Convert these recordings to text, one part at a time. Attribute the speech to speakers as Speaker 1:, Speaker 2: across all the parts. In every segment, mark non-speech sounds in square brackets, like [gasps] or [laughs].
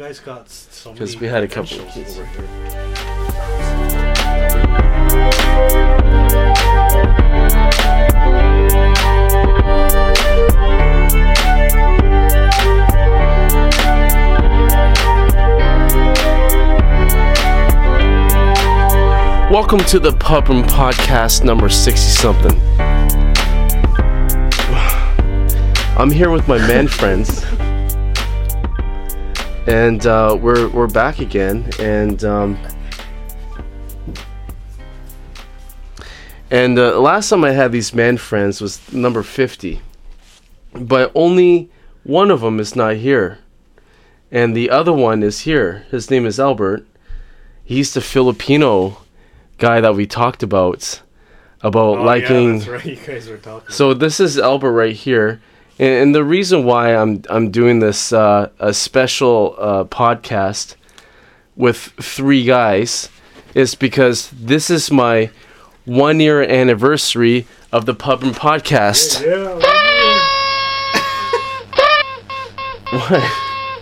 Speaker 1: You guys got so many.
Speaker 2: 'Cause we had a couple of
Speaker 1: potentials
Speaker 2: kids.
Speaker 1: over here.
Speaker 2: Welcome to the Pub Room Podcast number 60 something. I'm here with my man
Speaker 1: [laughs]
Speaker 2: friends. And uh, we're, we're back again. And um, and uh, last time I had these man friends was number 50. But only one of them is not here. And the other one is here. His name is Albert. He's the Filipino guy that we talked about about
Speaker 1: Oh, Yeah,
Speaker 2: liking
Speaker 1: that's right. You guys were talking.
Speaker 2: so this is Albert right here, and, and the reason why I'm I'm doing this uh, a special uh, podcast with three guys is because this is my one year anniversary of the Pub and Podcast.
Speaker 1: yeah. right
Speaker 2: What?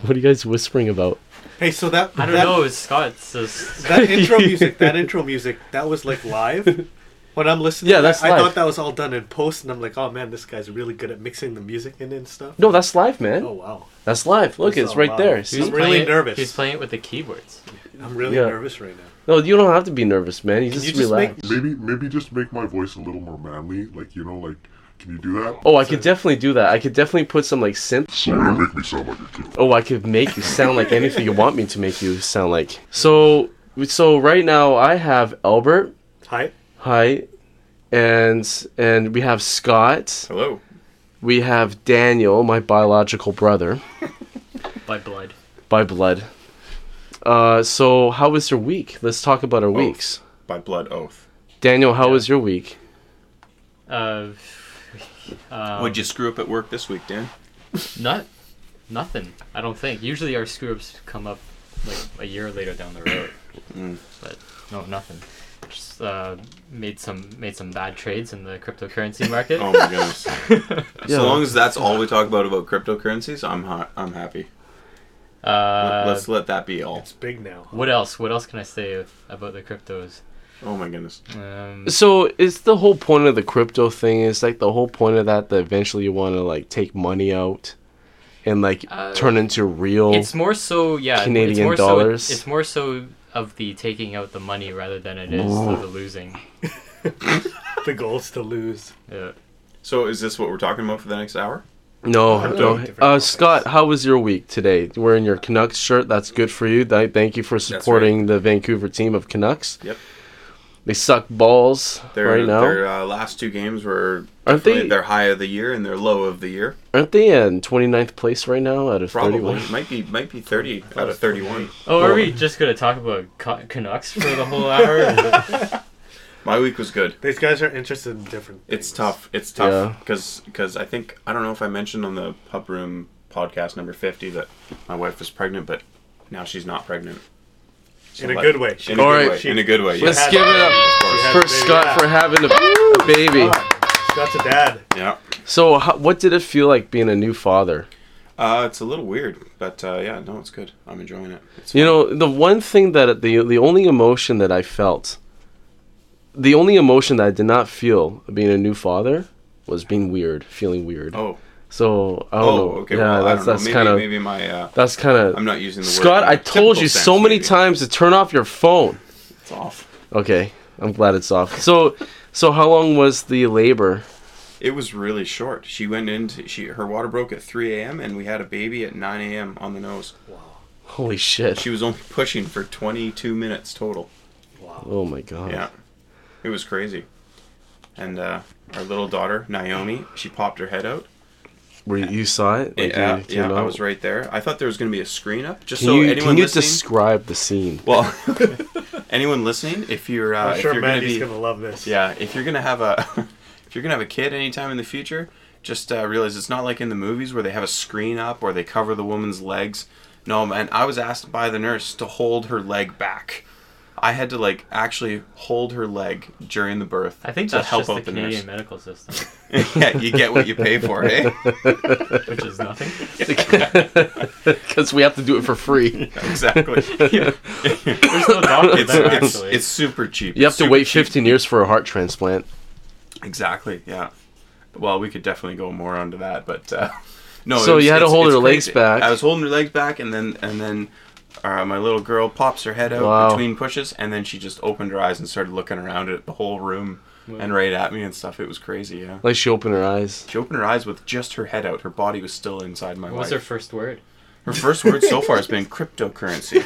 Speaker 2: What are you guys whispering about?
Speaker 1: there. Hey, so that
Speaker 3: I don't
Speaker 1: that,
Speaker 3: know. It's Scott. It's just,
Speaker 1: that
Speaker 2: [laughs]
Speaker 1: intro music, that intro music, that was like live. When I'm listening,
Speaker 2: Yeah,
Speaker 1: to
Speaker 2: that's
Speaker 1: that, I
Speaker 2: live.
Speaker 1: thought that was all done in post, and I'm like, oh man, this guy's really good at mixing the music in and stuff.
Speaker 2: No, that's live,
Speaker 1: Oh
Speaker 2: man.
Speaker 1: wow,
Speaker 2: That's live. Look,
Speaker 1: That's
Speaker 2: it's
Speaker 1: not
Speaker 2: right
Speaker 1: live.
Speaker 2: there.
Speaker 1: Who's-
Speaker 2: See?
Speaker 1: I'm really
Speaker 3: playing it-
Speaker 1: nervous.
Speaker 3: He's playing it with the keyboards.
Speaker 1: I'm really
Speaker 2: Yeah.
Speaker 1: nervous right now.
Speaker 2: No, you don't have to be nervous, man. You
Speaker 1: Can
Speaker 2: just
Speaker 1: you just
Speaker 2: relax.
Speaker 1: make?
Speaker 4: Maybe maybe just make my voice a little more manly, like you know, like can you do that?
Speaker 2: Oh, I could definitely do that. I could definitely put some like synth
Speaker 4: Sorry, don't make me sound like a kid.
Speaker 2: Oh, I could make you sound like anything you want me to make you sound like. So, so right now I have Albert,
Speaker 1: Hi.
Speaker 2: hi, and and we have Scott,
Speaker 3: Hello.
Speaker 2: we have Daniel, my biological brother
Speaker 3: By blood.
Speaker 2: by blood. Uh, so how was your week? Let's talk about
Speaker 5: Oh.
Speaker 2: our weeks.
Speaker 5: by blood oath.
Speaker 2: Daniel, how was your week?
Speaker 3: Uh,
Speaker 2: Um,
Speaker 3: uh,
Speaker 5: Would you screw up at work this week, Dan?
Speaker 3: not nothing. I don't think. Usually our screw ups come up like a year later down the road.
Speaker 5: Mm.
Speaker 3: But no, nothing. Just uh, made some made some bad trades in the cryptocurrency
Speaker 5: [laughs]
Speaker 3: market.
Speaker 5: Oh
Speaker 2: [laughs]
Speaker 5: my goodness!
Speaker 2: Yeah.
Speaker 5: So long as that's all we talk about about cryptocurrencies, I'm ha- I'm happy.
Speaker 3: uh,
Speaker 5: Let's let that be all.
Speaker 1: It's big now.
Speaker 3: what else? What else can I say about the cryptos?
Speaker 5: Oh my goodness!
Speaker 3: Um,
Speaker 2: So it's the whole point of the crypto thing. Is like the whole point of that that eventually you want to like take money out, and like
Speaker 3: Uh,
Speaker 2: turn into real.
Speaker 3: It's more so, yeah. it's
Speaker 2: Canadian
Speaker 3: more
Speaker 2: dollars.
Speaker 3: So, it's more so of the taking out the money rather than it is of the losing. Uh,
Speaker 1: The goal's to lose.
Speaker 3: Yeah.
Speaker 5: So is this what we're talking about for the next hour?
Speaker 2: No,
Speaker 1: Hello,
Speaker 2: no.
Speaker 1: different
Speaker 2: Uh,
Speaker 1: topics.
Speaker 2: Scott, how was your week today? Wearing your Canucks shirt, that's good for you. Th- thank you for supporting the Vancouver team of Canucks.
Speaker 5: Yep.
Speaker 2: They suck balls
Speaker 5: Their
Speaker 2: right now.
Speaker 5: their uh, last two games were
Speaker 2: Aren't they-
Speaker 5: definitely their high of the year and their low of the year.
Speaker 2: Aren't they in 29th place right now out of
Speaker 5: Probably
Speaker 2: 31?
Speaker 5: might be might be thirty out of thirty one.
Speaker 3: Oh, are we just gonna talk about Ca- Canucks for the whole hour?
Speaker 5: My week was good.
Speaker 1: These guys are interested in different.
Speaker 5: It's
Speaker 1: things.
Speaker 5: tough. It's
Speaker 2: Yeah.
Speaker 5: tough because I think I don't know if I mentioned on the pub room podcast number fifty that my wife was pregnant, but now she's not pregnant. So
Speaker 1: In a
Speaker 5: like-
Speaker 1: good way. She-
Speaker 5: In a
Speaker 2: All
Speaker 5: good
Speaker 2: right.
Speaker 5: way. in a good way.
Speaker 2: Let's
Speaker 5: Yeah.
Speaker 1: had-
Speaker 2: give it up
Speaker 1: she had a
Speaker 2: for
Speaker 1: baby. Yeah.
Speaker 2: Scott for having a, a baby.
Speaker 1: Scott's a dad.
Speaker 5: yeah.
Speaker 2: So, how, what did it feel like being a new father?
Speaker 5: Uh, it's a little weird, but uh, yeah, no, it's good. I'm enjoying it. It's
Speaker 2: You know, the one thing that the the only emotion that I felt, the only emotion that I did not feel being a new father, was being weird, feeling weird.
Speaker 5: Oh.
Speaker 2: So I don't
Speaker 5: Oh.
Speaker 2: know.
Speaker 5: Okay.
Speaker 2: yeah,
Speaker 5: well,
Speaker 2: that's
Speaker 5: I don't
Speaker 2: that's
Speaker 5: know. Maybe,
Speaker 2: kind of
Speaker 5: maybe my. Uh,
Speaker 2: that's kind
Speaker 5: I'm
Speaker 2: of
Speaker 5: not using the word.
Speaker 2: Scott.
Speaker 5: in
Speaker 2: I
Speaker 5: a
Speaker 2: told
Speaker 5: typical
Speaker 2: you
Speaker 5: sense,
Speaker 2: so many
Speaker 5: maybe.
Speaker 2: times to turn off your phone.
Speaker 5: It's off.
Speaker 2: Okay, I'm glad it's off. So, so how long was the labor?
Speaker 5: It was really short. She went into she her water broke at 3 a.m. and we had a baby at 9 a.m. on the nose.
Speaker 2: Holy shit!
Speaker 5: She was only pushing for 22 minutes total.
Speaker 2: Oh my god.
Speaker 5: Yeah, it was crazy. And uh, our little daughter Naomi, she popped her head out.
Speaker 2: Were you, you saw it? Like,
Speaker 5: yeah,
Speaker 2: you- you
Speaker 5: yeah, I
Speaker 2: know?
Speaker 5: was right there. I thought there was going to be a screen up. Just
Speaker 2: Can
Speaker 5: so
Speaker 2: you,
Speaker 5: anyone
Speaker 2: can you
Speaker 5: listening.
Speaker 2: describe the scene?
Speaker 5: Well, [laughs] anyone listening, if you're uh,
Speaker 1: I'm sure
Speaker 5: if you're gonna
Speaker 1: Mandy's
Speaker 5: be
Speaker 1: gonna love this.
Speaker 5: yeah, if you're gonna have a [laughs] if you're gonna have a kid anytime in the future, just uh, realize it's not like in the movies where they have a screen up or they cover the woman's legs. No, man, I was asked by the nurse to hold her leg back. I had to like actually hold her leg during the birth.
Speaker 3: I think
Speaker 5: to
Speaker 3: that's
Speaker 5: help
Speaker 3: just the
Speaker 5: out the
Speaker 3: Canadian
Speaker 5: nurse.
Speaker 3: medical system,
Speaker 5: [laughs] yeah, you get what you pay
Speaker 3: [laughs]
Speaker 5: for, eh?
Speaker 3: which is nothing.
Speaker 2: Because we have to do it for free.
Speaker 5: [laughs] exactly.
Speaker 3: Yeah. There's no doctor
Speaker 5: It's,
Speaker 3: there
Speaker 5: it's,
Speaker 3: actually.
Speaker 5: it's super
Speaker 2: [laughs]
Speaker 5: cheap.
Speaker 2: You have to
Speaker 5: Super
Speaker 2: wait
Speaker 5: cheap.
Speaker 2: 15 years for a heart transplant.
Speaker 5: Exactly. Yeah. Well, we could definitely go more onto that, but uh, [laughs] no. it
Speaker 2: So you had to
Speaker 5: it's-
Speaker 2: hold
Speaker 5: it's
Speaker 2: her legs
Speaker 5: crazy.
Speaker 2: back.
Speaker 5: I was holding her legs back, and then and then uh, my little girl pops her head out
Speaker 2: Wow.
Speaker 5: between pushes, and then she just opened her eyes and started looking around at the whole room and right at me and stuff. It was crazy. Yeah.
Speaker 2: Like she opened her eyes.
Speaker 5: She opened her eyes with just her head out. Her body was still inside my
Speaker 3: what was her
Speaker 5: wife.
Speaker 3: first word?
Speaker 1: [laughs]
Speaker 5: Her, first word so far has been cryptocurrency.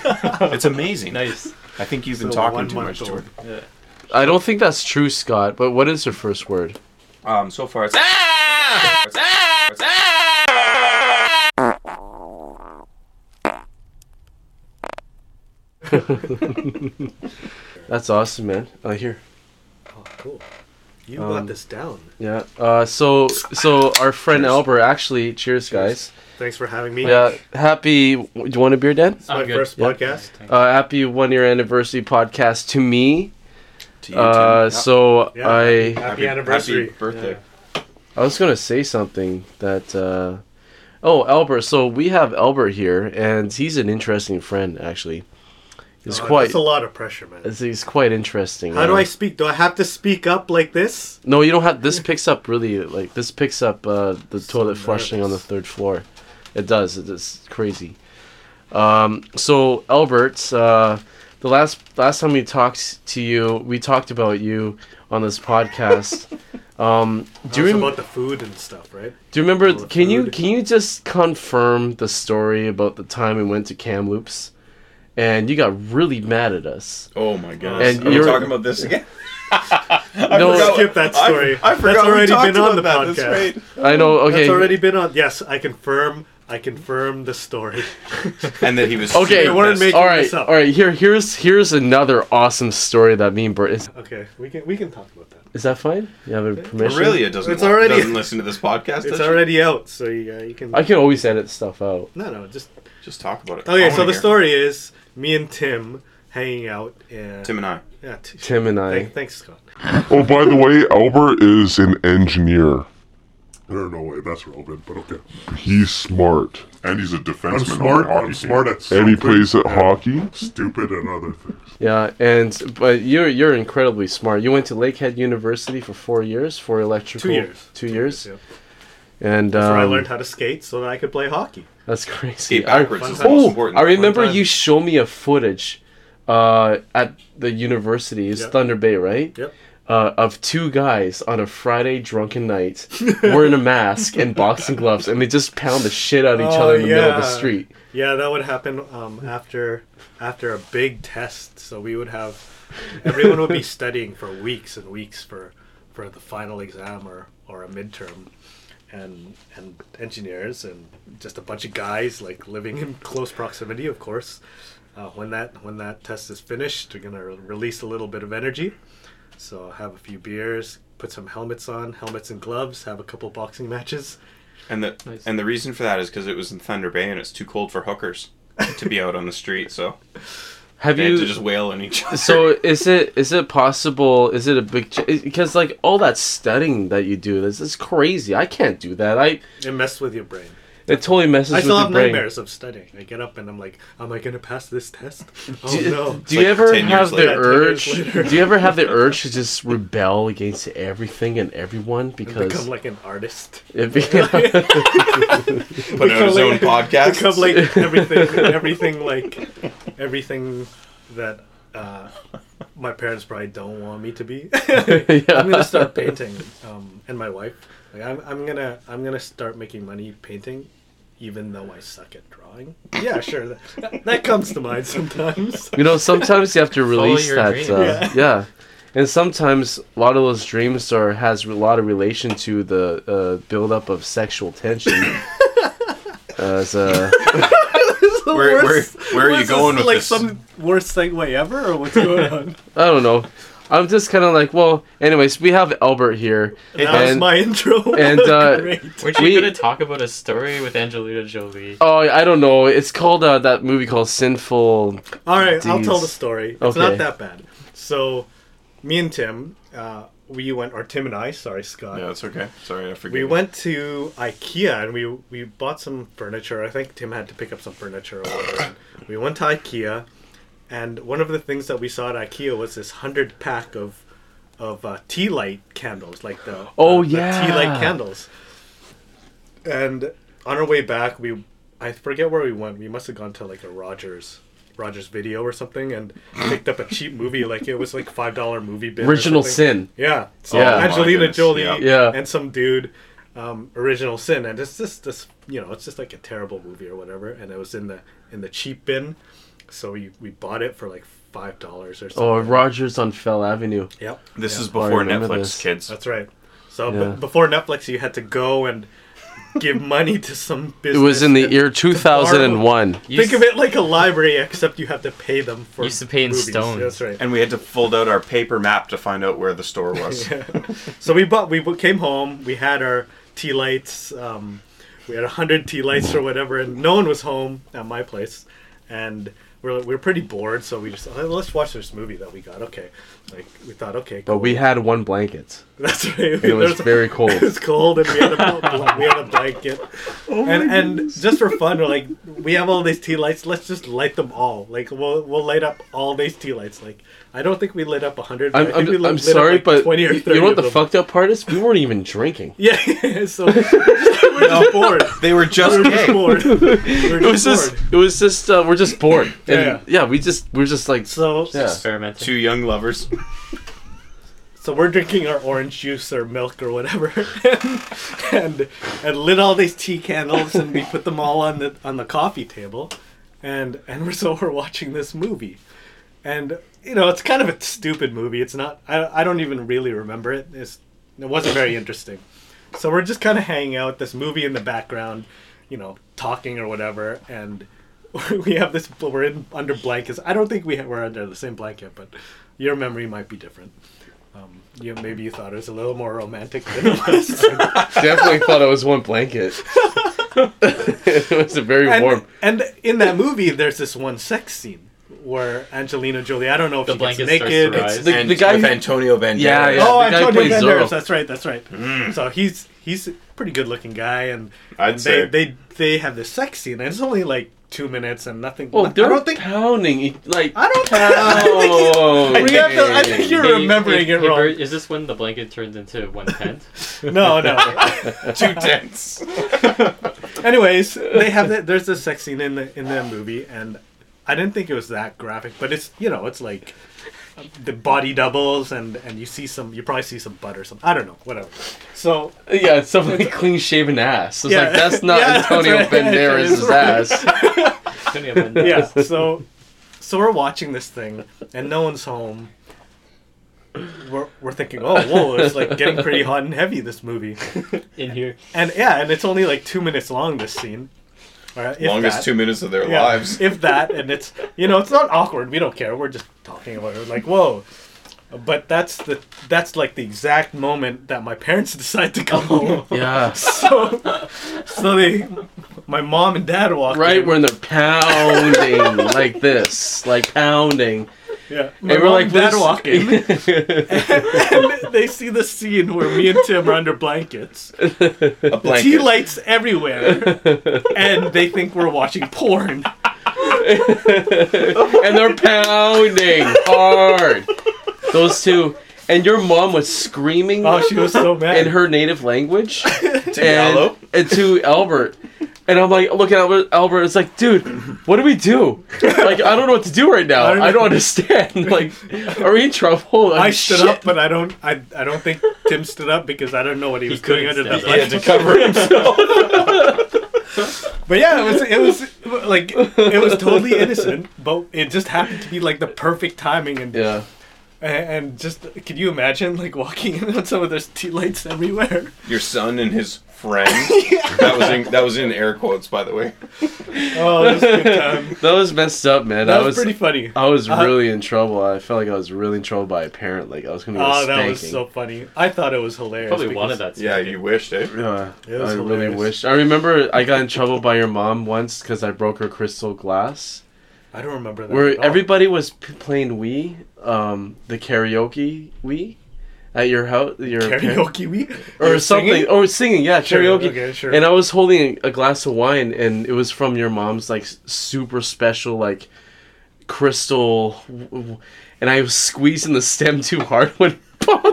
Speaker 5: it's amazing.
Speaker 3: Nice.
Speaker 5: I think you've been
Speaker 1: So
Speaker 5: talking
Speaker 1: one
Speaker 5: too
Speaker 1: month
Speaker 5: much to her.
Speaker 1: old.
Speaker 3: Yeah.
Speaker 2: I don't think that's true, Scott. But what is her first word?
Speaker 5: Um, so far it's.
Speaker 2: [laughs] That's awesome, man. Uh, here,
Speaker 1: Oh, cool.
Speaker 2: Um,
Speaker 1: You got this down.
Speaker 2: yeah. Uh, so, so our friend Albert actually. Cheers, guys.
Speaker 1: Thanks for having me.
Speaker 2: Yeah, happy. Do you want a beer, Dad?
Speaker 1: It's my
Speaker 3: I'm good.
Speaker 1: first
Speaker 2: Yeah.
Speaker 1: podcast.
Speaker 2: Uh, happy one year anniversary podcast to me.
Speaker 5: To you,
Speaker 2: Uh,
Speaker 5: Tim. Yeah.
Speaker 2: so
Speaker 1: Yeah.
Speaker 2: I
Speaker 1: Happy anniversary.
Speaker 5: Happy birthday.
Speaker 2: I was gonna say something that uh, oh Albert. So we have Albert here, and he's an interesting friend actually. He's
Speaker 1: Oh,
Speaker 2: quite
Speaker 1: That's a lot of pressure, man.
Speaker 2: it's- he's quite interesting.
Speaker 1: How do
Speaker 2: uh,
Speaker 1: I speak? Do I have to speak up like this?
Speaker 2: No, you don't have. This picks up really like this picks up uh, the toilet flushing on the
Speaker 1: nervous.
Speaker 2: third floor. It does. It- It's crazy. Um, so Albert, uh, the last last time we talked to you, we talked about you on this
Speaker 1: [laughs]
Speaker 2: podcast. um, do you
Speaker 1: It's
Speaker 2: rem-
Speaker 1: about the food and stuff, right?
Speaker 2: do you remember?
Speaker 1: the
Speaker 2: Can you
Speaker 1: food.
Speaker 2: can you just confirm the story about the time we went to Kamloops, and you got really mad at us?
Speaker 5: Oh my goodness.
Speaker 2: And
Speaker 5: Are we
Speaker 2: you're-
Speaker 5: talking about this again? I
Speaker 2: No,
Speaker 5: forgot-
Speaker 1: skip that
Speaker 5: I-
Speaker 1: story.
Speaker 5: I,
Speaker 1: That's
Speaker 5: forgot we
Speaker 1: already
Speaker 5: talked
Speaker 1: been on
Speaker 5: about
Speaker 1: the
Speaker 5: that. That's
Speaker 1: podcast.
Speaker 5: right.
Speaker 2: I know. Okay.
Speaker 1: That's already been on. Yes, I confirm. I confirm the story.
Speaker 5: [laughs]
Speaker 1: [laughs]
Speaker 5: And that he was
Speaker 2: Okay,
Speaker 5: super
Speaker 1: we're
Speaker 5: pissed.
Speaker 1: making-
Speaker 2: all right,
Speaker 1: this up.
Speaker 2: all right. Here, here's here's another awesome story that me and Bert is.
Speaker 1: Okay, we can we can talk about that.
Speaker 2: Is that fine? You have a permission?
Speaker 5: Aurelia doesn't,
Speaker 1: It's already-
Speaker 5: doesn't listen to this podcast. does
Speaker 1: It's
Speaker 5: she?
Speaker 1: already out, so you, uh, you can.
Speaker 2: I can always edit stuff out.
Speaker 1: No, no, just
Speaker 5: Just talk about it. I
Speaker 1: okay.
Speaker 5: wanna
Speaker 1: So the
Speaker 5: hear.
Speaker 1: story is me and Tim hanging out and
Speaker 5: Tim and I.
Speaker 1: yeah, t-
Speaker 2: Tim Um, and I.
Speaker 1: thank- thanks, Scott.
Speaker 4: Oh, by the way, Albert is an engineer. There are no way that's relevant, but okay. He's smart.
Speaker 6: And he's a defenseman.
Speaker 4: I'm smart.
Speaker 6: on the hockey
Speaker 4: I'm
Speaker 6: team.
Speaker 4: smart at
Speaker 6: And he
Speaker 4: something
Speaker 6: plays at hockey.
Speaker 4: Stupid and other things.
Speaker 2: Yeah, and but you're you're incredibly smart. You went to Lakehead University for four years for electrical.
Speaker 1: Two years.
Speaker 2: Two years.
Speaker 1: Yeah.
Speaker 2: And
Speaker 1: So
Speaker 2: um,
Speaker 1: I learned how to skate so that I could play hockey.
Speaker 2: That's crazy.
Speaker 5: Skate backwards is the most
Speaker 2: Oh,
Speaker 5: important.
Speaker 2: I remember
Speaker 5: Fun
Speaker 2: you
Speaker 5: time.
Speaker 2: show me a footage uh, at the university. It's
Speaker 1: Yep.
Speaker 2: Thunder Bay, right?
Speaker 1: Yep.
Speaker 2: Uh, of two guys on a Friday drunken night wearing a mask and boxing gloves, and they just pound the shit out of each
Speaker 1: Oh,
Speaker 2: other in the middle of the
Speaker 1: yeah.
Speaker 2: street.
Speaker 1: Yeah, that would happen um, after after a big test. So we would have everyone would
Speaker 2: [laughs]
Speaker 1: be studying for weeks and weeks for for the final exam or, or a midterm, and and engineers and just a bunch of guys like living
Speaker 2: Mm.
Speaker 1: in close proximity, of course. Uh, when that when that test is finished, we're gonna release a little bit of energy. So have a few beers, put some helmets on, helmets and gloves, have a couple boxing matches.
Speaker 5: And the
Speaker 3: Nice.
Speaker 5: and the reason for that is because it was in Thunder Bay and it's too cold for hookers to be out on the
Speaker 1: [laughs]
Speaker 5: street, so
Speaker 2: Have
Speaker 5: they
Speaker 2: you?
Speaker 5: had to just wail on each other.
Speaker 2: so is it is it possible? Is it a big? Because like all that studying that you do, this is crazy. I can't do that. I
Speaker 1: It messed with your brain.
Speaker 2: it totally messes
Speaker 1: I
Speaker 2: with
Speaker 1: still
Speaker 2: your
Speaker 1: have
Speaker 2: brain.
Speaker 1: nightmares of studying. I get up and I'm like, am I gonna pass this
Speaker 5: [laughs]
Speaker 1: test? Oh
Speaker 2: Do,
Speaker 1: no.
Speaker 2: do you
Speaker 5: Like
Speaker 2: ever
Speaker 5: 10 years
Speaker 2: have the
Speaker 5: later.
Speaker 1: Yeah, 10
Speaker 2: urge?
Speaker 1: years later.
Speaker 2: Do you ever have the urge to just rebel against everything and everyone
Speaker 1: Become
Speaker 2: because
Speaker 1: like an
Speaker 5: [laughs]
Speaker 1: artist.
Speaker 2: it
Speaker 1: [laughs]
Speaker 2: be-
Speaker 5: [laughs] Put out his own podcast.
Speaker 1: Become
Speaker 5: [laughs]
Speaker 1: like everything, everything like everything that uh, my parents probably don't want me to be. [laughs] I'm gonna start painting, um, and my wife. Like I'm, I'm gonna, I'm gonna start making money painting, even though I suck at drawing. Yeah, sure, that, that comes to mind sometimes.
Speaker 2: you know sometimes you have to release
Speaker 3: your
Speaker 2: that
Speaker 3: dreams.
Speaker 2: uh, yeah.
Speaker 1: Yeah.
Speaker 2: and sometimes a lot of those dreams are has a lot of relation to the uh, buildup of sexual
Speaker 1: [laughs]
Speaker 2: tension. As uh,
Speaker 1: the
Speaker 5: Where- where- where are you
Speaker 1: was
Speaker 5: going with
Speaker 1: like
Speaker 5: this?
Speaker 1: some worst segue ever, or what's going on?
Speaker 2: I don't know, I'm just kind of like, well, anyways, we have Albert here,
Speaker 1: That was
Speaker 2: and-
Speaker 1: my [laughs] intro.
Speaker 2: and, uh,
Speaker 1: Great.
Speaker 3: Weren't you
Speaker 2: We-
Speaker 3: gonna talk about a story with Angelina Jolie?
Speaker 2: Oh, I don't know. It's called uh, that movie called Sinful.
Speaker 1: All right, I'll
Speaker 2: Jeez.
Speaker 1: tell the story. It's
Speaker 2: Okay.
Speaker 1: not that bad. So, me and Tim, uh, we went, or Tim and I, sorry, Scott.
Speaker 5: Yeah, it's okay. Sorry, I forget.
Speaker 1: We went to IKEA and we we bought some furniture. I think Tim had to pick up some furniture. Or whatever. we went to IKEA, and one of the things that we saw at IKEA was this hundred pack of of uh, tea light candles, like the
Speaker 2: Oh,
Speaker 1: the tea
Speaker 2: yeah.
Speaker 1: light candles. And on our way back, we I forget where we went. We must have gone to like a Rogers. Rogers video or something and picked up a cheap movie like it was like five dollar movie bin or
Speaker 2: Original
Speaker 1: something.
Speaker 2: Sin.
Speaker 1: Yeah. So
Speaker 2: Yeah.
Speaker 5: Oh my
Speaker 1: Angelina
Speaker 5: goodness,
Speaker 1: Jolie
Speaker 5: yeah.
Speaker 2: Yeah.
Speaker 1: and some dude, um, original sin, and it's just this, you know, it's just like a terrible movie or whatever, and it was in the in the cheap bin, so we we bought it for like five dollars or something.
Speaker 2: Oh, Rogers on Fell Avenue.
Speaker 1: Yep.
Speaker 5: This is
Speaker 2: I
Speaker 5: before
Speaker 2: remember
Speaker 5: Netflix,
Speaker 2: this.
Speaker 5: kids.
Speaker 1: That's right. So b-
Speaker 2: Yeah.
Speaker 1: before Netflix, you had to go and give
Speaker 2: [laughs]
Speaker 1: money to some
Speaker 2: It
Speaker 1: business.
Speaker 2: was in the
Speaker 1: and
Speaker 2: year 2001.
Speaker 3: You
Speaker 1: Think
Speaker 3: s-
Speaker 1: of it like a library, except you have to pay them for.
Speaker 3: Used to pay in
Speaker 1: movies.
Speaker 3: stone.
Speaker 1: That's right.
Speaker 5: and we had to fold out our paper map to find out where
Speaker 1: [laughs]
Speaker 5: the store was.
Speaker 1: So we bought. We bu- came home. We had our tea lights. Um, we had a hundred tea lights or whatever, and no one was home at my place, and we're we were pretty bored. So we just "Oh, let's watch this movie that we got. Okay, like we thought. Okay,
Speaker 2: But
Speaker 1: cool.
Speaker 2: we had one blanket.
Speaker 1: [laughs] that's right.
Speaker 2: Oh. It was
Speaker 1: There's- [laughs]
Speaker 2: very cold.
Speaker 1: It was cold, and we had a bl- [laughs] we had a blanket, and and just for fun, we're like, we have all these tea lights. Let's just light them all. Like we'll we'll light up all these tea lights. Like I don't think we lit up hundred.
Speaker 2: I'm,
Speaker 1: we
Speaker 2: I'm,
Speaker 1: lit
Speaker 2: I'm
Speaker 1: up,
Speaker 2: sorry,
Speaker 1: like,
Speaker 2: but
Speaker 1: 20 or
Speaker 2: you
Speaker 1: 30
Speaker 2: know what
Speaker 1: of
Speaker 2: the
Speaker 1: them.
Speaker 2: fucked up part is? We weren't even drinking.
Speaker 1: Yeah, [laughs] so we're just bored.
Speaker 5: They were just
Speaker 1: We're just
Speaker 5: gay.
Speaker 1: bored.
Speaker 2: [laughs]
Speaker 1: We're
Speaker 2: It was
Speaker 1: just
Speaker 2: just,
Speaker 1: bored.
Speaker 2: it was just, uh, we're just bored. And yeah,
Speaker 1: Yeah.
Speaker 2: we just, we're just like,
Speaker 1: So,
Speaker 2: yeah.
Speaker 3: Experimenting.
Speaker 5: [laughs] Two young lovers.
Speaker 1: so we're drinking our orange juice or milk or whatever, [laughs] and, and and lit all these tea candles and we put them all on the on the coffee table, and and we're so we're watching this movie, and you know it's kind of a stupid movie. It's not. I I don't even really remember it. It's it wasn't very interesting. So we're just kind of hanging out. This movie in the background, you know, talking or whatever, and [laughs] we have this. We're in under blankets. I don't think we ha- were under the same blanket, but your memory might be different. Um, you maybe you thought it was a little more romantic than it was.
Speaker 2: Definitely thought it was one blanket. [laughs] it was very
Speaker 1: and,
Speaker 2: warm.
Speaker 1: and in that movie, there's this one sex scene where Angelina Jolie. I don't know if
Speaker 3: The
Speaker 1: she gets
Speaker 3: blanket starts to
Speaker 1: naked.
Speaker 3: rise.
Speaker 1: It's-
Speaker 2: The,
Speaker 5: and
Speaker 2: the guy
Speaker 5: with
Speaker 2: who-
Speaker 5: Antonio Banderas.
Speaker 2: Yeah, yeah.
Speaker 1: Oh,
Speaker 2: the guy
Speaker 1: Antonio
Speaker 2: plays Zorro. Mm.
Speaker 1: Banderas. That's right. That's right. So he's he's a pretty good looking guy, and
Speaker 5: I'd
Speaker 1: and
Speaker 5: say. [laughs]
Speaker 1: they, they they have this sex scene, and it's only like two minutes and nothing.
Speaker 2: Well,
Speaker 1: I
Speaker 2: Oh, they're
Speaker 1: don't think.
Speaker 2: pounding. e- Like [laughs]
Speaker 1: I don't. [laughs] I don't think he's-
Speaker 2: pounding.
Speaker 1: we have to- I think you're
Speaker 3: Hey,
Speaker 1: remembering
Speaker 3: hey,
Speaker 1: it
Speaker 3: hey,
Speaker 1: wrong.
Speaker 3: Bert, Is this when the blanket turns into one tent?
Speaker 1: No,
Speaker 2: [laughs]
Speaker 1: no.
Speaker 5: Too dense.
Speaker 1: Anyways, [laughs] they have that. There's this sex scene in the in the movie, and I didn't think it was that graphic, but it's you know it's like the body doubles, and and you see some. You probably see some butt or something. I don't know. Whatever. So
Speaker 2: Yeah, it's something like clean shaven ass. It's
Speaker 1: Yeah.
Speaker 2: like that's not
Speaker 1: Yeah, that's
Speaker 2: Antonio
Speaker 1: right. [laughs]
Speaker 2: Banderas' ass.
Speaker 3: Antonio Banderas.
Speaker 1: yeah. So, so we're watching this thing, and no one's home. We're, we're thinking, oh, whoa, it's like getting pretty hot and heavy this movie,
Speaker 3: in here.
Speaker 1: and yeah, and it's only like two minutes long. This scene, All right, if
Speaker 5: Longest
Speaker 1: that.
Speaker 5: two minutes of their
Speaker 1: Yeah,
Speaker 5: lives.
Speaker 1: if that, and it's you know, it's not awkward. We don't care. We're just talking about it. Like, whoa. But that's the that's like the exact moment that my parents [laughs] decide to come
Speaker 2: [laughs]
Speaker 1: home.
Speaker 2: Yeah.
Speaker 1: So, so they, my mom and dad walk
Speaker 2: Right
Speaker 1: in.
Speaker 2: when they're pounding like this, like pounding,
Speaker 1: yeah, my
Speaker 2: and we're
Speaker 1: mom
Speaker 2: like
Speaker 1: dad
Speaker 2: this.
Speaker 1: walk in. and they see the scene where me and Tim are under
Speaker 2: [laughs]
Speaker 1: blankets.
Speaker 5: A blanket.
Speaker 1: Tea lights everywhere, and they think we're watching porn.
Speaker 2: [laughs] and they're pounding hard. Those two, and your mom was screaming
Speaker 1: Oh, she was
Speaker 2: [laughs]
Speaker 1: so mad.
Speaker 2: in her
Speaker 1: [laughs]
Speaker 2: native language.
Speaker 5: to
Speaker 2: and,
Speaker 5: yellow.
Speaker 2: and to Albert. And I'm like looking at Albert, Albert. It's like, dude, what do we do? Like, I don't know what to do right
Speaker 1: [laughs]
Speaker 2: now.
Speaker 1: I don't
Speaker 2: I don't understand. [laughs] Like, are we in trouble? Like,
Speaker 1: I stood
Speaker 2: shit.
Speaker 1: up, but I don't. I, I don't think Tim stood up because I don't know what he was doing
Speaker 3: couldn't
Speaker 1: under the
Speaker 3: stand up.
Speaker 5: He had
Speaker 1: blanket.
Speaker 5: to
Speaker 1: [laughs]
Speaker 5: cover himself.
Speaker 1: But yeah, it was it was like it was totally innocent, but it just happened to be like the perfect timing and
Speaker 2: Yeah.
Speaker 1: And, and just, can you imagine like walking in on some of those tea lights everywhere?
Speaker 5: Your son and his
Speaker 1: [laughs]
Speaker 5: friend. That was in, that was in air quotes, by the way.
Speaker 1: Oh, [laughs] that was a good time.
Speaker 2: That was messed up, man.
Speaker 1: That
Speaker 2: I was
Speaker 1: was pretty funny.
Speaker 2: I was
Speaker 1: Uh,
Speaker 2: really in trouble. I felt like I was really in trouble by a parent. Like I was gonna get
Speaker 1: Oh,
Speaker 2: oh,
Speaker 1: that was
Speaker 2: spanked.
Speaker 1: so funny. I thought it was hilarious.
Speaker 3: Probably
Speaker 1: because-
Speaker 3: wanted that.
Speaker 5: Yeah, you wished it.
Speaker 2: yeah,
Speaker 1: It was
Speaker 2: Uh, I really
Speaker 1: hilarious.
Speaker 2: wish. I remember I got in trouble by your mom once because I broke her crystal glass.
Speaker 1: I don't remember that.
Speaker 2: Where
Speaker 1: at all.
Speaker 2: everybody was p- playing Wii, um, the karaoke Wii, at your house, your par-
Speaker 1: karaoke week
Speaker 2: or something,
Speaker 1: [laughs]
Speaker 2: or singing. Yeah,
Speaker 1: Sure,
Speaker 2: karaoke.
Speaker 1: okay, sure.
Speaker 2: And I was holding a glass of wine, and it was from your mom's like s- super special like crystal, w- w- and I was squeezing the stem [laughs] too hard when. it popped.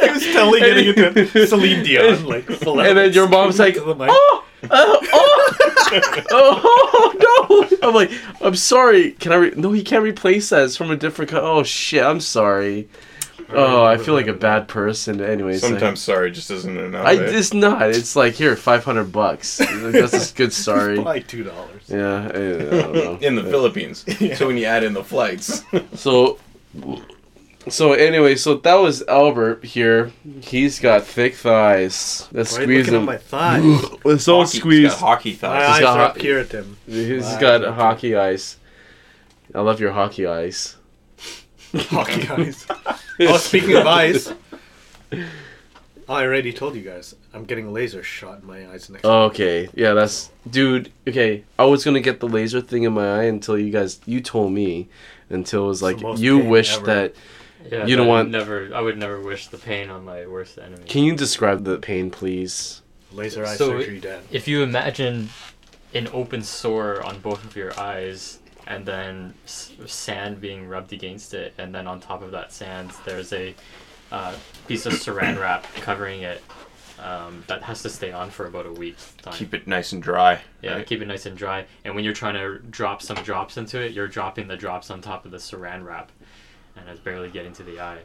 Speaker 1: I was telling getting
Speaker 2: [laughs]
Speaker 1: into Celine Dion, like full out.
Speaker 2: and then your mom's like,
Speaker 1: To [laughs] the mic.
Speaker 2: oh, uh,
Speaker 1: [laughs]
Speaker 2: oh, oh, [laughs] no! I'm like, I'm sorry. Can I? Re-? No, he can't replace that. It's from a different. Co- oh shit! I'm sorry. Oh, I feel like a bad person. Anyways, like-
Speaker 5: Sometimes sorry just isn't enough.
Speaker 2: I,
Speaker 5: eh?
Speaker 2: it's not. It's like here, five
Speaker 1: [laughs]
Speaker 2: hundred bucks. That's a good sorry.
Speaker 1: probably two dollars.
Speaker 2: Yeah, I, I
Speaker 1: [laughs]
Speaker 2: don't know.
Speaker 5: in the Philippines. So when you add in the flights,
Speaker 2: So, so anyway, so that was Albert here. He's got thick thighs. Let's
Speaker 1: Right,
Speaker 2: squeeze
Speaker 1: looking at
Speaker 2: him.
Speaker 1: my thighs.
Speaker 2: Let's all
Speaker 5: Hockey-
Speaker 2: squeeze.
Speaker 5: he's got hockey
Speaker 1: My
Speaker 5: thighs.
Speaker 1: eyes
Speaker 2: got
Speaker 1: are
Speaker 2: hot-
Speaker 1: up here at them.
Speaker 2: He's
Speaker 1: Wow.
Speaker 2: got hockey eyes. I love your hockey eyes.
Speaker 1: Hockey eyes. oh, speaking of eyes, I already told you guys I'm getting a laser shot in my eyes next.
Speaker 2: Oh, Okay, yeah, that's dude. Okay, I was gonna get the laser thing in my eye until you guys you told me, until it was like
Speaker 1: most
Speaker 2: you
Speaker 1: pain
Speaker 2: wish
Speaker 1: ever.
Speaker 2: that.
Speaker 3: Yeah,
Speaker 2: You
Speaker 3: but
Speaker 2: don't
Speaker 3: I
Speaker 2: want-
Speaker 3: Never. I would never wish the pain on my worst enemy.
Speaker 2: Can you describe the pain, please?
Speaker 1: laser eye
Speaker 3: So-
Speaker 1: surgery, Dan.
Speaker 3: if you imagine an open sore on both of your eyes and then s- sand being rubbed against it and then on top of that sand there's a uh, piece of saran wrap covering it um, that has to stay on for about a week's time
Speaker 5: Keep it nice and dry.
Speaker 3: yeah
Speaker 5: right?
Speaker 3: keep it nice and dry and when you're trying to drop some drops into it you're dropping the drops on top of the saran wrap and it's barely getting to the eye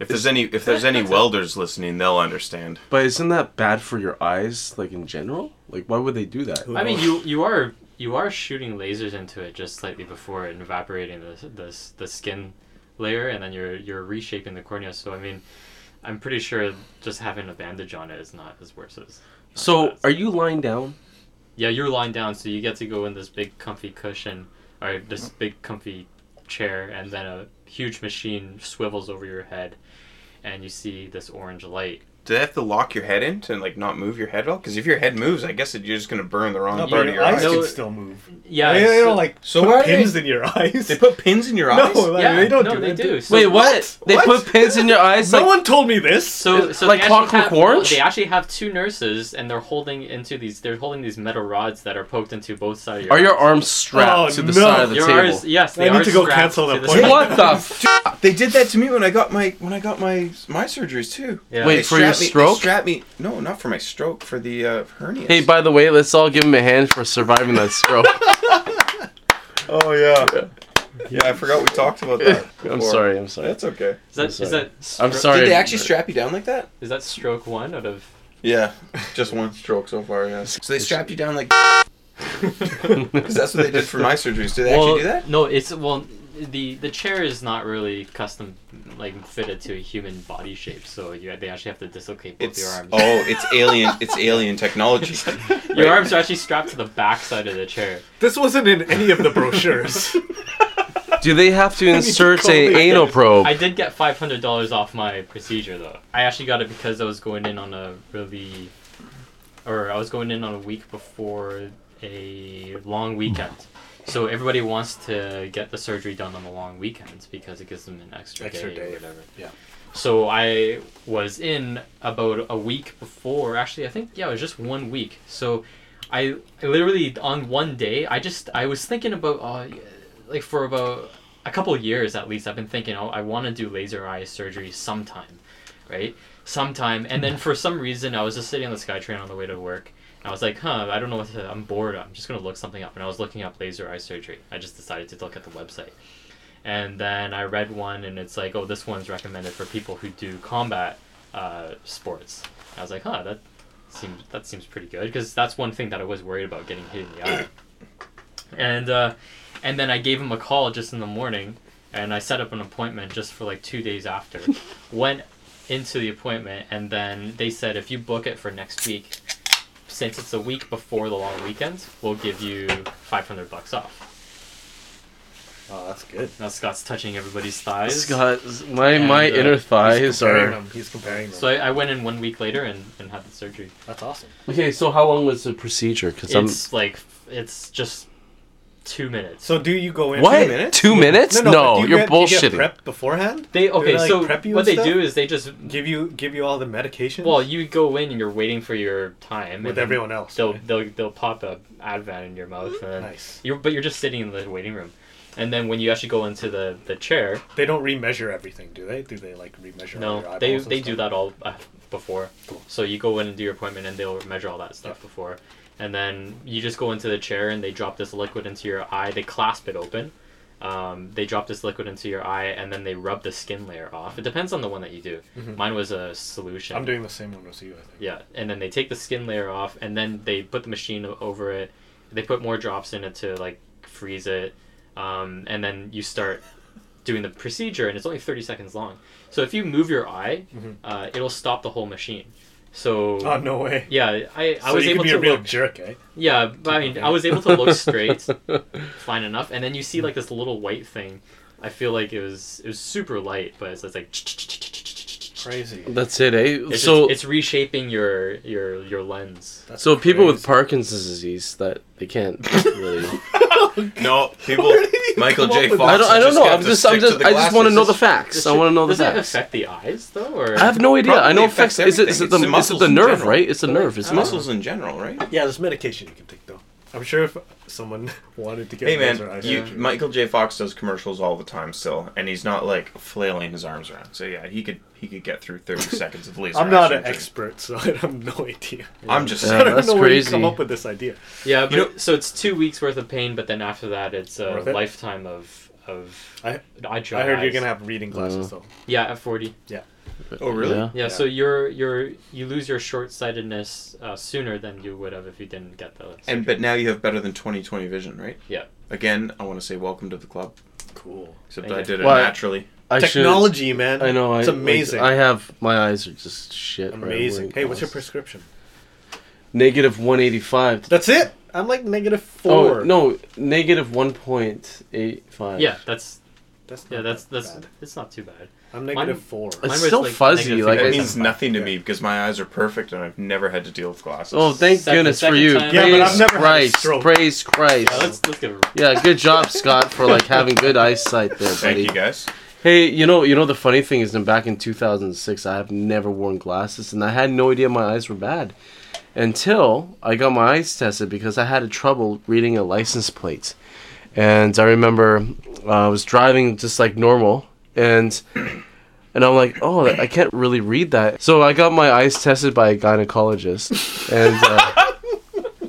Speaker 5: If there's any if there's any welders listening, they'll understand.
Speaker 2: But isn't that bad for your eyes, like in general? Like, why would they do that?
Speaker 1: Who
Speaker 3: I mean,
Speaker 1: knows?
Speaker 3: you you are you are shooting lasers into it just slightly before it and evaporating the the the skin layer, and then you're you're reshaping the cornea. So I mean, I'm pretty sure just having a bandage on it is not as worse as. not
Speaker 2: So,
Speaker 3: as bad.
Speaker 2: are you lying down?
Speaker 3: yeah, you're lying down, so you get to go in this big comfy cushion or this big comfy chair, and then a huge machine swivels over your head, and you see this orange light.
Speaker 5: Do they have to lock your head in to like not move your head at all? Because if your head moves, I guess that you're just gonna burn the wrong
Speaker 1: No,
Speaker 5: part
Speaker 1: but
Speaker 5: of
Speaker 1: your
Speaker 5: your
Speaker 1: eyes
Speaker 5: eye.
Speaker 1: can
Speaker 3: No,
Speaker 1: still move.
Speaker 3: Yeah,
Speaker 1: they, they
Speaker 3: so-
Speaker 1: don't like
Speaker 5: So why are
Speaker 1: put
Speaker 5: they-
Speaker 1: pins in your eyes.
Speaker 5: They put pins in your eyes.
Speaker 1: no, like,
Speaker 3: Yeah,
Speaker 1: they don't
Speaker 3: no,
Speaker 1: do
Speaker 3: they
Speaker 1: that.
Speaker 3: do. So-
Speaker 2: Wait, what? They
Speaker 1: What?
Speaker 2: put pins in your eyes?
Speaker 1: No
Speaker 2: like,
Speaker 1: one told me this.
Speaker 3: So,
Speaker 2: Is-
Speaker 3: so
Speaker 2: like
Speaker 3: they actually
Speaker 2: Clockwork
Speaker 3: have-
Speaker 2: Orange?
Speaker 3: They actually have two nurses, and they're holding into these. They're holding these metal rods that are poked into both sides. Of your
Speaker 2: are your
Speaker 3: arms.
Speaker 2: arms strapped
Speaker 1: Oh,
Speaker 2: to the
Speaker 1: no.
Speaker 2: side of the
Speaker 3: Your
Speaker 2: table?
Speaker 3: arms- yes, they
Speaker 1: I need
Speaker 3: are
Speaker 1: to go
Speaker 3: strapped
Speaker 1: cancel
Speaker 3: to
Speaker 1: that
Speaker 3: the
Speaker 1: appointment.
Speaker 3: side.
Speaker 2: What the? F-
Speaker 5: They did that to me when I got my when I got my my surgeries too.
Speaker 3: Yeah.
Speaker 2: Wait,
Speaker 5: They
Speaker 2: for your
Speaker 5: strapped me- they
Speaker 2: stroke?
Speaker 5: strapped me. No, not for my stroke. For the uh, hernia.
Speaker 2: hey, by the way, let's all give him a hand for surviving that
Speaker 1: [laughs]
Speaker 2: stroke.
Speaker 5: Oh yeah. yeah. I forgot we talked about that.
Speaker 2: [laughs] I'm
Speaker 5: before.
Speaker 2: sorry. I'm sorry.
Speaker 5: That's okay.
Speaker 3: Is that, is that
Speaker 2: I'm
Speaker 3: stro-
Speaker 2: sorry.
Speaker 5: Did they actually strap you down like that?
Speaker 3: Is that stroke one out of?
Speaker 5: Yeah, [laughs] just one stroke so far. Yeah. So they strapped
Speaker 2: [laughs]
Speaker 5: you down like. [laughs] Because that's what they did for my surgeries. Do they
Speaker 3: well,
Speaker 5: actually do that?
Speaker 3: no. It's well, the the chair is not really custom like fitted to a human body shape, so you they actually have to dislocate both
Speaker 5: It's
Speaker 3: your arms.
Speaker 5: oh, it's alien. It's
Speaker 1: [laughs]
Speaker 5: alien technology.
Speaker 3: Your arms are actually strapped to the back side of the chair.
Speaker 1: This wasn't in any of the brochures.
Speaker 2: Do they
Speaker 1: [laughs]
Speaker 2: have to insert
Speaker 1: call
Speaker 2: a
Speaker 1: the-
Speaker 2: anal probe?
Speaker 3: I did get five hundred dollars off my procedure though. I actually got it because I was going in on a really, or I was going in on a week before a long weekend. So everybody wants to get the surgery done on the long weekends because it gives them an extra,
Speaker 1: Extra
Speaker 3: day,
Speaker 1: day,
Speaker 3: or whatever.
Speaker 1: yeah.
Speaker 3: So I was in about a week before. Actually, I think yeah, it was just one week. So I, I literally on one day I just I was thinking about uh, like for about a couple of years at least I've been thinking oh I want to do laser eye surgery sometime, right? Sometime and then for some reason I was just sitting on the SkyTrain on the way to work. and I was like, huh, I don't know what to, I'm bored. I'm just gonna look something up. And I was looking up laser eye surgery. I just decided to look at the website and then I read one, and it's like, oh, this one's recommended for people who do combat uh, sports. I was like, huh, that seems that seems pretty good because that's one thing that I was worried about getting hit in the eye. And uh, and then I gave him a call just in the morning, and I set up an appointment just for like two days after. Went into the appointment, and then they said if you book it for next week, since it's a week before the long weekend, we'll give you five hundred bucks off.
Speaker 1: Oh, that's good.
Speaker 3: Now Scott's touching everybody's thighs.
Speaker 2: Scott, my
Speaker 3: And,
Speaker 2: my
Speaker 3: uh,
Speaker 2: inner
Speaker 1: He's
Speaker 2: thighs
Speaker 1: comparing
Speaker 2: are.
Speaker 1: them. He's comparing them.
Speaker 3: So I, I went in one week later and, and had the surgery.
Speaker 1: that's awesome.
Speaker 2: Okay, so how long was the procedure? Because I'm.
Speaker 3: It's like it's just two minutes.
Speaker 1: So do you go in?
Speaker 2: What?
Speaker 1: Two minutes?
Speaker 2: Two minutes?
Speaker 1: but
Speaker 2: No,
Speaker 1: do you
Speaker 2: you're
Speaker 1: get- do you get
Speaker 2: bullshitting.
Speaker 1: prepped beforehand.
Speaker 3: They
Speaker 1: Do
Speaker 3: okay.
Speaker 1: like,
Speaker 3: so
Speaker 1: prep you
Speaker 3: what
Speaker 1: and
Speaker 3: they
Speaker 1: stuff?
Speaker 3: do is they just
Speaker 1: give you give you all the medications.
Speaker 3: well you go in and you're waiting for your time
Speaker 1: with
Speaker 3: and
Speaker 1: everyone else.
Speaker 3: They'll they'll they'll pop a Advan in your mouth and then
Speaker 1: Nice.
Speaker 3: you're but you're just sitting in the waiting room, and then when you actually go into the the chair,
Speaker 1: They don't remeasure everything, do they? Do they like remeasure? all your
Speaker 3: no,
Speaker 1: eyeballs
Speaker 3: they
Speaker 1: and
Speaker 3: they
Speaker 1: stuff?
Speaker 3: do that all uh, before. So you go in and do your appointment and they'll measure all that stuff before, and then you just go into the chair and they drop this liquid into your eye. They clasp it open. Um, they drop this liquid into your eye and then they rub the skin layer off. It depends on the one that you do. Mine was a solution.
Speaker 1: Mm-hmm. I'm doing the same one as you, I think.
Speaker 3: Yeah, and then they take the skin layer off, and then they put the machine o- over it. They put more drops in it to like freeze it, um, and then you start doing the procedure, and it's only thirty seconds long. So if you move your eye,
Speaker 1: Mm-hmm.
Speaker 3: uh, it'll stop the whole machine. So
Speaker 1: Oh no way!
Speaker 3: yeah, I, I
Speaker 1: so
Speaker 3: was
Speaker 1: you
Speaker 3: able
Speaker 1: could be
Speaker 3: to
Speaker 1: a real
Speaker 3: look.
Speaker 1: jerk, eh?
Speaker 3: Yeah, but I mean, I was able to
Speaker 1: [laughs]
Speaker 3: look straight, fine enough, and then you see like this little white thing. I feel like it was it was super light, but it's, it's like
Speaker 1: Crazy.
Speaker 2: That's it, eh?
Speaker 3: It's
Speaker 2: so
Speaker 3: just- it's reshaping your your your lens.
Speaker 1: That's
Speaker 2: so people with
Speaker 1: crazy.
Speaker 2: Parkinson's disease that they can't really.
Speaker 5: No, people. Michael
Speaker 1: come up
Speaker 5: J.
Speaker 1: with
Speaker 5: Fox.
Speaker 1: that?
Speaker 2: I don't. I don't know.
Speaker 5: got
Speaker 2: I'm
Speaker 5: to
Speaker 2: just.
Speaker 5: stick
Speaker 2: I'm
Speaker 5: to
Speaker 2: just.
Speaker 5: the
Speaker 2: I just want to
Speaker 5: glasses.
Speaker 2: know the facts. I want to know the
Speaker 3: Does it
Speaker 2: facts.
Speaker 3: affect the eyes though, or
Speaker 2: I have no idea. I
Speaker 5: Probably
Speaker 2: know it
Speaker 5: affects
Speaker 2: affects. Is it? Is
Speaker 5: everything.
Speaker 2: it the?
Speaker 5: It's
Speaker 2: Is
Speaker 5: the
Speaker 2: it
Speaker 5: muscles
Speaker 2: the
Speaker 5: in
Speaker 2: nerve?
Speaker 5: general.
Speaker 2: Right? It's the nerve. It's
Speaker 5: Muscles in general, right?
Speaker 1: Yeah, there's medication you can take though. I'm sure if someone [laughs] wanted to get
Speaker 5: Hey
Speaker 1: laser eye
Speaker 5: man, you,
Speaker 1: surgery-
Speaker 5: Michael J. Fox does commercials all the time still, and he's not like flailing his arms around. So yeah, he could he could get
Speaker 1: [laughs]
Speaker 5: through thirty seconds of laser.
Speaker 1: I'm
Speaker 5: eye
Speaker 1: not an
Speaker 5: surgery.
Speaker 1: expert, so [laughs] I have no idea.
Speaker 5: I'm just
Speaker 2: Yeah.
Speaker 1: I
Speaker 5: saying.
Speaker 1: don't
Speaker 2: that's
Speaker 1: know where you come
Speaker 2: crazy.
Speaker 1: up with this idea.
Speaker 3: yeah? But
Speaker 5: know-
Speaker 3: so it's two weeks worth of pain, but then after that, it's a
Speaker 1: Worth it?
Speaker 3: lifetime of of
Speaker 1: I
Speaker 3: eye dry
Speaker 1: I heard you're
Speaker 3: eyes.
Speaker 1: gonna have reading glasses though.
Speaker 3: yeah at forty.
Speaker 5: Oh really?
Speaker 2: Yeah.
Speaker 3: Yeah,
Speaker 1: Yeah.
Speaker 3: so you're you're you lose your short sightedness uh, sooner than you would have if you didn't get the.
Speaker 5: And but now you have better than 20/20 vision, right?
Speaker 3: yeah,
Speaker 5: Again, I want to say welcome to the club.
Speaker 1: Cool.
Speaker 5: Except
Speaker 3: Thank
Speaker 5: I
Speaker 3: you.
Speaker 5: did it
Speaker 2: Why-
Speaker 5: naturally.
Speaker 2: I should-
Speaker 1: Technology, man.
Speaker 2: I know.
Speaker 1: It's
Speaker 2: I, like,
Speaker 1: amazing.
Speaker 2: I have my eyes are just shit. right? I'm
Speaker 1: amazing.
Speaker 2: wearing
Speaker 1: Hey, what's your
Speaker 2: glasses.
Speaker 1: prescription?
Speaker 2: negative one eighty five?
Speaker 1: That's it. I'm like negative four.
Speaker 2: Oh no, negative one point eight five.
Speaker 3: yeah, that's
Speaker 1: that's not
Speaker 3: yeah, that's
Speaker 1: that
Speaker 3: that's
Speaker 1: bad.
Speaker 3: it's not too bad.
Speaker 1: I'm negative
Speaker 3: Mine-
Speaker 1: four.
Speaker 3: Mine
Speaker 2: It's
Speaker 3: was,
Speaker 2: still
Speaker 3: like,
Speaker 2: fuzzy.
Speaker 3: negative
Speaker 2: Like
Speaker 5: That
Speaker 2: I,
Speaker 3: fifty.
Speaker 5: means nothing to
Speaker 1: Yeah.
Speaker 5: me because my eyes are perfect and I've never had to deal with glasses.
Speaker 2: oh, thank
Speaker 3: Second-
Speaker 2: goodness for
Speaker 3: second
Speaker 2: you.
Speaker 3: time.
Speaker 2: Praise
Speaker 3: Yeah, but I've
Speaker 1: never had a
Speaker 2: Christ.
Speaker 1: stroke.
Speaker 2: Praise Christ.
Speaker 3: Yeah, Uh, let's let's give.
Speaker 2: Yeah, good job, Scott, for like having good eyesight there,
Speaker 5: Thank
Speaker 2: buddy.
Speaker 5: you guys.
Speaker 2: Hey, you know, you know the funny thing is, that back in 2006, I have never worn glasses, and I had no idea my eyes were bad until I got my eyes tested because I had trouble reading a license plate. And I remember uh, I was driving just like normal, and and I'm like, oh, I can't really read that. So I got my eyes tested by a gynecologist, and uh,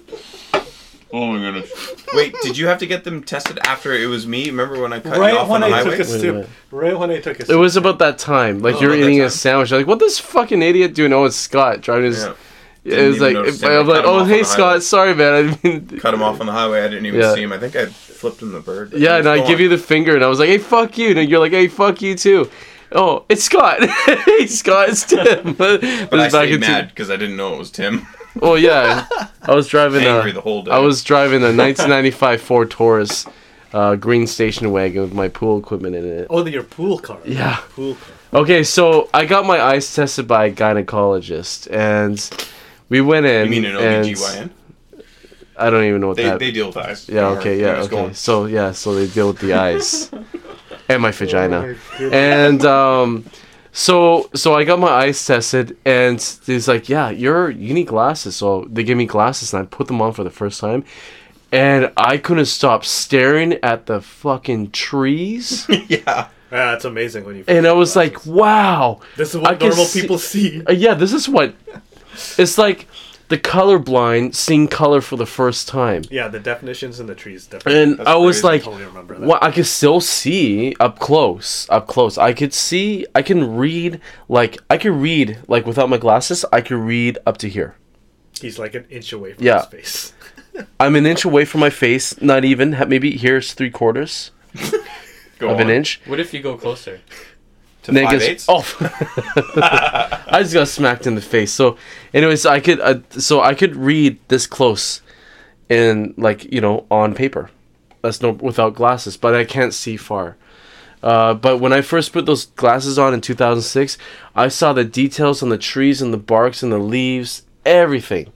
Speaker 4: Oh my goodness.
Speaker 5: Wait, did you have to get them tested after it was me? Remember when I cut you
Speaker 1: Right
Speaker 5: off
Speaker 1: when
Speaker 5: on the
Speaker 1: I
Speaker 5: highway?
Speaker 1: took a
Speaker 2: Wait a
Speaker 1: sip.
Speaker 2: minute.
Speaker 1: Right when I took a sip.
Speaker 2: it was about that time. Like
Speaker 5: Oh,
Speaker 2: you're
Speaker 5: about that
Speaker 2: eating a
Speaker 5: time.
Speaker 2: sandwich, you're like what this fucking idiot doing? Oh, it's Scott driving his.
Speaker 5: Yeah.
Speaker 2: it was
Speaker 5: even
Speaker 2: like
Speaker 5: notice him.
Speaker 2: I was
Speaker 5: Cut
Speaker 2: like,
Speaker 5: him off
Speaker 2: oh
Speaker 5: on
Speaker 2: hey
Speaker 5: the
Speaker 2: Scott,
Speaker 5: highway."
Speaker 2: sorry man, I didn't.
Speaker 5: [laughs] Cut him off on the highway. I didn't even
Speaker 2: Yeah.
Speaker 5: see him. I think I flipped him the bird.
Speaker 2: Yeah, and
Speaker 5: Go
Speaker 2: I
Speaker 5: on.
Speaker 2: give you the finger, and I was like, hey fuck you, and you're like, hey fuck you too. Oh, it's Scott. [laughs] hey Scott, it's Tim. [laughs] but
Speaker 5: [laughs] But I stayed mad because I didn't know it was
Speaker 2: [laughs]
Speaker 5: Tim.
Speaker 2: oh yeah, I
Speaker 5: [laughs]
Speaker 2: was driving.
Speaker 5: Angry
Speaker 2: A,
Speaker 5: the whole day.
Speaker 2: I was driving
Speaker 5: [laughs]
Speaker 2: a 1995 Ford Taurus, uh, green station wagon with my pool equipment in it.
Speaker 1: Oh, the- your pool car.
Speaker 2: Yeah.
Speaker 1: Pool car.
Speaker 2: Okay, so I got my eyes tested by a gynecologist, and we went in.
Speaker 5: You mean an
Speaker 2: and
Speaker 5: OBGYN?
Speaker 2: I don't even know what
Speaker 5: They,
Speaker 2: that.
Speaker 5: they deal with eyes.
Speaker 2: Yeah.
Speaker 5: Don't
Speaker 2: Okay.
Speaker 5: worry.
Speaker 2: Yeah.
Speaker 5: Keep us
Speaker 2: Okay.
Speaker 5: going. [laughs]
Speaker 2: So yeah. So they deal with the eyes, and my vagina,
Speaker 1: Oh my goodness.
Speaker 2: and um, so so I got my eyes tested, and he's like, "Yeah, you're you need glasses." So they gave me glasses, and I put them on for the first time, and I couldn't stop staring at the fucking trees,
Speaker 5: yeah.
Speaker 1: Yeah, Ah, that's amazing when you.
Speaker 2: and I was like, "Wow,
Speaker 1: this is
Speaker 2: I
Speaker 1: what
Speaker 2: can
Speaker 1: normal
Speaker 2: see-
Speaker 1: people see.
Speaker 2: uh, yeah, this is what." It's like the colorblind seeing color for the first time.
Speaker 1: Yeah, the definitions in the trees different.
Speaker 2: And
Speaker 5: That's
Speaker 2: I was
Speaker 5: crazy.
Speaker 1: I
Speaker 2: like,
Speaker 1: totally remember that.
Speaker 2: Well, I could still see up close, up close. I could see, I can read, like, I could read, like, without my glasses, I could read up to here.
Speaker 1: He's like an inch away from
Speaker 2: Yeah.
Speaker 1: his face.
Speaker 2: I'm an inch away from my face, not even, ha- maybe here's three quarters.
Speaker 5: Go
Speaker 2: of an
Speaker 5: on.
Speaker 2: inch.
Speaker 3: What if you go closer?
Speaker 5: To
Speaker 2: And then it
Speaker 5: five
Speaker 2: gets-
Speaker 5: eighths.
Speaker 2: oh, [laughs] I just got smacked in the face. So, anyways, I could uh, so I could read this close, in like you know on paper. That's no without glasses, but I can't see far. Uh, but when I first put those glasses on in 2006, I saw the details on the trees and the barks and the leaves, everything,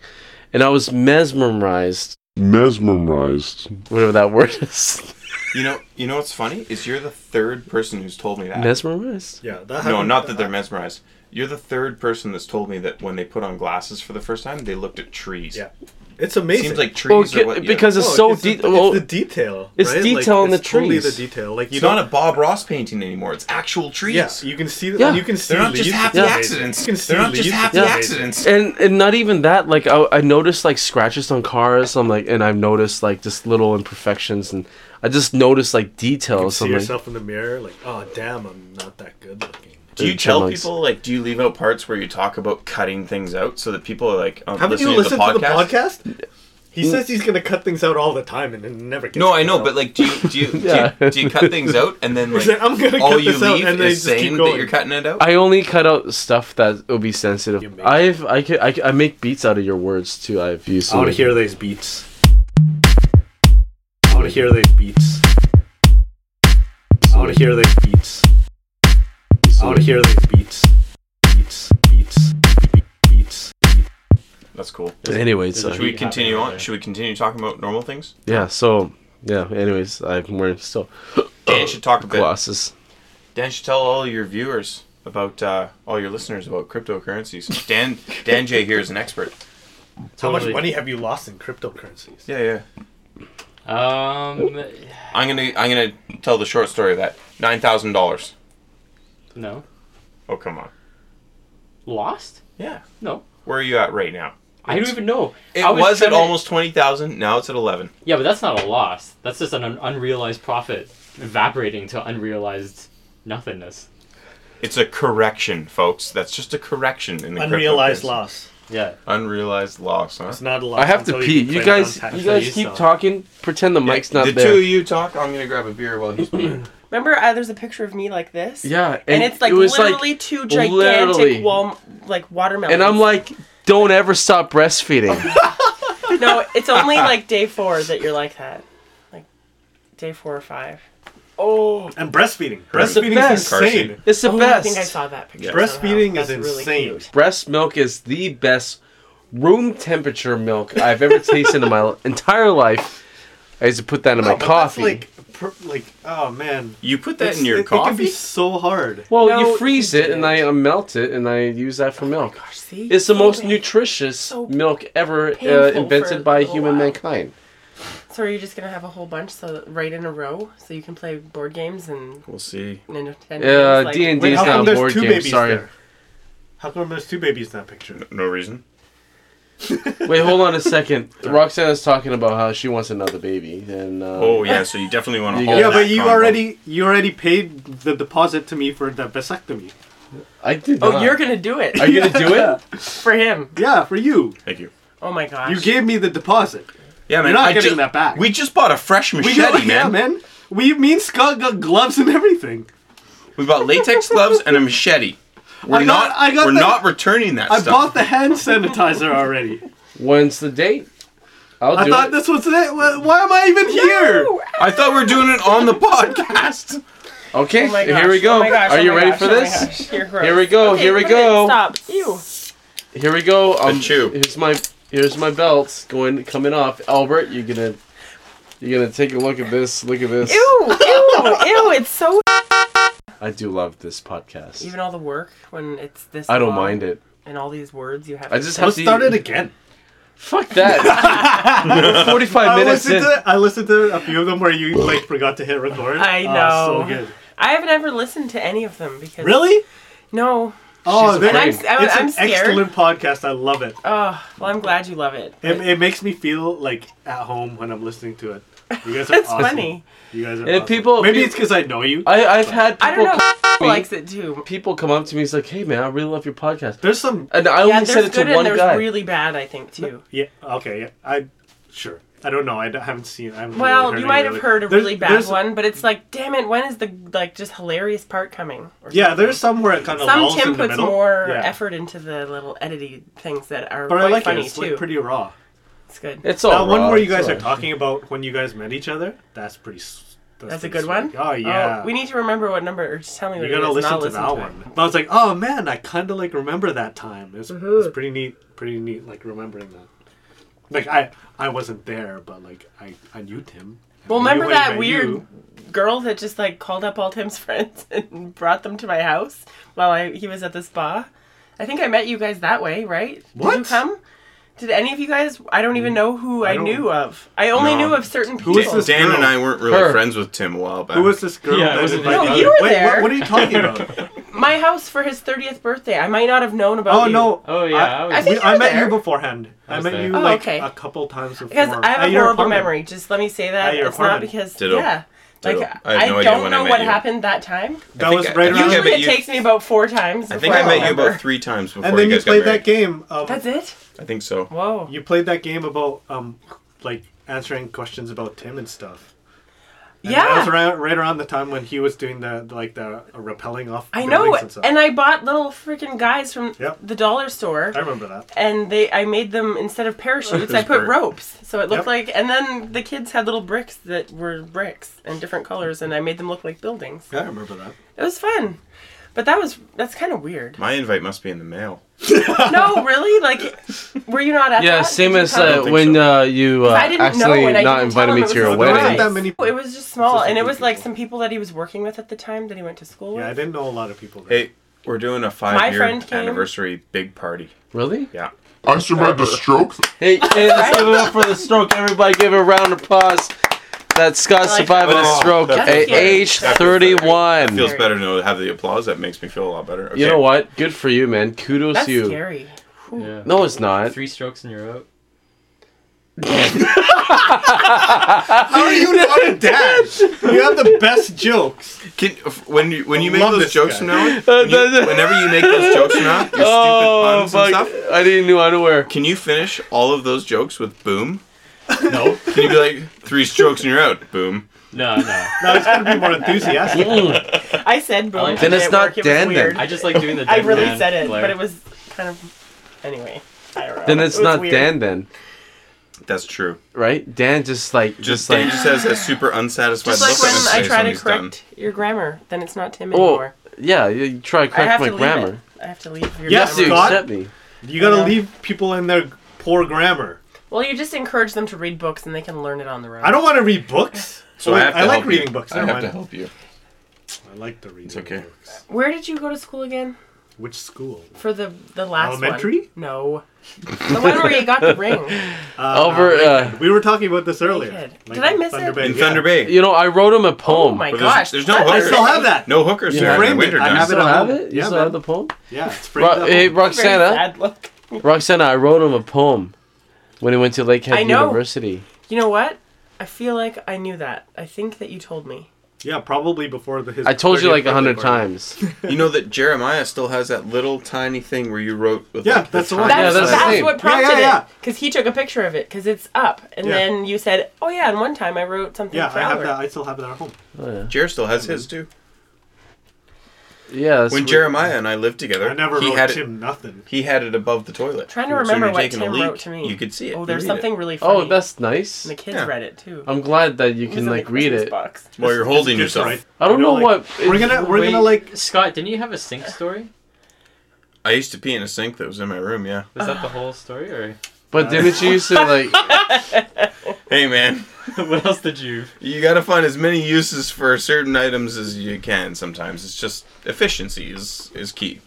Speaker 2: and I was mesmerized.
Speaker 4: Mesmerized.
Speaker 2: Whatever that word [laughs] is,
Speaker 5: You know, you know what's funny is you're the third person who's told me that.
Speaker 2: mesmerized.
Speaker 1: Yeah, that
Speaker 5: no,
Speaker 1: happened-
Speaker 5: not that they're mesmerized. You're the third person that's told me that when they put on glasses for the first time, they looked at trees.
Speaker 1: Yeah, it's amazing.
Speaker 5: seems like
Speaker 2: Well,
Speaker 5: trees are
Speaker 2: ca-
Speaker 5: what. yeah.
Speaker 2: because it's
Speaker 1: No,
Speaker 2: so
Speaker 1: it's the-
Speaker 2: deep.
Speaker 1: it's the detail.
Speaker 2: it's
Speaker 1: right?
Speaker 2: detail in
Speaker 1: it's
Speaker 2: the
Speaker 1: totally
Speaker 2: trees.
Speaker 1: the detail. Like you
Speaker 5: it's not
Speaker 1: don't.
Speaker 5: a Bob Ross painting anymore. It's actual trees.
Speaker 1: Yeah, you can see.
Speaker 2: Yeah.
Speaker 1: Yeah. you can see.
Speaker 5: They're not
Speaker 1: leaves.
Speaker 5: just happy
Speaker 1: Yeah.
Speaker 5: accidents.
Speaker 1: You can see
Speaker 5: They're not just
Speaker 1: leaves.
Speaker 5: happy
Speaker 1: Yeah.
Speaker 5: accidents.
Speaker 2: and and not even that like I, I noticed like scratches on cars i'm like and i've noticed like just little imperfections and i just noticed like details
Speaker 1: See
Speaker 2: I'm like,
Speaker 1: yourself in the mirror, like, oh damn, I'm not that good looking.
Speaker 5: Do you
Speaker 2: And
Speaker 5: tell
Speaker 2: chipmunks.
Speaker 5: people like? Do you leave out parts where you talk about cutting things out so that people are like, um,
Speaker 1: Haven't
Speaker 5: listening
Speaker 1: you listened to the podcast? He
Speaker 2: Mm.
Speaker 1: says he's gonna cut things out all the time, and it never gets.
Speaker 5: No, I
Speaker 1: cut
Speaker 5: know,
Speaker 1: out. [laughs]
Speaker 5: but like, do you do you,
Speaker 2: Yeah.
Speaker 5: do, you do you cut things out and then like,
Speaker 1: He's like, I'm gonna
Speaker 5: all
Speaker 1: cut
Speaker 5: you
Speaker 1: this out,
Speaker 5: leave
Speaker 1: and they
Speaker 5: is
Speaker 1: just keep
Speaker 5: saying that
Speaker 1: going.
Speaker 5: you're cutting it out?
Speaker 2: i only cut out stuff that will be sensitive
Speaker 1: You make-
Speaker 2: i've I, ca- I ca- I make beats out of your words too i've used
Speaker 1: I want to hear these beats. I want to hear these beats. I want to hear these beats. I want to hear these beats. Beats, beats, be- beats.
Speaker 5: That's cool.
Speaker 2: anyways
Speaker 3: There's a
Speaker 2: uh,
Speaker 5: Should we
Speaker 3: You have
Speaker 5: continue
Speaker 3: it
Speaker 5: on?
Speaker 3: there.
Speaker 5: Should we continue talking about normal things?
Speaker 2: yeah so yeah anyways i'm wearing still
Speaker 1: Oh,
Speaker 5: Dan should talk a bit.
Speaker 2: glasses
Speaker 5: Dan should tell all your viewers about uh, all your listeners about cryptocurrencies. Dan Dan J here is an expert.
Speaker 1: How much
Speaker 3: Totally.
Speaker 1: money have you lost in cryptocurrencies?
Speaker 5: Yeah, yeah.
Speaker 3: Um,
Speaker 5: I'm gonna I'm gonna tell the short story of that. Nine thousand dollars.
Speaker 3: no.
Speaker 5: Oh come on.
Speaker 3: Lost?
Speaker 5: Yeah.
Speaker 3: No.
Speaker 5: Where are you at right now?
Speaker 3: I don't even know.
Speaker 5: It
Speaker 3: I
Speaker 5: was, at
Speaker 3: trying to-
Speaker 5: almost twenty thousand. Now it's at eleven.
Speaker 3: Yeah, but that's not a loss. That's just an un- unrealized profit evaporating to unrealized nothingness.
Speaker 5: It's a correction, folks. That's just a correction in the
Speaker 1: Unrealized
Speaker 5: cryptocurrency.
Speaker 1: loss.
Speaker 3: Yeah.
Speaker 5: Unrealized loss, huh?
Speaker 1: It's not a loss.
Speaker 2: i have to
Speaker 1: until
Speaker 2: pee
Speaker 1: can claim
Speaker 2: you
Speaker 1: it
Speaker 2: guys
Speaker 1: on tax
Speaker 2: you guys
Speaker 1: days,
Speaker 2: keep
Speaker 1: so-
Speaker 2: talking pretend the mic's not
Speaker 5: the
Speaker 2: there
Speaker 5: two of you talk. I'm gonna grab a beer while [clears throat] he's peeing.
Speaker 6: Remember, uh, there's a picture of me like this.
Speaker 2: yeah
Speaker 6: And, it's like
Speaker 2: it was,
Speaker 6: literally two gigantic
Speaker 2: literally.
Speaker 6: wal- like watermelons.
Speaker 2: and i'm like don't ever stop
Speaker 6: [laughs]
Speaker 2: breastfeeding
Speaker 6: no, it's
Speaker 2: [laughs]
Speaker 6: only like day four that you're like that, like day four or five.
Speaker 2: Oh,
Speaker 1: And breastfeeding.
Speaker 5: That's the
Speaker 1: Breastfeeding
Speaker 2: best.
Speaker 1: is insane.
Speaker 2: it's the
Speaker 6: Oh, I
Speaker 2: best.
Speaker 6: think I saw that picture.
Speaker 5: Yeah.
Speaker 1: Breastfeeding
Speaker 6: somehow.
Speaker 1: is
Speaker 6: That's really
Speaker 1: insane.
Speaker 6: cute.
Speaker 2: Breast milk is the best room temperature milk I've ever tasted in my l- entire life. I used to put that in
Speaker 1: No,
Speaker 2: my
Speaker 1: but that's
Speaker 2: coffee.
Speaker 1: Like, per, like, oh man.
Speaker 5: You put that
Speaker 1: It's-
Speaker 5: in your
Speaker 1: it, It can
Speaker 5: coffee.
Speaker 1: be so hard.
Speaker 2: well,
Speaker 6: No,
Speaker 2: you freeze
Speaker 6: you Oh
Speaker 2: it and I uh, melt it and I use that for milk.
Speaker 6: Gosh, see?
Speaker 2: It's the
Speaker 6: So
Speaker 2: most
Speaker 6: big.
Speaker 2: nutritious
Speaker 6: so
Speaker 2: milk ever uh,
Speaker 6: painful for
Speaker 2: invented
Speaker 6: a
Speaker 2: by
Speaker 6: little
Speaker 2: human
Speaker 6: while.
Speaker 2: mankind.
Speaker 6: So are you just gonna have a whole bunch so right in a row so you can play board games and
Speaker 5: we'll see.
Speaker 6: Nintendo?
Speaker 2: Uh,
Speaker 6: games, like-
Speaker 2: D&D
Speaker 1: Wait,
Speaker 2: is
Speaker 1: how
Speaker 2: not
Speaker 1: come
Speaker 2: a
Speaker 1: there's
Speaker 2: board
Speaker 1: two
Speaker 2: game.
Speaker 1: babies
Speaker 2: Sorry.
Speaker 1: there? How come there's two babies in that picture?
Speaker 5: No reason.
Speaker 2: Wait, hold on a
Speaker 6: [laughs]
Speaker 2: second. Roxana's talking about how she wants another baby, and uh,
Speaker 5: Oh yeah, so you definitely want to.
Speaker 2: You got-
Speaker 5: hold
Speaker 1: Yeah,
Speaker 5: that
Speaker 1: but you
Speaker 5: combo.
Speaker 1: already you already paid the deposit to me for the vasectomy.
Speaker 2: I did.
Speaker 6: Oh,
Speaker 2: not.
Speaker 6: you're gonna do it
Speaker 2: Are you gonna do
Speaker 6: [laughs]
Speaker 2: it?
Speaker 6: for him.
Speaker 1: [laughs] Yeah, for you.
Speaker 5: Thank you.
Speaker 6: Oh my gosh.
Speaker 1: You gave me the deposit.
Speaker 5: Yeah, man.
Speaker 1: You're not
Speaker 5: I
Speaker 1: getting
Speaker 5: ju-
Speaker 1: that back.
Speaker 5: We just bought a fresh
Speaker 1: We
Speaker 5: machete,
Speaker 1: got,
Speaker 5: man.
Speaker 1: yeah, man. We me and Scott got gloves and everything.
Speaker 5: We bought latex gloves and a machete. We're
Speaker 1: I got-
Speaker 5: not.
Speaker 1: I got
Speaker 5: we're
Speaker 1: the-
Speaker 5: not returning that
Speaker 1: I
Speaker 5: stuff.
Speaker 1: bought the hand sanitizer already.
Speaker 2: When's the date? I'll
Speaker 1: I
Speaker 2: do
Speaker 1: thought
Speaker 2: it.
Speaker 1: this was it. Why why am I even here?
Speaker 6: No!
Speaker 5: I thought we were doing it on
Speaker 1: [laughs]
Speaker 5: the podcast.
Speaker 2: Okay,
Speaker 6: Oh my gosh.
Speaker 2: here we go.
Speaker 6: Oh my gosh,
Speaker 2: Are
Speaker 6: oh
Speaker 2: you
Speaker 6: my
Speaker 2: ready
Speaker 6: gosh,
Speaker 2: for
Speaker 6: oh my
Speaker 2: this?
Speaker 6: gosh. You're gross.
Speaker 2: Here we go,
Speaker 6: Okay,
Speaker 2: here we
Speaker 6: put it in.
Speaker 2: go.
Speaker 6: Stop. Ew.
Speaker 2: Here we go. Um,
Speaker 5: chew.
Speaker 2: Here's my here's my belts going coming off. Albert, you're gonna you're gonna take a look at this. Look at this.
Speaker 6: Ew. Ew. Ew. It's so.
Speaker 2: I do love this podcast.
Speaker 6: Even all the work when it's this.
Speaker 2: I don't
Speaker 6: long
Speaker 2: mind it.
Speaker 6: And all these words you have.
Speaker 2: I
Speaker 6: to
Speaker 2: just
Speaker 6: say.
Speaker 2: have
Speaker 1: Let's
Speaker 2: to
Speaker 1: start it again.
Speaker 2: Fuck that.
Speaker 6: [laughs]
Speaker 2: We're Forty-five
Speaker 1: I
Speaker 2: minutes
Speaker 1: listened
Speaker 2: in.
Speaker 1: to I listened to a few of them where you like forgot to hit record.
Speaker 6: I
Speaker 1: Oh,
Speaker 6: know.
Speaker 1: so good.
Speaker 6: I haven't ever listened to any of them because.
Speaker 1: Really?
Speaker 6: No.
Speaker 1: Oh,
Speaker 6: And I'm,
Speaker 1: then
Speaker 6: s- I'm,
Speaker 1: it's
Speaker 6: I'm
Speaker 1: an
Speaker 6: scared.
Speaker 1: excellent podcast. I love it.
Speaker 6: Oh, well, I'm glad you love it.
Speaker 1: It, it makes me feel like at home when I'm listening to it. You
Speaker 6: [laughs]
Speaker 1: guys are
Speaker 6: It's
Speaker 1: awesome.
Speaker 6: funny.
Speaker 1: You guys are.
Speaker 2: And
Speaker 1: awesome.
Speaker 2: people-
Speaker 1: maybe
Speaker 2: peop-
Speaker 1: it's because I know you.
Speaker 2: I I've had
Speaker 6: I
Speaker 2: people
Speaker 6: don't know.
Speaker 2: come me-
Speaker 6: likes it too.
Speaker 2: people come up to me. He's like, hey man, I really love your podcast.
Speaker 1: There's some.
Speaker 2: And I
Speaker 6: Yeah,
Speaker 2: only
Speaker 6: there's
Speaker 2: said it
Speaker 6: good
Speaker 2: to
Speaker 6: and
Speaker 2: one
Speaker 6: there's
Speaker 2: guy.
Speaker 6: really bad, I think, too.
Speaker 1: Yeah. Okay. Yeah. I. Sure. I don't know. I d- haven't seen. I haven't really
Speaker 6: Well,
Speaker 1: heard
Speaker 6: you
Speaker 1: any
Speaker 6: might have
Speaker 1: really-
Speaker 6: heard a
Speaker 1: There's-
Speaker 6: really bad
Speaker 1: there's-
Speaker 6: one, but it's like, damn it, when is the like just hilarious part coming? Or
Speaker 1: Yeah,
Speaker 6: something.
Speaker 1: there's somewhere it kind of
Speaker 6: some
Speaker 1: lulls
Speaker 6: Tim
Speaker 1: in the
Speaker 6: puts
Speaker 1: middle.
Speaker 6: more
Speaker 1: Yeah.
Speaker 6: effort into the little editing things that are
Speaker 1: But
Speaker 6: quite
Speaker 1: I like it.
Speaker 6: funny
Speaker 1: It's
Speaker 6: too.
Speaker 1: like pretty raw.
Speaker 6: it's good.
Speaker 2: It's
Speaker 1: That
Speaker 2: all
Speaker 1: one
Speaker 2: raw,
Speaker 1: where you
Speaker 2: it's
Speaker 1: guys
Speaker 2: all
Speaker 1: are
Speaker 2: right.
Speaker 1: talking about when you guys met each other. That's pretty. s-
Speaker 6: That's a
Speaker 1: pretty
Speaker 6: good one.
Speaker 1: sweet. Oh yeah.
Speaker 6: we need to remember what number, or just tell me what
Speaker 1: You
Speaker 6: it is.
Speaker 1: gotta listen to
Speaker 6: not listen
Speaker 1: that
Speaker 6: it.
Speaker 1: one. But I was like, oh man, I kind of like remember that time. It's
Speaker 6: Mm-hmm.
Speaker 1: it's pretty neat. Pretty neat, like remembering that. Like I I wasn't there, but like I I knew Tim.
Speaker 6: Well,
Speaker 1: I knew
Speaker 6: remember
Speaker 1: when he
Speaker 6: that
Speaker 1: met
Speaker 6: weird
Speaker 1: you.
Speaker 6: girl that just like called up all Tim's [laughs] friends and brought them to my house while I he was at the spa. I think I met you guys that way, right? Did you
Speaker 1: What?
Speaker 6: come? Did any of you guys? I don't even know who I,
Speaker 1: don't-
Speaker 6: knew of. I only
Speaker 5: No.
Speaker 6: knew of certain people.
Speaker 1: Who is this
Speaker 5: Dan
Speaker 1: girl?
Speaker 5: and I weren't really
Speaker 3: Her.
Speaker 5: friends with Tim a while back.
Speaker 1: Who was this girl?
Speaker 3: Yeah, it
Speaker 1: that
Speaker 3: wasn't
Speaker 1: invited
Speaker 6: his No, you brother. were
Speaker 1: Wait,
Speaker 6: there.
Speaker 1: What, what are you talking about?
Speaker 6: My house for his thirtieth birthday. I might not have known about.
Speaker 1: oh
Speaker 6: you.
Speaker 1: no.
Speaker 3: Oh, yeah, I was-
Speaker 6: I think
Speaker 1: we-
Speaker 6: you
Speaker 1: I
Speaker 6: were
Speaker 1: met
Speaker 6: there.
Speaker 1: you beforehand. I,
Speaker 3: was
Speaker 1: met
Speaker 3: there.
Speaker 1: you
Speaker 6: Oh,
Speaker 1: like
Speaker 6: okay.
Speaker 1: a couple times before.
Speaker 6: Because I
Speaker 1: At
Speaker 6: have Oh, a
Speaker 1: your
Speaker 6: horrible
Speaker 1: apartment.
Speaker 6: memory. Just let me say
Speaker 1: At
Speaker 6: that.
Speaker 1: your
Speaker 6: It's not
Speaker 1: apartment.
Speaker 6: because
Speaker 5: Ditto.
Speaker 6: yeah.
Speaker 5: Ditto.
Speaker 6: Like
Speaker 5: I have
Speaker 6: I,
Speaker 5: no idea
Speaker 6: don't
Speaker 5: when I
Speaker 6: know
Speaker 5: met
Speaker 6: what
Speaker 5: you.
Speaker 6: happened that time.
Speaker 1: That
Speaker 5: think
Speaker 1: was
Speaker 5: I-
Speaker 1: right
Speaker 5: I
Speaker 1: around.
Speaker 5: think I
Speaker 6: Usually
Speaker 5: met
Speaker 6: it
Speaker 5: you-
Speaker 6: takes me about four times.
Speaker 5: I think
Speaker 6: before
Speaker 5: I met you
Speaker 6: remember.
Speaker 5: about three times before
Speaker 1: and then
Speaker 5: you
Speaker 1: you
Speaker 5: guys got
Speaker 1: played
Speaker 5: married.
Speaker 1: that game. Of,
Speaker 6: That's it.
Speaker 5: I think so.
Speaker 6: Whoa.
Speaker 1: You played that game about um, like answering questions about Tim and stuff. And
Speaker 6: yeah.
Speaker 1: that was around, right around the time when he was doing the like the uh, rappelling off.
Speaker 6: I
Speaker 1: buildings
Speaker 6: know,
Speaker 1: and, stuff.
Speaker 6: and I bought little freaking guys from
Speaker 1: Yep.
Speaker 6: the dollar store,
Speaker 1: I remember that.
Speaker 6: and they I made them instead of parachutes, I
Speaker 5: Just
Speaker 6: put
Speaker 5: brick.
Speaker 6: ropes, so it looked
Speaker 1: Yep.
Speaker 6: like. And then the kids had little bricks that were bricks and different colors, and I made them look like buildings.
Speaker 1: I remember that.
Speaker 6: It was fun, but that was that's kind
Speaker 5: [laughs]
Speaker 6: of weird.
Speaker 5: My invite must be in the mail.
Speaker 6: no, really, like, were you not at?
Speaker 2: Yeah,
Speaker 6: that?
Speaker 2: same
Speaker 6: Did you
Speaker 2: as
Speaker 6: come?
Speaker 2: uh,
Speaker 5: think
Speaker 2: when uh, you uh,
Speaker 6: I didn't know,
Speaker 2: accidentally
Speaker 6: and I
Speaker 2: not
Speaker 6: didn't
Speaker 2: invited
Speaker 6: tell
Speaker 2: me
Speaker 6: him
Speaker 2: to
Speaker 6: it
Speaker 2: your
Speaker 6: was
Speaker 1: There
Speaker 6: a
Speaker 2: wedding.
Speaker 1: wasn't
Speaker 6: surprise.
Speaker 1: that many.
Speaker 6: It was just small,
Speaker 1: It's just
Speaker 6: and
Speaker 1: a
Speaker 6: it
Speaker 1: few
Speaker 6: was like
Speaker 1: people.
Speaker 6: some people that he was working with at the time that he went to school with.
Speaker 1: Yeah, I didn't know a lot of people. There.
Speaker 5: Hey, we're doing a five year
Speaker 6: friend came.
Speaker 5: anniversary big party.
Speaker 2: Really?
Speaker 5: Yeah.
Speaker 4: I survived a stroke.
Speaker 6: [laughs]
Speaker 2: Hey, hey let's give it up for the stroke. Everybody give a round of applause. That Scott
Speaker 6: like
Speaker 2: survived
Speaker 5: that.
Speaker 2: a
Speaker 5: Oh,
Speaker 2: stroke
Speaker 5: that
Speaker 2: at
Speaker 6: feels good.
Speaker 2: age
Speaker 5: That feels better. It
Speaker 2: 31.
Speaker 5: feels
Speaker 6: Scary.
Speaker 5: better to know- have the applause. That makes me feel a lot better. Okay.
Speaker 2: You know what? Good for you, man. Kudos
Speaker 6: That's
Speaker 2: to you.
Speaker 6: scary.
Speaker 3: Yeah.
Speaker 2: No, it's not.
Speaker 3: Three strokes and you're out.
Speaker 1: How are you not
Speaker 2: [laughs]
Speaker 1: a dad? You have the best jokes.
Speaker 5: Can, if- when you when you make
Speaker 1: love
Speaker 5: those
Speaker 1: this guy. [laughs]
Speaker 5: jokes from now, on,
Speaker 2: Uh,
Speaker 5: when you-
Speaker 2: that-
Speaker 5: whenever you make those jokes from now, on, your
Speaker 2: Oh,
Speaker 5: stupid puns
Speaker 2: fuck.
Speaker 5: and stuff.
Speaker 2: I need new underwear.
Speaker 5: Can you finish all of those jokes with boom?
Speaker 3: No.
Speaker 5: Can you be like three strokes and you're out? Boom.
Speaker 3: No, no.
Speaker 1: No, it's gonna be more enthusiastic.
Speaker 6: Mm. I said boom.
Speaker 3: like
Speaker 6: today
Speaker 2: Then it's
Speaker 6: at
Speaker 2: not
Speaker 6: work, it was
Speaker 2: Dan then.
Speaker 6: weird.
Speaker 3: I just like doing the.
Speaker 6: [laughs] I
Speaker 3: dead
Speaker 6: really
Speaker 3: man
Speaker 6: said it,
Speaker 3: blare.
Speaker 6: but it was kind of anyway. I don't know.
Speaker 2: Then
Speaker 6: It
Speaker 2: it's
Speaker 6: was
Speaker 2: not
Speaker 6: weird.
Speaker 2: Dan, then,
Speaker 5: That's true.
Speaker 2: right? Dan just like
Speaker 5: Just
Speaker 2: just
Speaker 5: Dan
Speaker 2: like
Speaker 5: just has a super unsatisfied
Speaker 6: Just like
Speaker 5: look on
Speaker 6: when
Speaker 5: his
Speaker 6: I
Speaker 5: face
Speaker 6: try
Speaker 5: when
Speaker 6: to
Speaker 5: he's done.
Speaker 6: correct your grammar, then it's not Tim
Speaker 2: oh
Speaker 6: anymore.
Speaker 2: yeah. You try to
Speaker 6: I
Speaker 2: correct
Speaker 6: have
Speaker 2: my
Speaker 6: to leave
Speaker 2: grammar.
Speaker 6: it. I have to leave your
Speaker 2: You
Speaker 1: Yes,
Speaker 2: have to
Speaker 1: dude.
Speaker 6: grammar.
Speaker 1: God.
Speaker 2: accept me.
Speaker 1: You
Speaker 6: Yeah.
Speaker 1: gotta leave people in their poor grammar.
Speaker 6: Well, you just encourage them to read books and they can learn it on their own.
Speaker 1: I don't want to read books.
Speaker 5: So I have to
Speaker 1: like
Speaker 5: help
Speaker 1: reading
Speaker 5: you.
Speaker 1: books.
Speaker 5: I
Speaker 1: Never
Speaker 5: have
Speaker 1: mind.
Speaker 5: to help you.
Speaker 1: I like to read. It's
Speaker 5: okay.
Speaker 1: Books.
Speaker 6: Where did you go to school again?
Speaker 1: Which school?
Speaker 6: For the the last one.
Speaker 1: Elementary?
Speaker 6: No. the one where you got the ring.
Speaker 1: Uh,
Speaker 2: Over. Uh,
Speaker 1: We were talking about this earlier.
Speaker 6: Naked. Did I miss
Speaker 1: Thunder
Speaker 6: it?
Speaker 1: Bay,
Speaker 5: In
Speaker 1: yeah.
Speaker 5: Thunder Bay.
Speaker 2: you know, I wrote him a
Speaker 6: Oh
Speaker 2: poem.
Speaker 6: my
Speaker 5: But there's-
Speaker 6: gosh.
Speaker 5: there's no
Speaker 6: that
Speaker 5: hookers.
Speaker 1: I still have that.
Speaker 5: No hookers
Speaker 2: You
Speaker 5: during the
Speaker 1: framed it.
Speaker 5: winter
Speaker 1: I have
Speaker 5: time.
Speaker 2: You
Speaker 1: it
Speaker 2: still
Speaker 1: at
Speaker 2: have
Speaker 1: home.
Speaker 2: it? You
Speaker 1: Yeah,
Speaker 2: still have
Speaker 1: man.
Speaker 2: the poem?
Speaker 1: Yeah, it's pretty.
Speaker 2: Ro- hey,
Speaker 6: Very
Speaker 2: Roxana.
Speaker 6: sad look.
Speaker 2: Roxana, I wrote him a poem when he went to
Speaker 6: I
Speaker 2: Lakehead
Speaker 6: know.
Speaker 2: University.
Speaker 6: You know what? I feel like I knew that. I think that you told me.
Speaker 1: Yeah, probably before the. His
Speaker 2: I told you
Speaker 1: 30th
Speaker 2: like a hundred
Speaker 1: birthday party.
Speaker 2: times. [laughs]
Speaker 5: You know that Jeremiah still has that little tiny thing where you wrote with
Speaker 1: Yeah,
Speaker 5: like, the
Speaker 1: that's the one.
Speaker 5: time.
Speaker 6: That's,
Speaker 2: Yeah, that's
Speaker 6: that's,
Speaker 2: the same.
Speaker 6: what
Speaker 1: Yeah, yeah,
Speaker 6: prompted
Speaker 1: yeah.
Speaker 6: it. Because he took a picture of it because it's up. And
Speaker 1: Yeah.
Speaker 6: then you said, oh, yeah, and one time I wrote something
Speaker 1: Yeah,
Speaker 6: for
Speaker 1: I have
Speaker 6: Albert."
Speaker 1: that. I still have it at home.
Speaker 5: Jer still has his too.
Speaker 2: Yeah. that's
Speaker 5: When
Speaker 2: what-
Speaker 5: Jeremiah and I lived together,
Speaker 1: I never
Speaker 5: he
Speaker 1: wrote
Speaker 5: had it.
Speaker 1: Tim nothing.
Speaker 5: He had it above the toilet.
Speaker 6: Trying
Speaker 5: So
Speaker 6: to
Speaker 5: when
Speaker 6: remember
Speaker 5: you're
Speaker 6: what
Speaker 5: taking a
Speaker 6: Tim
Speaker 5: leak,
Speaker 6: wrote to me.
Speaker 5: You could see it.
Speaker 6: Oh,
Speaker 5: You
Speaker 6: there's
Speaker 5: read
Speaker 6: something
Speaker 5: it.
Speaker 6: really funny.
Speaker 2: Oh, that's nice.
Speaker 6: And the kids
Speaker 5: Yeah.
Speaker 6: read it too.
Speaker 2: I'm glad that you
Speaker 6: It was
Speaker 2: can
Speaker 6: in the
Speaker 2: like read
Speaker 6: Christmas
Speaker 2: it.
Speaker 6: Box.
Speaker 5: while you're holding
Speaker 1: It's good,
Speaker 5: yourself.
Speaker 1: right?
Speaker 2: I don't
Speaker 1: You
Speaker 2: know
Speaker 1: like,
Speaker 2: what-
Speaker 1: we're gonna. We're gonna like.
Speaker 3: Scott, didn't you have
Speaker 1: [sighs]
Speaker 3: a sink story?
Speaker 5: I used to pee in a sink that was in my room. Yeah.
Speaker 3: Was that the whole story, or
Speaker 2: [laughs]
Speaker 3: [laughs]
Speaker 2: But didn't you used to like?
Speaker 5: Hey man,
Speaker 3: what else did you?
Speaker 5: you gotta find as many uses for certain items as you can. Sometimes it's just efficiency is is key.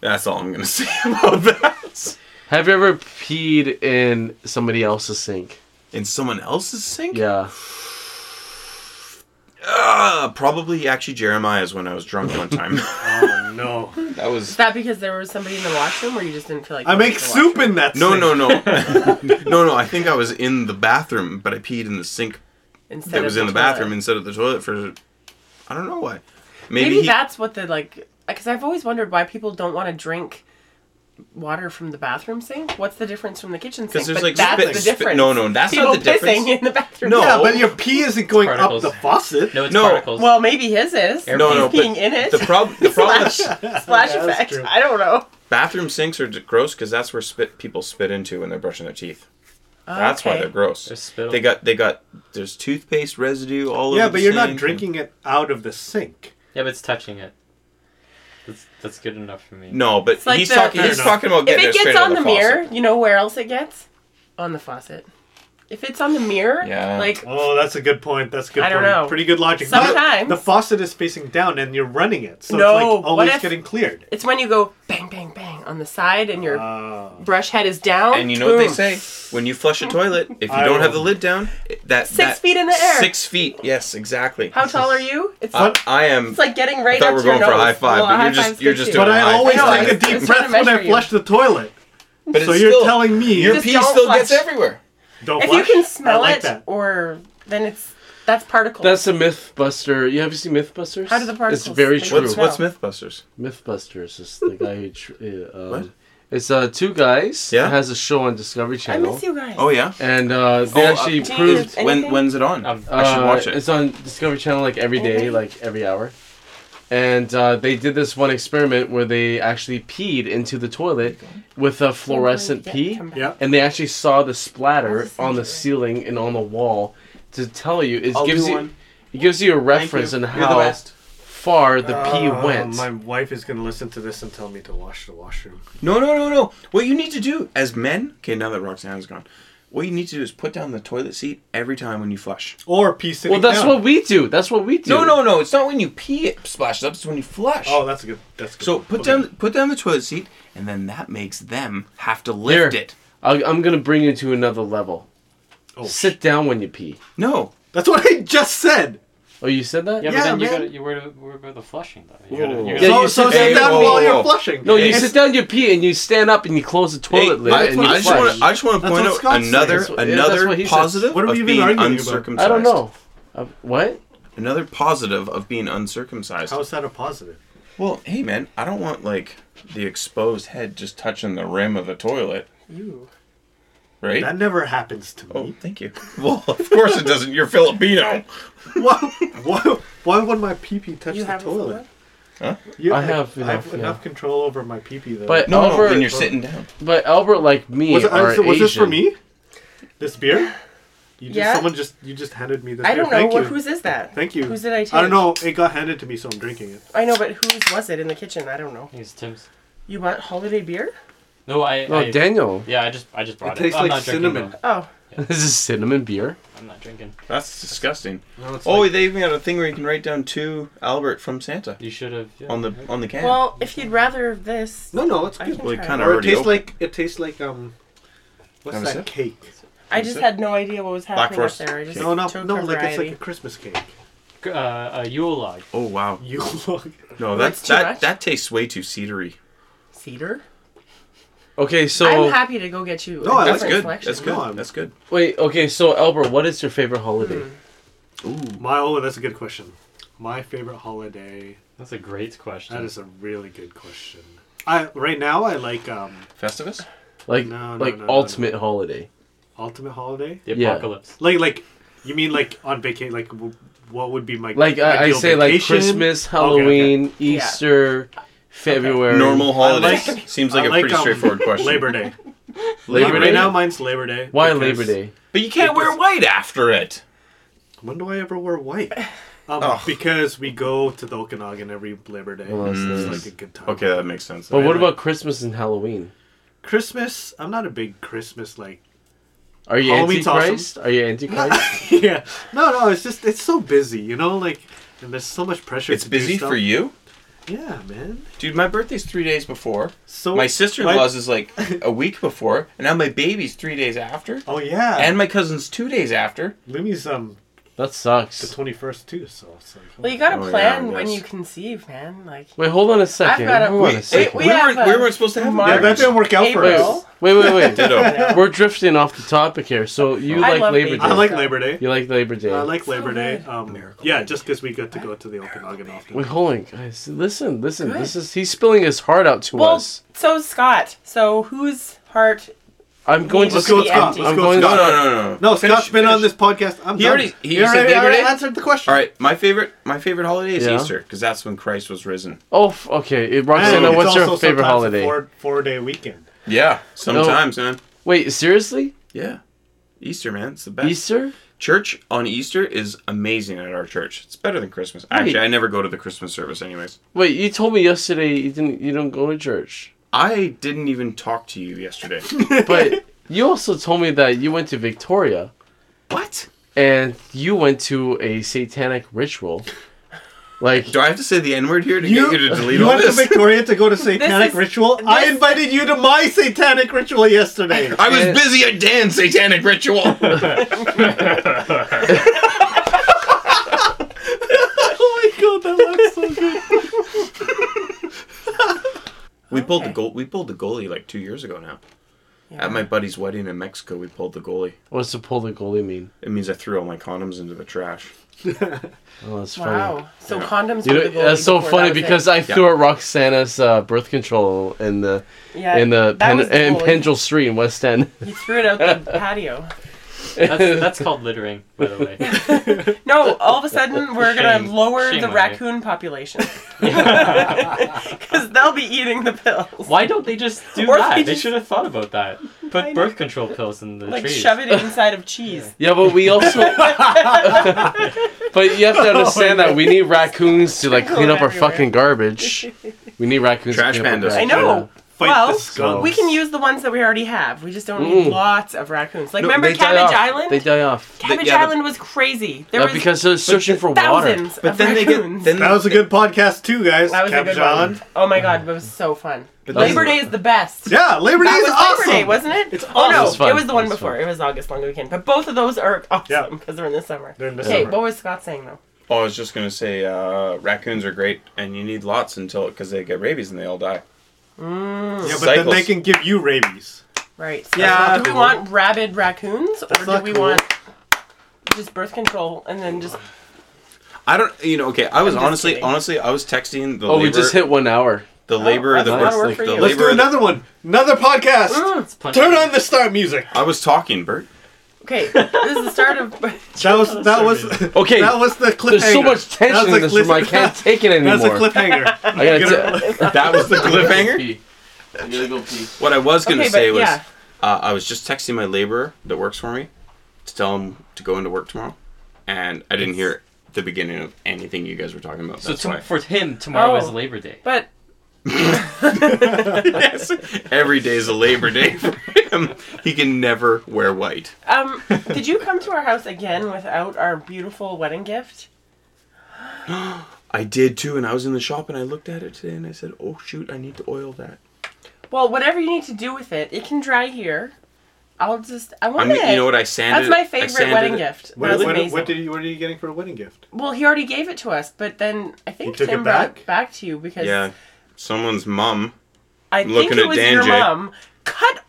Speaker 5: That's all I'm gonna [laughs] say about that.
Speaker 2: Have you ever peed in somebody else's sink?
Speaker 5: In someone else's sink?
Speaker 2: Yeah.
Speaker 5: Ah, probably actually Jeremiah's when I was drunk one time.
Speaker 1: Oh no!
Speaker 5: [laughs] that was
Speaker 6: Is that because there was somebody in the washroom or you just didn't feel like
Speaker 1: I
Speaker 6: going
Speaker 1: make
Speaker 6: to the
Speaker 1: soup
Speaker 6: washroom?
Speaker 1: in that.
Speaker 5: no,
Speaker 1: sink.
Speaker 5: no, no, [laughs] no, no. I think I was in the bathroom, but I peed in the sink
Speaker 6: instead
Speaker 5: that
Speaker 6: of
Speaker 5: was in the
Speaker 6: toilet.
Speaker 5: bathroom instead of the toilet for. I don't know why. Maybe,
Speaker 6: Maybe,
Speaker 5: he,
Speaker 6: that's what the like. Because I've always wondered why people don't want to drink water from the bathroom sink? What's the difference from the kitchen sink?
Speaker 5: 'Cause there's,
Speaker 6: But
Speaker 5: like,
Speaker 6: that's
Speaker 5: spit-
Speaker 6: the
Speaker 5: spit-
Speaker 6: difference.
Speaker 5: no, no, that's
Speaker 6: People
Speaker 5: not the difference.
Speaker 6: pissing in the bathroom.
Speaker 5: No.
Speaker 1: Yeah, but your pee isn't going
Speaker 3: Particles.
Speaker 1: up the faucet.
Speaker 3: No, it's
Speaker 5: No,
Speaker 3: particles.
Speaker 6: Well, maybe his is.
Speaker 3: No,
Speaker 5: No, no,
Speaker 6: He's peeing
Speaker 5: but
Speaker 6: in it.
Speaker 5: the problem,
Speaker 6: [laughs]
Speaker 5: the problem is
Speaker 6: Splash
Speaker 1: Yeah, that's
Speaker 6: effect.
Speaker 1: true.
Speaker 6: I don't know.
Speaker 5: bathroom sinks are d- gross because that's where spit people spit into when they're brushing their teeth. That's why
Speaker 6: Okay.
Speaker 5: they're gross.
Speaker 3: There's spittle.
Speaker 5: They got they got there's toothpaste residue all over.
Speaker 1: yeah, but
Speaker 5: the
Speaker 1: you're not
Speaker 5: sink.
Speaker 1: drinking it out of the sink.
Speaker 3: yeah, but it's touching it. That's, that's good enough for me.
Speaker 5: No, but
Speaker 6: It's like
Speaker 5: he's
Speaker 6: the-
Speaker 5: talking.
Speaker 6: Fair
Speaker 5: He's
Speaker 1: enough.
Speaker 5: talking about
Speaker 6: If
Speaker 5: getting
Speaker 6: it
Speaker 5: straight
Speaker 6: gets
Speaker 5: out
Speaker 6: on
Speaker 5: of
Speaker 6: the
Speaker 5: the faucet.
Speaker 6: mirror, you know where else it gets? On the faucet. If it's on the mirror,
Speaker 5: Yeah.
Speaker 6: like
Speaker 1: Oh, that's a good point. That's a good
Speaker 6: I don't
Speaker 1: point.
Speaker 6: know.
Speaker 1: Pretty good logic. But
Speaker 6: Sometimes-
Speaker 1: the faucet is facing down and you're running it, so
Speaker 6: No,
Speaker 1: it's like
Speaker 6: what
Speaker 1: always
Speaker 6: if-
Speaker 1: getting cleared.
Speaker 6: it's when you go bang, bang, bang on the side and your
Speaker 1: Oh.
Speaker 6: brush head is down.
Speaker 5: And you know what they
Speaker 6: boom.
Speaker 5: say: when you flush a toilet, if you
Speaker 1: I
Speaker 5: don't have
Speaker 1: will-
Speaker 5: the lid down, it- that
Speaker 6: Six
Speaker 5: that-
Speaker 6: feet in the air.
Speaker 5: Six feet. Yes, exactly.
Speaker 6: How tall are you? It's,
Speaker 5: I, I am.
Speaker 6: it's like getting right
Speaker 5: I thought
Speaker 6: up
Speaker 5: we
Speaker 6: to
Speaker 5: were
Speaker 6: your
Speaker 5: going for a
Speaker 6: nose.
Speaker 5: high five,
Speaker 6: Well,
Speaker 5: but
Speaker 6: a
Speaker 5: you're
Speaker 6: high
Speaker 5: just-
Speaker 6: five's
Speaker 5: you're
Speaker 6: good
Speaker 5: just
Speaker 6: too.
Speaker 5: doing
Speaker 1: But
Speaker 5: it.
Speaker 1: I
Speaker 5: I-
Speaker 1: always
Speaker 6: [laughs] I know,
Speaker 1: take a
Speaker 6: it's-
Speaker 1: deep
Speaker 6: it's trying
Speaker 1: breath
Speaker 6: to
Speaker 1: when I
Speaker 6: measure you.
Speaker 1: flush the toilet.
Speaker 5: but
Speaker 1: so
Speaker 5: it's
Speaker 1: your
Speaker 5: still,
Speaker 1: telling me
Speaker 5: your
Speaker 6: Just
Speaker 5: pee
Speaker 6: don't
Speaker 5: still
Speaker 6: flush.
Speaker 5: gets everywhere.
Speaker 1: don't
Speaker 6: If
Speaker 1: flush.
Speaker 6: you can smell
Speaker 1: I like
Speaker 6: it um,
Speaker 1: That.
Speaker 6: or then it's that's particles.
Speaker 2: That's a Mythbuster. You ever seen Mythbusters?
Speaker 6: How do the particles
Speaker 2: It's very
Speaker 6: make
Speaker 2: true.
Speaker 5: What's
Speaker 6: True.
Speaker 5: what's MythBusters?
Speaker 2: Mythbusters is the guy who. Tr- uh, um, It's uh, two guys.
Speaker 5: Yeah?
Speaker 2: It has a show on Discovery
Speaker 6: I
Speaker 2: Channel.
Speaker 6: miss you guys.
Speaker 5: Oh yeah.
Speaker 2: And uh, they
Speaker 5: Oh, uh,
Speaker 2: actually
Speaker 6: Do you need
Speaker 2: proved.
Speaker 6: anything?
Speaker 5: When when's it on?
Speaker 3: Um,
Speaker 5: I should
Speaker 2: uh,
Speaker 5: watch it.
Speaker 2: It's on Discovery Channel like every day,
Speaker 6: Okay.
Speaker 2: like every hour. And uh, they did this one experiment where they actually peed into the toilet with a fluorescent
Speaker 6: Yeah,
Speaker 2: pee.
Speaker 6: come back.
Speaker 1: Yeah.
Speaker 2: and they actually saw the splatter
Speaker 6: That's
Speaker 2: on the
Speaker 6: essentially.
Speaker 2: ceiling and on the wall to tell you it
Speaker 5: I'll
Speaker 2: gives
Speaker 5: do
Speaker 2: you
Speaker 5: one.
Speaker 2: it gives you a
Speaker 5: Thank
Speaker 2: reference
Speaker 5: you.
Speaker 2: on
Speaker 5: You're the
Speaker 2: how
Speaker 5: best.
Speaker 2: far the pee
Speaker 1: Uh,
Speaker 2: went.
Speaker 1: My wife is gonna listen to this and tell me to wash the washroom.
Speaker 5: No, no, no, no. What you need to do as men, okay, now that Roxanne's gone, what you need to do is put down the toilet seat every time when you flush.
Speaker 1: Or pee sitting
Speaker 2: well, that's
Speaker 1: down.
Speaker 2: what we do. That's what we do.
Speaker 5: No, no, no. It's not when you pee it splashes up. It's when you flush.
Speaker 1: Oh, that's a good. That's a good.
Speaker 5: so
Speaker 1: one.
Speaker 5: put
Speaker 1: Okay.
Speaker 5: down put down the toilet seat, and then that makes them have to lift
Speaker 2: Here.
Speaker 5: it.
Speaker 2: I, I'm gonna bring you to another level.
Speaker 1: Oh,
Speaker 2: Sit down when you pee.
Speaker 5: No,
Speaker 1: That's what I just said.
Speaker 2: Oh, you said that?
Speaker 3: yeah, but
Speaker 1: Yeah,
Speaker 3: then you
Speaker 1: man.
Speaker 3: gotta you worry worry about the flushing though. You gotta,
Speaker 5: Whoa.
Speaker 3: you
Speaker 2: Yeah,
Speaker 3: gotta,
Speaker 1: so
Speaker 2: you
Speaker 1: so
Speaker 2: sit
Speaker 1: sit
Speaker 5: down-
Speaker 1: down
Speaker 5: Whoa,
Speaker 1: while
Speaker 5: whoa,
Speaker 1: you're
Speaker 5: whoa.
Speaker 1: flushing.
Speaker 2: No, you
Speaker 1: It's-
Speaker 2: sit down, you pee, and you stand up and you close the
Speaker 5: Hey,
Speaker 2: toilet lid
Speaker 5: I,
Speaker 2: and you
Speaker 5: I just wanna,
Speaker 2: flush.
Speaker 5: I just want to
Speaker 1: That's
Speaker 5: point
Speaker 1: what
Speaker 5: out
Speaker 1: Scott said.
Speaker 5: another
Speaker 2: That's what- yeah, that's
Speaker 5: another
Speaker 2: what he said.
Speaker 5: positive
Speaker 1: What are we
Speaker 5: of
Speaker 1: even
Speaker 5: being
Speaker 1: arguing about?
Speaker 5: uncircumcised.
Speaker 2: I don't know. Uh, what?
Speaker 5: Another positive of being uncircumcised.
Speaker 1: How is that a positive?
Speaker 5: Well, hey man, I don't want like the exposed head just touching the rim of the toilet,
Speaker 6: You.
Speaker 5: right?
Speaker 1: That never happens to
Speaker 5: Oh,
Speaker 1: me.
Speaker 5: thank you. Well, of course it doesn't. You're Filipino.
Speaker 1: [laughs]
Speaker 5: Oh,
Speaker 1: Why, why, why would my pee pee touch
Speaker 6: You
Speaker 1: the
Speaker 6: have a
Speaker 1: toilet?
Speaker 6: toilet?
Speaker 1: You,
Speaker 2: I have
Speaker 1: I
Speaker 2: enough,
Speaker 1: have
Speaker 2: yeah.
Speaker 1: enough control over my pee pee though.
Speaker 2: But
Speaker 5: No, no,
Speaker 2: Albert,
Speaker 5: when you're sitting down.
Speaker 2: but Albert, like me,
Speaker 1: was, it,
Speaker 2: are
Speaker 1: was, it- was this for
Speaker 2: Asian.
Speaker 1: me? This beer? You just,
Speaker 6: Yeah.
Speaker 1: Someone just you just handed me this.
Speaker 6: I
Speaker 1: beer.
Speaker 6: don't know
Speaker 1: Thank
Speaker 6: what,
Speaker 1: you.
Speaker 6: whose is that.
Speaker 1: Thank you.
Speaker 6: Whose did I take?
Speaker 1: I don't know. It got handed to me, so I'm drinking it.
Speaker 6: I know, but whose was it in the kitchen? I don't know.
Speaker 3: use Tim's.
Speaker 6: You want holiday beer?
Speaker 3: No, I.
Speaker 2: No,
Speaker 3: I
Speaker 2: Oh, Daniel. [laughs]
Speaker 3: yeah, I just I just brought it.
Speaker 1: Oh, tastes
Speaker 3: I'm
Speaker 1: like
Speaker 3: not drinking,
Speaker 1: cinnamon.
Speaker 3: though.
Speaker 6: Oh,
Speaker 2: this is cinnamon beer.
Speaker 3: I'm not drinking.
Speaker 5: That's disgusting.
Speaker 1: No, it's
Speaker 5: oh, they even had a thing where you can write down to Albert from Santa
Speaker 3: You should have. Yeah,
Speaker 5: on the on the can.
Speaker 6: well, if you'd rather of this,
Speaker 1: no, no, it's
Speaker 6: I
Speaker 1: good.
Speaker 6: can
Speaker 5: Well, it
Speaker 6: try
Speaker 5: kinda
Speaker 6: it.
Speaker 1: Or it
Speaker 5: already
Speaker 1: tastes
Speaker 5: open.
Speaker 1: like it tastes like um, what's
Speaker 5: Have a
Speaker 1: that
Speaker 5: sip?
Speaker 1: cake?
Speaker 6: I just had no idea what was happening
Speaker 5: Forest
Speaker 6: up there. I just
Speaker 1: No, no,
Speaker 6: took
Speaker 1: no, like
Speaker 6: a
Speaker 1: it's like
Speaker 6: variety.
Speaker 1: a Christmas cake.
Speaker 3: uh, uh, Yule log.
Speaker 5: oh wow.
Speaker 1: You look. [laughs]
Speaker 5: No,
Speaker 6: That's
Speaker 5: that's
Speaker 6: too
Speaker 5: that
Speaker 6: much?
Speaker 5: that tastes way too cedary.
Speaker 6: cedar.
Speaker 2: Okay, so
Speaker 6: I'm happy to go get you.
Speaker 1: No,
Speaker 6: a
Speaker 1: I like
Speaker 5: That's
Speaker 6: different
Speaker 5: good.
Speaker 6: selection.
Speaker 5: That's good.
Speaker 1: No, I'm-
Speaker 5: that's good.
Speaker 2: Wait, okay, so Albert, what is your favorite holiday?
Speaker 1: Hmm. My oh, that's a good question. My favorite holiday.
Speaker 3: That's a great question.
Speaker 1: That is a really good question. I right now I like um
Speaker 5: Festivus.
Speaker 2: Like
Speaker 1: No, no,
Speaker 2: like
Speaker 1: no, no,
Speaker 2: ultimate holiday.
Speaker 1: ultimate holiday.
Speaker 3: the
Speaker 2: yeah.
Speaker 3: apocalypse.
Speaker 1: Like like you mean like on vacation? Like w- what would be my
Speaker 2: Like I, I
Speaker 1: ideal
Speaker 2: say like
Speaker 1: vacation?
Speaker 2: Christmas,
Speaker 1: Okay, okay.
Speaker 2: Halloween, Easter, February.
Speaker 5: Normal holidays
Speaker 1: like-
Speaker 5: seems like
Speaker 1: I
Speaker 5: a pretty
Speaker 1: um,
Speaker 5: straightforward question.
Speaker 1: Labor Day.
Speaker 2: Labor
Speaker 1: right
Speaker 2: Day?
Speaker 1: now mine's Labor Day.
Speaker 2: Why
Speaker 1: because-
Speaker 2: Labor Day?
Speaker 5: but you can't wear white after it.
Speaker 1: When do I ever wear [sighs] white? Um,
Speaker 5: Ugh.
Speaker 1: Because we go to the Okanagan every Labor Day.
Speaker 2: Well, that's
Speaker 1: it's
Speaker 5: nice.
Speaker 1: like a good time.
Speaker 5: Okay, that makes sense.
Speaker 2: But what
Speaker 5: Anyway.
Speaker 2: about Christmas and Halloween?
Speaker 1: Christmas. I'm not a big Christmas like. [laughs]
Speaker 2: Are you
Speaker 1: Halloween's
Speaker 2: antichrist? Are you antichrist?
Speaker 1: yeah. No, no. It's just it's so busy. You know, like and there's so much pressure.
Speaker 5: It's
Speaker 1: to do
Speaker 5: busy
Speaker 1: stuff.
Speaker 5: for you,
Speaker 1: Yeah, man.
Speaker 5: dude. My birthday's three days before.
Speaker 1: So
Speaker 5: My sister-in-law's is [laughs] like a week before, and now my baby's three days after,
Speaker 1: Oh yeah.
Speaker 5: and my cousin's two days after.
Speaker 1: Lumi's um
Speaker 2: That
Speaker 1: the
Speaker 2: sucks.
Speaker 1: twenty first too. So it's like
Speaker 6: Well, you gotta
Speaker 5: Oh, yeah,
Speaker 6: plan
Speaker 5: I
Speaker 6: when
Speaker 5: guess.
Speaker 6: you conceive, man. Like
Speaker 2: Wait, hold on a second.
Speaker 6: got a-
Speaker 2: hold on
Speaker 5: Wait,
Speaker 2: a
Speaker 5: it-
Speaker 2: second.
Speaker 5: we,
Speaker 6: We have
Speaker 5: weren't, we
Speaker 6: a
Speaker 5: weren't supposed to have
Speaker 6: March.
Speaker 1: yeah,
Speaker 5: March.
Speaker 1: that didn't work out for
Speaker 6: April.
Speaker 1: us.
Speaker 6: April.
Speaker 2: wait,
Speaker 1: [laughs]
Speaker 2: wait, wait.
Speaker 5: Ditto.
Speaker 2: We're drifting off the topic here. So you
Speaker 6: I
Speaker 2: like
Speaker 6: love
Speaker 2: Labor
Speaker 6: babies.
Speaker 2: Day?
Speaker 1: I like Labor Day.
Speaker 2: you like Labor Day?
Speaker 1: I like Labor Day.
Speaker 6: good.
Speaker 1: Um, yeah, just because we got to go to the Okanagan often.
Speaker 2: Wait, hold on, guys. Listen, listen. This is he's spilling his heart out to
Speaker 6: well,
Speaker 2: us.
Speaker 6: so's Scott. So whose heart?
Speaker 2: I'm going to.
Speaker 1: Let's go with
Speaker 6: Yeah.
Speaker 1: Scott. Let's
Speaker 2: I'm
Speaker 1: go with
Speaker 2: going-
Speaker 5: No,
Speaker 1: Scott.
Speaker 5: no, no, no.
Speaker 1: No,
Speaker 5: Finish,
Speaker 1: Scott's been on
Speaker 5: finish.
Speaker 1: this podcast. I'm
Speaker 5: He
Speaker 1: done.
Speaker 5: already- he
Speaker 1: You
Speaker 5: said
Speaker 1: already, I
Speaker 5: Labor
Speaker 1: already
Speaker 5: Day?
Speaker 1: answered the question.
Speaker 5: All right, my favorite, my favorite holiday is
Speaker 2: Yeah.
Speaker 5: Easter because that's when Christ was risen.
Speaker 2: Oh, f- okay. It-
Speaker 1: And
Speaker 2: Roxana,
Speaker 1: it's
Speaker 2: what's your
Speaker 1: also
Speaker 2: favorite
Speaker 1: sometimes a
Speaker 2: holiday?
Speaker 1: Four, four day weekend.
Speaker 5: Yeah, sometimes, man.
Speaker 2: Wait, seriously?
Speaker 5: Yeah, Easter, man, it's the best.
Speaker 2: Easter?
Speaker 5: Church on Easter is amazing at our church. It's better than Christmas. Actually, I never go to the Christmas service, anyways.
Speaker 2: Wait, you told me yesterday you didn't. You don't go to church,
Speaker 5: I didn't even talk to you
Speaker 6: [laughs]
Speaker 5: yesterday.
Speaker 2: but you also told me that you went to Victoria
Speaker 5: what?
Speaker 2: and you went to a satanic ritual. Like,
Speaker 5: Do I have to say the N word here to
Speaker 1: You,
Speaker 5: get you to delete
Speaker 1: you
Speaker 5: all
Speaker 1: went to
Speaker 5: this?
Speaker 1: Victoria to go to satanic
Speaker 6: is-
Speaker 1: ritual. I
Speaker 6: this-
Speaker 1: invited you to my satanic ritual yesterday.
Speaker 5: [laughs] I was
Speaker 2: Eh.
Speaker 5: busy at Dan's satanic ritual.
Speaker 6: [laughs]
Speaker 1: oh my god, that looks so good.
Speaker 5: we pulled the
Speaker 6: Okay.
Speaker 5: goal. We pulled the goalie like two years ago now.
Speaker 6: Yeah.
Speaker 5: At my buddy's wedding in Mexico, we pulled the goalie.
Speaker 2: what's the pull the goalie mean?
Speaker 5: It means I threw all my condoms into the trash.
Speaker 2: Oh, that's funny.
Speaker 6: Wow. So condoms.
Speaker 2: You
Speaker 6: were
Speaker 2: know,
Speaker 6: the goalie
Speaker 2: that's so
Speaker 6: before that
Speaker 2: funny
Speaker 6: was it.
Speaker 2: because I threw at Roxana's uh, birth control in the
Speaker 6: yeah,
Speaker 2: in the,
Speaker 6: that
Speaker 2: Pen-
Speaker 6: was
Speaker 2: in
Speaker 6: goalie.
Speaker 2: Pendrel Street in West End.
Speaker 6: He threw it out the patio.
Speaker 3: That's, that's called littering, by the
Speaker 6: [laughs]
Speaker 3: way.
Speaker 6: No, all of a sudden we're
Speaker 3: Shame.
Speaker 6: gonna lower
Speaker 3: Shame
Speaker 6: the
Speaker 3: on you.
Speaker 6: raccoon
Speaker 2: [laughs]
Speaker 6: population because they'll be eating the pills.
Speaker 3: Why don't they just do
Speaker 6: Or
Speaker 3: that?
Speaker 6: they
Speaker 3: They,
Speaker 6: just-
Speaker 3: should have thought about that.
Speaker 6: know.
Speaker 3: Put birth control pills in the
Speaker 6: Like
Speaker 3: trees.
Speaker 6: shove it
Speaker 2: [laughs]
Speaker 6: inside of cheese.
Speaker 2: [laughs] Yeah, but we [laughs] also. but you have to understand that we need raccoons to like clean up our
Speaker 6: Everywhere.
Speaker 2: fucking garbage. We need raccoons.
Speaker 5: Trash
Speaker 2: to clean up our
Speaker 5: pandas.
Speaker 6: I
Speaker 2: garbage.
Speaker 6: know.
Speaker 1: Fight
Speaker 6: well,
Speaker 1: the skunks.
Speaker 6: we can use the ones that we already have. We just don't need
Speaker 2: Mm.
Speaker 6: lots of raccoons. Like
Speaker 5: No,
Speaker 2: They
Speaker 6: remember
Speaker 2: die
Speaker 6: Cabbage
Speaker 2: off.
Speaker 6: Island?
Speaker 2: They die off.
Speaker 6: Cabbage
Speaker 5: yeah, but-
Speaker 6: Island was crazy. There
Speaker 2: Uh,
Speaker 6: was
Speaker 2: because they're searching for water.
Speaker 6: thousands
Speaker 5: But
Speaker 6: of
Speaker 5: then they get
Speaker 6: raccoons.
Speaker 5: then
Speaker 1: That was a good podcast too, guys.
Speaker 6: that was a
Speaker 1: Cabbage
Speaker 6: good one.
Speaker 1: Island.
Speaker 6: Oh my god, it was so fun.
Speaker 1: But
Speaker 2: that was-
Speaker 6: Labor Day is the best.
Speaker 1: Yeah, Labor Day
Speaker 6: That
Speaker 1: is
Speaker 6: was
Speaker 1: awesome.
Speaker 6: Labor Day, wasn't it?
Speaker 1: It's
Speaker 6: Oh
Speaker 2: It
Speaker 6: no,
Speaker 2: was fun.
Speaker 6: it was the one
Speaker 2: It was
Speaker 6: before.
Speaker 2: fun.
Speaker 6: It was August long weekend. But both of those are awesome because they're in the summer.
Speaker 1: They're in the
Speaker 6: okay,
Speaker 1: summer.
Speaker 6: what was Scott saying though?
Speaker 5: Oh, I was just gonna say uh, raccoons are great, and you need lots until because they get rabies and they all die.
Speaker 6: Mm.
Speaker 1: Yeah, but then they
Speaker 5: Cycles.
Speaker 1: can give you rabies.
Speaker 6: Right. So
Speaker 5: Yeah.
Speaker 6: Do we want rabid raccoons or do
Speaker 1: not
Speaker 6: we
Speaker 1: cool.
Speaker 6: want just birth control and then just
Speaker 5: I don't, you know. Okay, I was
Speaker 6: I'm just
Speaker 5: honestly,
Speaker 6: kidding.
Speaker 5: honestly, I was texting the
Speaker 2: Oh,
Speaker 5: labor,
Speaker 2: we just hit one hour.
Speaker 5: the labor,
Speaker 6: that's
Speaker 5: the,
Speaker 6: a lot of
Speaker 2: work
Speaker 5: like,
Speaker 6: for
Speaker 5: the
Speaker 6: you. Mm.
Speaker 1: Let's
Speaker 5: labor.
Speaker 1: do another one. Another podcast.
Speaker 3: It's plenty-
Speaker 1: Turn on the start music.
Speaker 5: I was talking, Bert.
Speaker 6: okay? this is the start of. [laughs]
Speaker 1: That was that was
Speaker 2: [laughs] Okay.
Speaker 1: That was the cliffhanger.
Speaker 2: Oh, There's so much
Speaker 1: That was
Speaker 2: tension
Speaker 1: a
Speaker 2: in this room. I
Speaker 1: cliff- [laughs]
Speaker 2: can't take it anymore.
Speaker 1: That's a [laughs] cliffhanger.
Speaker 2: I gotta
Speaker 1: Get
Speaker 2: t-
Speaker 5: That
Speaker 6: [laughs]
Speaker 5: was
Speaker 2: [laughs]
Speaker 5: the cliffhanger.
Speaker 2: I'm gonna go pee.
Speaker 5: What I was gonna
Speaker 6: Okay, but
Speaker 5: say was,
Speaker 6: yeah.
Speaker 5: uh, I was just texting my laborer that works for me to tell him to go into work tomorrow, and I didn't hear the beginning of anything you guys were talking about.
Speaker 3: So
Speaker 5: That's
Speaker 3: to,
Speaker 5: why.
Speaker 3: for him, tomorrow
Speaker 6: Oh.
Speaker 3: is Labor Day.
Speaker 6: But
Speaker 5: yes, every day is a Labor Day for him. He can never wear white.
Speaker 6: um, did you come to our house again without our beautiful wedding gift?
Speaker 5: I did too, and I was in the shop and I looked at it today and I said, "Oh shoot, I need to oil that."
Speaker 6: Well, whatever you need to do with it, it can dry here. I'll just. I
Speaker 5: I'm,
Speaker 6: want it.
Speaker 5: you know what I sanded?
Speaker 6: That's my
Speaker 5: it- I
Speaker 6: favorite
Speaker 5: sanded
Speaker 6: wedding
Speaker 5: it.
Speaker 6: gift.
Speaker 1: What,
Speaker 6: That was
Speaker 1: what-
Speaker 6: amazing.
Speaker 1: what did you what are you getting for a wedding gift?
Speaker 6: Well, he already gave it to us, but then I think
Speaker 1: took
Speaker 6: Tim
Speaker 1: it
Speaker 6: brought
Speaker 1: back?
Speaker 6: it back to you because
Speaker 5: Yeah, someone's mom.
Speaker 6: I think
Speaker 5: looking
Speaker 6: it
Speaker 5: at
Speaker 6: was
Speaker 5: Dan
Speaker 6: your
Speaker 5: J.
Speaker 6: mom cut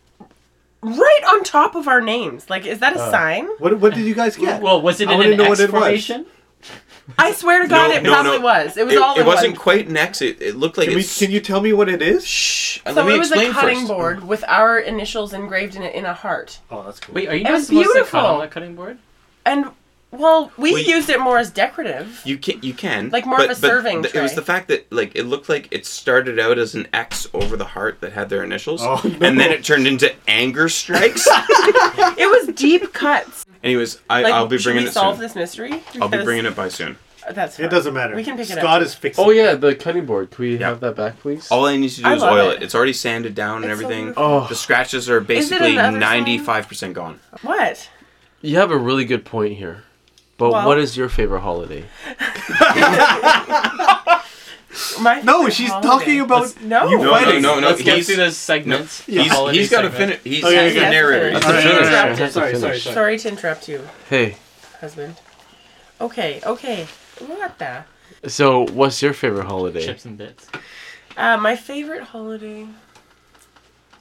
Speaker 6: right on top of our names. Like, is that a sign?
Speaker 1: What what did you guys get?
Speaker 3: Well, was it
Speaker 1: I
Speaker 3: in
Speaker 1: wanna
Speaker 3: an
Speaker 1: know what
Speaker 3: X
Speaker 1: it was.
Speaker 3: formation?
Speaker 6: I swear to
Speaker 5: [laughs]
Speaker 6: God,
Speaker 5: No,
Speaker 6: it
Speaker 5: no,
Speaker 6: probably
Speaker 5: no.
Speaker 6: was. It was
Speaker 5: It,
Speaker 6: all.
Speaker 5: it
Speaker 6: in
Speaker 5: wasn't
Speaker 6: one.
Speaker 5: quite next. It, it looked like
Speaker 1: can we
Speaker 5: it's.
Speaker 1: can you tell me what it is?
Speaker 5: Shh.
Speaker 6: So
Speaker 5: let me
Speaker 6: it was a
Speaker 5: explain
Speaker 6: cutting
Speaker 5: first.
Speaker 6: board with our initials engraved in it in a heart.
Speaker 1: Oh, that's cool.
Speaker 3: Wait, are you
Speaker 6: It
Speaker 3: not
Speaker 6: was
Speaker 3: supposed to cut
Speaker 6: beautiful.
Speaker 3: on the cutting board?
Speaker 6: And well, we
Speaker 5: Wait.
Speaker 6: used it more as decorative.
Speaker 5: You can, you can.
Speaker 6: Like more of a serving
Speaker 5: th- It was
Speaker 6: tray.
Speaker 5: the fact that like it looked like it started out as an X over the heart that had their initials,
Speaker 1: Oh, no.
Speaker 5: and then it turned into anger strikes.
Speaker 6: It was deep cuts.
Speaker 5: Anyways, I,
Speaker 6: Like,
Speaker 5: I'll be
Speaker 6: should
Speaker 5: bringing
Speaker 6: we
Speaker 5: it
Speaker 6: solve
Speaker 5: soon.
Speaker 6: this mystery?
Speaker 5: I'll be
Speaker 6: Because
Speaker 5: bringing it by soon.
Speaker 6: That's
Speaker 1: it
Speaker 6: fine.
Speaker 1: doesn't matter.
Speaker 6: We can pick it up.
Speaker 1: Scott is fixing.
Speaker 2: Oh yeah, the cutting board. Can we
Speaker 5: Yeah.
Speaker 2: have that back, please?
Speaker 5: All I need to do
Speaker 6: I
Speaker 5: is
Speaker 6: love
Speaker 5: oil
Speaker 6: it.
Speaker 5: it. It's already sanded down and
Speaker 6: It's so
Speaker 5: everything.
Speaker 2: Oh.
Speaker 5: The scratches are basically
Speaker 6: another sign?
Speaker 5: ninety-five percent gone.
Speaker 6: What?
Speaker 2: You have a really good point here. But
Speaker 6: Well-
Speaker 2: what is your favorite holiday?
Speaker 6: My
Speaker 1: No,
Speaker 6: favorite
Speaker 1: she's
Speaker 6: holiday.
Speaker 1: talking about
Speaker 6: Let's- no.
Speaker 1: you
Speaker 6: No, no,
Speaker 1: weddings.
Speaker 5: no, no.
Speaker 3: Let's get
Speaker 5: he's-
Speaker 3: through this segment. the
Speaker 5: He's,
Speaker 3: holiday
Speaker 5: he's got to
Speaker 3: segment.
Speaker 5: finish. He's,
Speaker 1: Okay,
Speaker 5: he's
Speaker 1: okay.
Speaker 5: the narrator. He's
Speaker 6: Yes, yes,
Speaker 5: the
Speaker 1: All right, all
Speaker 6: Sorry,
Speaker 1: right, all
Speaker 5: narrator.
Speaker 1: right.
Speaker 6: interrupted.
Speaker 1: Sorry, sorry, sorry.
Speaker 6: Sorry to interrupt you,
Speaker 2: Hey,
Speaker 6: husband. Okay, okay. What the?
Speaker 2: So, what's your favorite holiday?
Speaker 3: Chips and bits.
Speaker 6: Uh, my favorite holiday.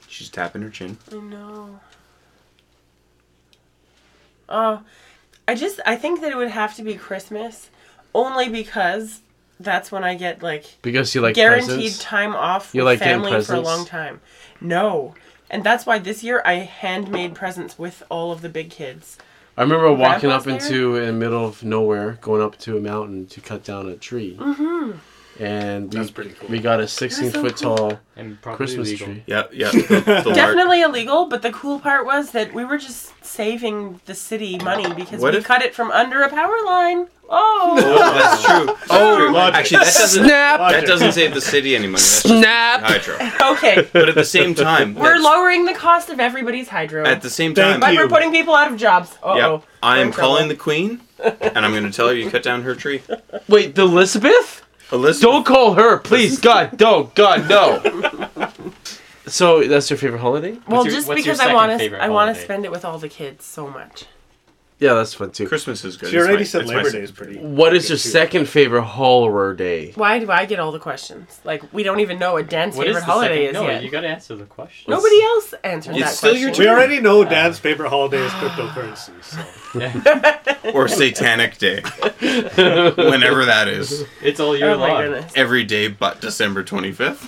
Speaker 5: She's tapping her chin.
Speaker 6: I know. Oh, I just I think that it would have to be Christmas, only because that's when I get like
Speaker 2: Because you like
Speaker 6: guaranteed
Speaker 2: presents.
Speaker 6: time off
Speaker 2: You
Speaker 6: with
Speaker 2: like getting
Speaker 6: family for a
Speaker 2: presents?
Speaker 6: long time. No, and that's why this year I handmade presents with all of the big kids.
Speaker 2: I remember walking up
Speaker 6: Grandpa's
Speaker 2: into in the middle of nowhere, going up to a mountain to cut down a tree. Mm-hmm. And we,
Speaker 1: That's pretty cool.
Speaker 2: we got a 16
Speaker 6: so
Speaker 2: foot
Speaker 6: cool.
Speaker 2: tall
Speaker 3: And probably
Speaker 2: Christmas
Speaker 3: legal.
Speaker 2: tree.
Speaker 5: Yeah, yeah.
Speaker 6: [laughs]
Speaker 5: The, the lark.
Speaker 6: Definitely illegal, but the cool part was that we were just saving the city money because
Speaker 5: What
Speaker 6: we
Speaker 5: if-
Speaker 6: cut it from under a power line.
Speaker 5: [laughs]
Speaker 6: Oh,
Speaker 5: Oh, that's true.
Speaker 1: Oh, logic.
Speaker 5: Actually, that doesn't
Speaker 2: Snap!
Speaker 5: that doesn't save the city any money. That's just
Speaker 2: Snap!
Speaker 5: hydro.
Speaker 6: okay.
Speaker 5: But at the same time,
Speaker 6: We're
Speaker 5: that's-
Speaker 6: lowering the cost of everybody's hydro.
Speaker 5: At the same
Speaker 1: Thank
Speaker 5: time,
Speaker 6: but we're
Speaker 1: you.
Speaker 6: putting people out of jobs. Uh
Speaker 5: Yep.
Speaker 6: oh.
Speaker 5: I
Speaker 6: We're
Speaker 5: am
Speaker 6: in trouble.
Speaker 5: calling the queen, and I'm going to tell her you cut down
Speaker 1: [laughs]
Speaker 5: her tree.
Speaker 2: Wait, the Elizabeth?
Speaker 5: Elizabeth,
Speaker 2: Don't call her,
Speaker 6: [laughs]
Speaker 2: please. God, don't. God, no. so, that's your favorite holiday?
Speaker 6: Well,
Speaker 3: your-
Speaker 6: just
Speaker 3: what's your
Speaker 6: because I
Speaker 3: second
Speaker 6: want to,
Speaker 3: favorite
Speaker 6: I want to
Speaker 3: holiday?
Speaker 6: spend it with all the kids so much.
Speaker 2: Yeah, that's fun too.
Speaker 5: Christmas is good.
Speaker 1: She
Speaker 5: It's
Speaker 1: already
Speaker 5: my-
Speaker 1: said
Speaker 5: it's my
Speaker 1: Labor
Speaker 5: se-
Speaker 1: Day is pretty.
Speaker 2: What is your
Speaker 1: Too.
Speaker 2: second favorite holiday?
Speaker 6: Why do I get all the questions? Like we don't even know what Dan's
Speaker 3: What is
Speaker 6: favorite
Speaker 3: the
Speaker 6: holiday
Speaker 3: second?
Speaker 6: is
Speaker 3: no,
Speaker 6: yet.
Speaker 3: you gotta answer the question.
Speaker 6: Nobody else answered
Speaker 5: It's
Speaker 6: that
Speaker 5: still
Speaker 6: question.
Speaker 5: your
Speaker 1: We already know Dan's
Speaker 6: Ah.
Speaker 1: favorite holiday
Speaker 6: [gasps]
Speaker 1: is cryptocurrency. So
Speaker 5: or Satanic
Speaker 1: [laughs]
Speaker 5: Day, whenever that is,
Speaker 3: It's all year
Speaker 6: Oh my
Speaker 3: long.
Speaker 6: goodness.
Speaker 5: every day but December 25th.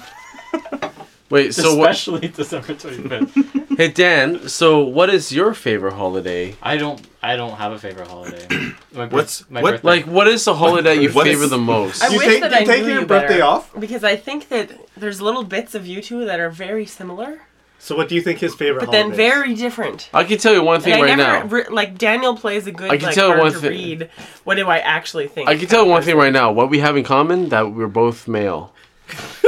Speaker 2: Wait, so what?
Speaker 3: Especially [laughs] December 25th.
Speaker 2: Hey, Dan, so what is your favorite holiday?
Speaker 3: I don't. I don't have a favorite holiday. My birth-
Speaker 5: What's-
Speaker 3: my
Speaker 5: what-
Speaker 3: birthday.
Speaker 2: Like, what is the holiday you
Speaker 5: What is-
Speaker 2: favor the most?
Speaker 6: I
Speaker 1: You
Speaker 6: wish
Speaker 1: take-
Speaker 6: that
Speaker 1: you
Speaker 6: I
Speaker 1: take
Speaker 6: knew
Speaker 1: your
Speaker 6: you
Speaker 1: birthday
Speaker 6: better,
Speaker 1: off?
Speaker 6: because I think that there's little bits of you two that are very similar,
Speaker 1: So what do you think his favorite?
Speaker 6: but then
Speaker 1: holiday is?
Speaker 6: very different.
Speaker 2: I can tell you one thing
Speaker 6: And I
Speaker 2: right
Speaker 6: never
Speaker 2: now.
Speaker 6: re- like Daniel plays a good
Speaker 2: I can
Speaker 6: like
Speaker 2: tell
Speaker 6: hard
Speaker 2: one
Speaker 6: to
Speaker 2: thing-
Speaker 6: read. What do I actually think?
Speaker 2: I can tell you one thing right now. What we have in common that we're both male.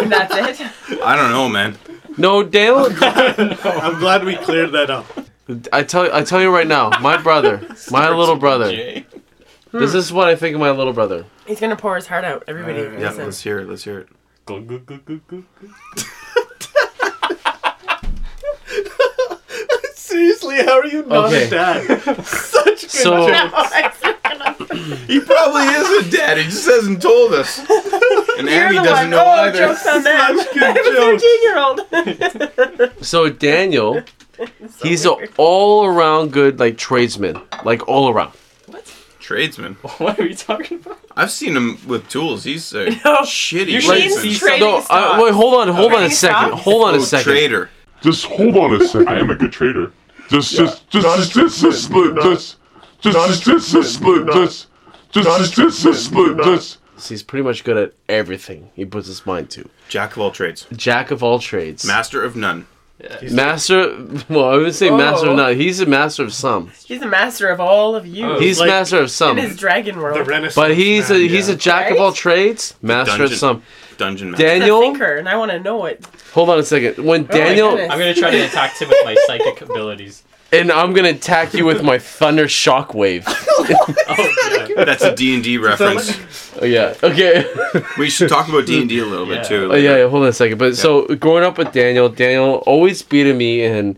Speaker 6: And that's it. [laughs]
Speaker 5: I don't know, man.
Speaker 2: No, Dale.
Speaker 1: I'm glad we cleared that up.
Speaker 2: I tell I tell you right now, my brother, my little brother.
Speaker 5: Jay.
Speaker 2: This is what I think of my little brother.
Speaker 6: He's gonna pour his heart out. Everybody,
Speaker 1: Alright,
Speaker 5: Yeah,
Speaker 6: listen.
Speaker 5: let's hear it. Let's hear it.
Speaker 3: Go, go, go, go, go, go.
Speaker 1: [laughs] Seriously, how are you not
Speaker 2: Okay.
Speaker 1: a
Speaker 2: [laughs]
Speaker 1: dad? Such good
Speaker 2: So-
Speaker 1: jokes.
Speaker 5: He probably is a dad. He just hasn't told us. And
Speaker 6: You're
Speaker 5: Andy
Speaker 6: the
Speaker 5: doesn't
Speaker 6: one.
Speaker 5: know
Speaker 6: oh,
Speaker 5: either.
Speaker 6: jokes on
Speaker 1: [laughs]
Speaker 6: them. [laughs]
Speaker 1: Such good
Speaker 6: I'm a
Speaker 1: jokes.
Speaker 6: 13 year old.
Speaker 1: [laughs]
Speaker 6: [laughs]
Speaker 2: So Daniel, he's an all around good like tradesman, like all around.
Speaker 5: Tradesman.
Speaker 3: [laughs] What are you talking about?
Speaker 5: I've seen him with tools. He's
Speaker 6: [laughs]
Speaker 5: a shitty.
Speaker 3: You should
Speaker 5: tradesman.
Speaker 6: He's
Speaker 3: see
Speaker 6: trading
Speaker 2: No,
Speaker 6: stocks.
Speaker 2: I, wait, hold on, hold on a
Speaker 6: Trading
Speaker 2: second,
Speaker 6: stocks?
Speaker 2: hold on a
Speaker 5: Oh,
Speaker 2: second.
Speaker 5: Trader.
Speaker 4: Just hold on a second. I am a good trader. Just, just, just, just, just, just, just, just, just, just, just, just, just, just, just, just.
Speaker 2: He's pretty much good at everything he puts his mind to.
Speaker 5: Jack of all trades.
Speaker 2: Jack of all trades,
Speaker 5: Master of none.
Speaker 2: master. [laughs] Well, I would say master
Speaker 6: Oh.
Speaker 2: of none. He's a master of some.
Speaker 6: He's a master of all of you.
Speaker 3: Oh.
Speaker 2: He's
Speaker 1: Like-
Speaker 2: master of some.
Speaker 6: in his dragon world.
Speaker 1: The Renaissance.
Speaker 2: But he's a
Speaker 1: man,
Speaker 2: he's
Speaker 1: yeah.
Speaker 2: a jack of all
Speaker 6: Right?
Speaker 2: trades, master of
Speaker 5: Dungeon-
Speaker 2: some.
Speaker 5: Dungeon master.
Speaker 6: He's a
Speaker 2: Daniel,
Speaker 6: thinker, and I want to know it.
Speaker 2: hold on a second. When Daniel
Speaker 6: Oh goodness.
Speaker 3: I'm gonna try to attack him with my [laughs] psychic abilities.
Speaker 2: and I'm gonna attack you with my [laughs] thunder shockwave.
Speaker 3: Oh, yeah.
Speaker 5: That's a D&D reference.
Speaker 2: Oh yeah. Okay. [laughs]
Speaker 5: we should talk about D&D a little
Speaker 3: Yeah.
Speaker 5: bit too.
Speaker 2: oh yeah. yeah, Hold on a second. But so growing up with Daniel, Daniel always beating me and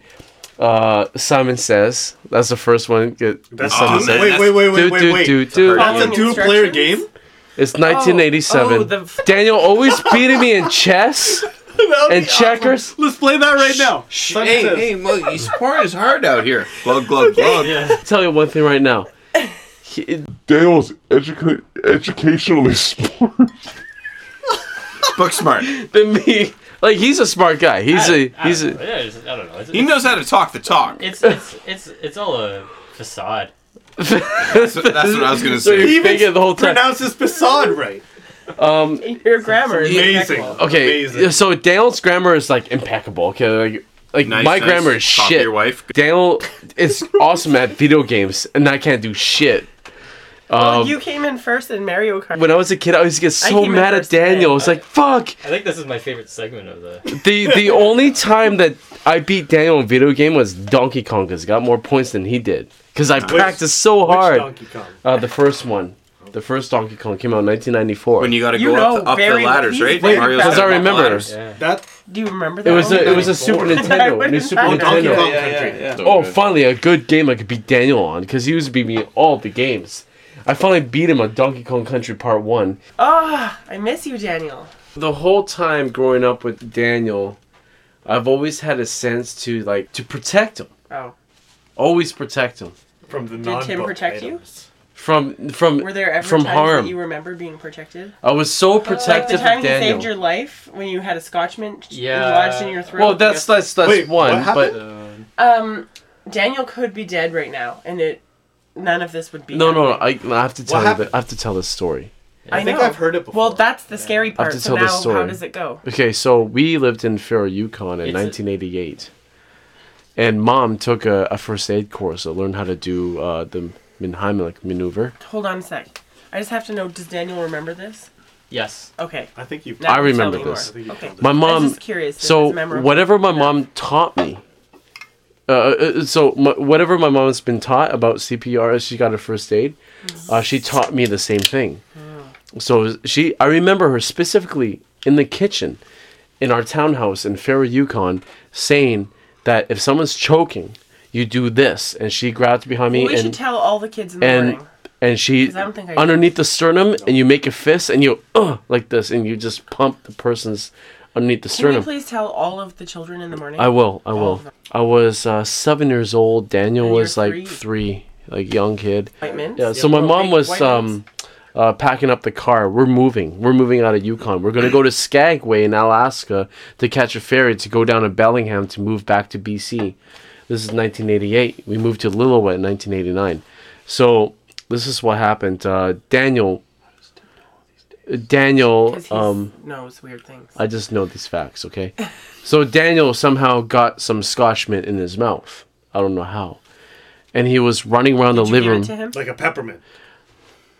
Speaker 2: uh, Simon says that's the first one. Get,
Speaker 1: That's
Speaker 5: Oh,
Speaker 1: two-
Speaker 5: man,
Speaker 1: wait,
Speaker 5: that's-
Speaker 1: wait, wait,
Speaker 2: do,
Speaker 1: wait,
Speaker 2: do,
Speaker 1: wait,
Speaker 2: do,
Speaker 1: wait.
Speaker 2: do.
Speaker 1: That's a
Speaker 6: Following
Speaker 1: two-player game.
Speaker 6: instructions?
Speaker 2: It's 1987.
Speaker 6: Oh, the f-
Speaker 2: Daniel always beating me in chess
Speaker 1: That'll
Speaker 2: and
Speaker 1: be awesome.
Speaker 2: checkers.
Speaker 1: Let's play that right now. Sun
Speaker 5: Hey,
Speaker 1: says-
Speaker 5: hey, look, he's pouring his heart out here. Glug, glug, glug.
Speaker 3: yeah.
Speaker 2: Tell you one thing right now. He-
Speaker 4: Dale's educa- educationally [laughs] smart.
Speaker 5: Book smart.
Speaker 2: than me. Like he's a smart guy. He's a
Speaker 3: I,
Speaker 2: he's
Speaker 3: I, [laughs]
Speaker 2: a
Speaker 3: don't know. yeah, just- I don't know. It's,
Speaker 5: He knows how to talk the talk.
Speaker 3: it's, it's it's it's all a facade.
Speaker 5: That's, that's what I was gonna
Speaker 2: So
Speaker 5: say.
Speaker 2: you're
Speaker 1: He even
Speaker 2: thinking the whole time.
Speaker 1: pronounces facade right.
Speaker 2: Um,
Speaker 6: [laughs] Your grammar is
Speaker 1: Amazing.
Speaker 6: impeccable.
Speaker 2: okay,
Speaker 1: Amazing.
Speaker 2: so Daniel's grammar is like impeccable. Okay, like like
Speaker 5: Nice,
Speaker 2: my
Speaker 5: nice.
Speaker 2: grammar is
Speaker 5: Talk to
Speaker 2: shit.
Speaker 5: your wife.
Speaker 2: Daniel is awesome at video games, and I can't do shit.
Speaker 6: Well,
Speaker 2: Um,
Speaker 6: you came in first in Mario Kart.
Speaker 2: when I was a kid, I used to get so
Speaker 6: came in
Speaker 2: mad at
Speaker 6: first today.
Speaker 2: Daniel. It's like fuck.
Speaker 3: I think this is my favorite segment of the.
Speaker 2: The the only time that I beat Daniel in video game was Donkey Kong, because got more points than he did. Because I practiced so
Speaker 1: Which
Speaker 2: hard.
Speaker 1: Donkey Kong?
Speaker 2: Uh, the first one, the first Donkey Kong came out in 1994.
Speaker 5: When you gotta
Speaker 6: You
Speaker 5: go up,
Speaker 6: know
Speaker 5: the, up the
Speaker 6: very well.
Speaker 5: ladders,
Speaker 6: He's
Speaker 5: right?
Speaker 6: very
Speaker 5: Mario's
Speaker 2: Because I
Speaker 5: gotta
Speaker 6: proud
Speaker 5: go up the
Speaker 2: remember.
Speaker 5: ladders.
Speaker 3: Yeah.
Speaker 1: That
Speaker 6: Do you remember that?
Speaker 2: It was a, it was a
Speaker 1: Nintendo
Speaker 2: Super
Speaker 1: four. [laughs]
Speaker 2: Nintendo, a new Super
Speaker 6: Oh,
Speaker 1: Donkey
Speaker 2: Nintendo.
Speaker 1: Kong
Speaker 5: Yeah, yeah,
Speaker 1: Country.
Speaker 5: yeah.
Speaker 2: Oh, finally a good game I could beat Daniel on because he was beating me all the games. I finally beat him on Donkey Kong Country Part 1.
Speaker 6: Ah, I miss you, Daniel.
Speaker 2: The whole time growing up with Daniel, I've always had a sense to like to protect him.
Speaker 6: Oh,
Speaker 2: Always protect him
Speaker 1: From the
Speaker 6: Tim
Speaker 1: non
Speaker 6: protect you?
Speaker 2: from from
Speaker 6: were there ever
Speaker 2: from
Speaker 6: times
Speaker 2: harm.
Speaker 6: that you remember being protected?
Speaker 2: I was so
Speaker 6: Like the
Speaker 2: protective
Speaker 6: time
Speaker 2: of
Speaker 6: he
Speaker 2: Daniel.
Speaker 6: saved your life when you had a Scotchman
Speaker 3: Yeah.
Speaker 6: lodged in your throat.
Speaker 2: well, that's
Speaker 6: Yes.
Speaker 2: that's that's
Speaker 1: Wait, what
Speaker 2: one, but
Speaker 1: happened?
Speaker 6: um, Daniel could be dead right now, and it none of this would be.
Speaker 2: no, no, no,
Speaker 6: happening.
Speaker 2: I, I have to tell you
Speaker 1: happened?
Speaker 2: that I have to tell this story.
Speaker 1: I think I've heard it before.
Speaker 6: Well, that's the scary part.
Speaker 2: to
Speaker 6: So
Speaker 2: tell
Speaker 6: now,
Speaker 2: the
Speaker 6: how
Speaker 2: story.
Speaker 6: does it go?
Speaker 2: Okay, so we lived in Faro, Yukon in
Speaker 3: It's a-
Speaker 2: 1988, and Mom took a, a first aid course to learn how to do uh, the Minheimlich maneuver.
Speaker 6: Hold on a sec. I just have to know. Does Daniel remember this?
Speaker 3: Yes.
Speaker 6: Okay.
Speaker 1: I think you.
Speaker 6: now
Speaker 2: I
Speaker 6: you tell
Speaker 2: remember
Speaker 6: me
Speaker 2: this.
Speaker 1: I think
Speaker 6: more.
Speaker 1: you
Speaker 6: Okay.
Speaker 1: told
Speaker 2: My
Speaker 6: I was
Speaker 2: mom.
Speaker 6: just curious. if
Speaker 2: So
Speaker 6: it's memorable.
Speaker 2: whatever my mom taught me, uh, uh, so my, whatever my mom's been taught about CPR, as she got her first aid, uh, she
Speaker 6: Mm.
Speaker 2: taught me the same thing. So she, I remember her specifically in the kitchen, in our townhouse in Fair Yukon, saying that if someone's choking, you do this, and she grabbed behind me
Speaker 6: we should
Speaker 2: and
Speaker 6: tell all the kids in the
Speaker 2: and
Speaker 6: morning.
Speaker 2: and she
Speaker 6: 'Cause I don't think I-
Speaker 2: underneath the sternum, and you make a fist, and you uh, like this, and you just pump the person's underneath the
Speaker 6: Can you
Speaker 2: sternum.
Speaker 6: please tell all of the children in the morning?
Speaker 2: I will. I will. I was uh, seven years old. Daniel
Speaker 6: And Oh, you're
Speaker 2: was like
Speaker 6: three.
Speaker 2: three. like young kid.
Speaker 6: White mints?
Speaker 2: Yeah. So my
Speaker 6: Little
Speaker 2: mom
Speaker 6: big
Speaker 2: was
Speaker 6: white
Speaker 2: um,
Speaker 6: mints.
Speaker 2: uh, packing up the car. We're moving. We're moving out of Yukon. We're gonna go to Skagway in Alaska to catch a ferry to go down to Bellingham to move back to BC. This is 1988. We moved to Lillooet in 1989. So this is what happened. Uh, Daniel. Daniel.
Speaker 6: 'Cause he's-
Speaker 2: Um,
Speaker 6: knows weird things.
Speaker 2: I just know these facts, okay? so Daniel somehow got some Scotch mint in his mouth. I don't know how. And he was running around the
Speaker 6: Did
Speaker 2: living
Speaker 6: you give
Speaker 2: room.
Speaker 6: it to him?
Speaker 1: me. Like a peppermint.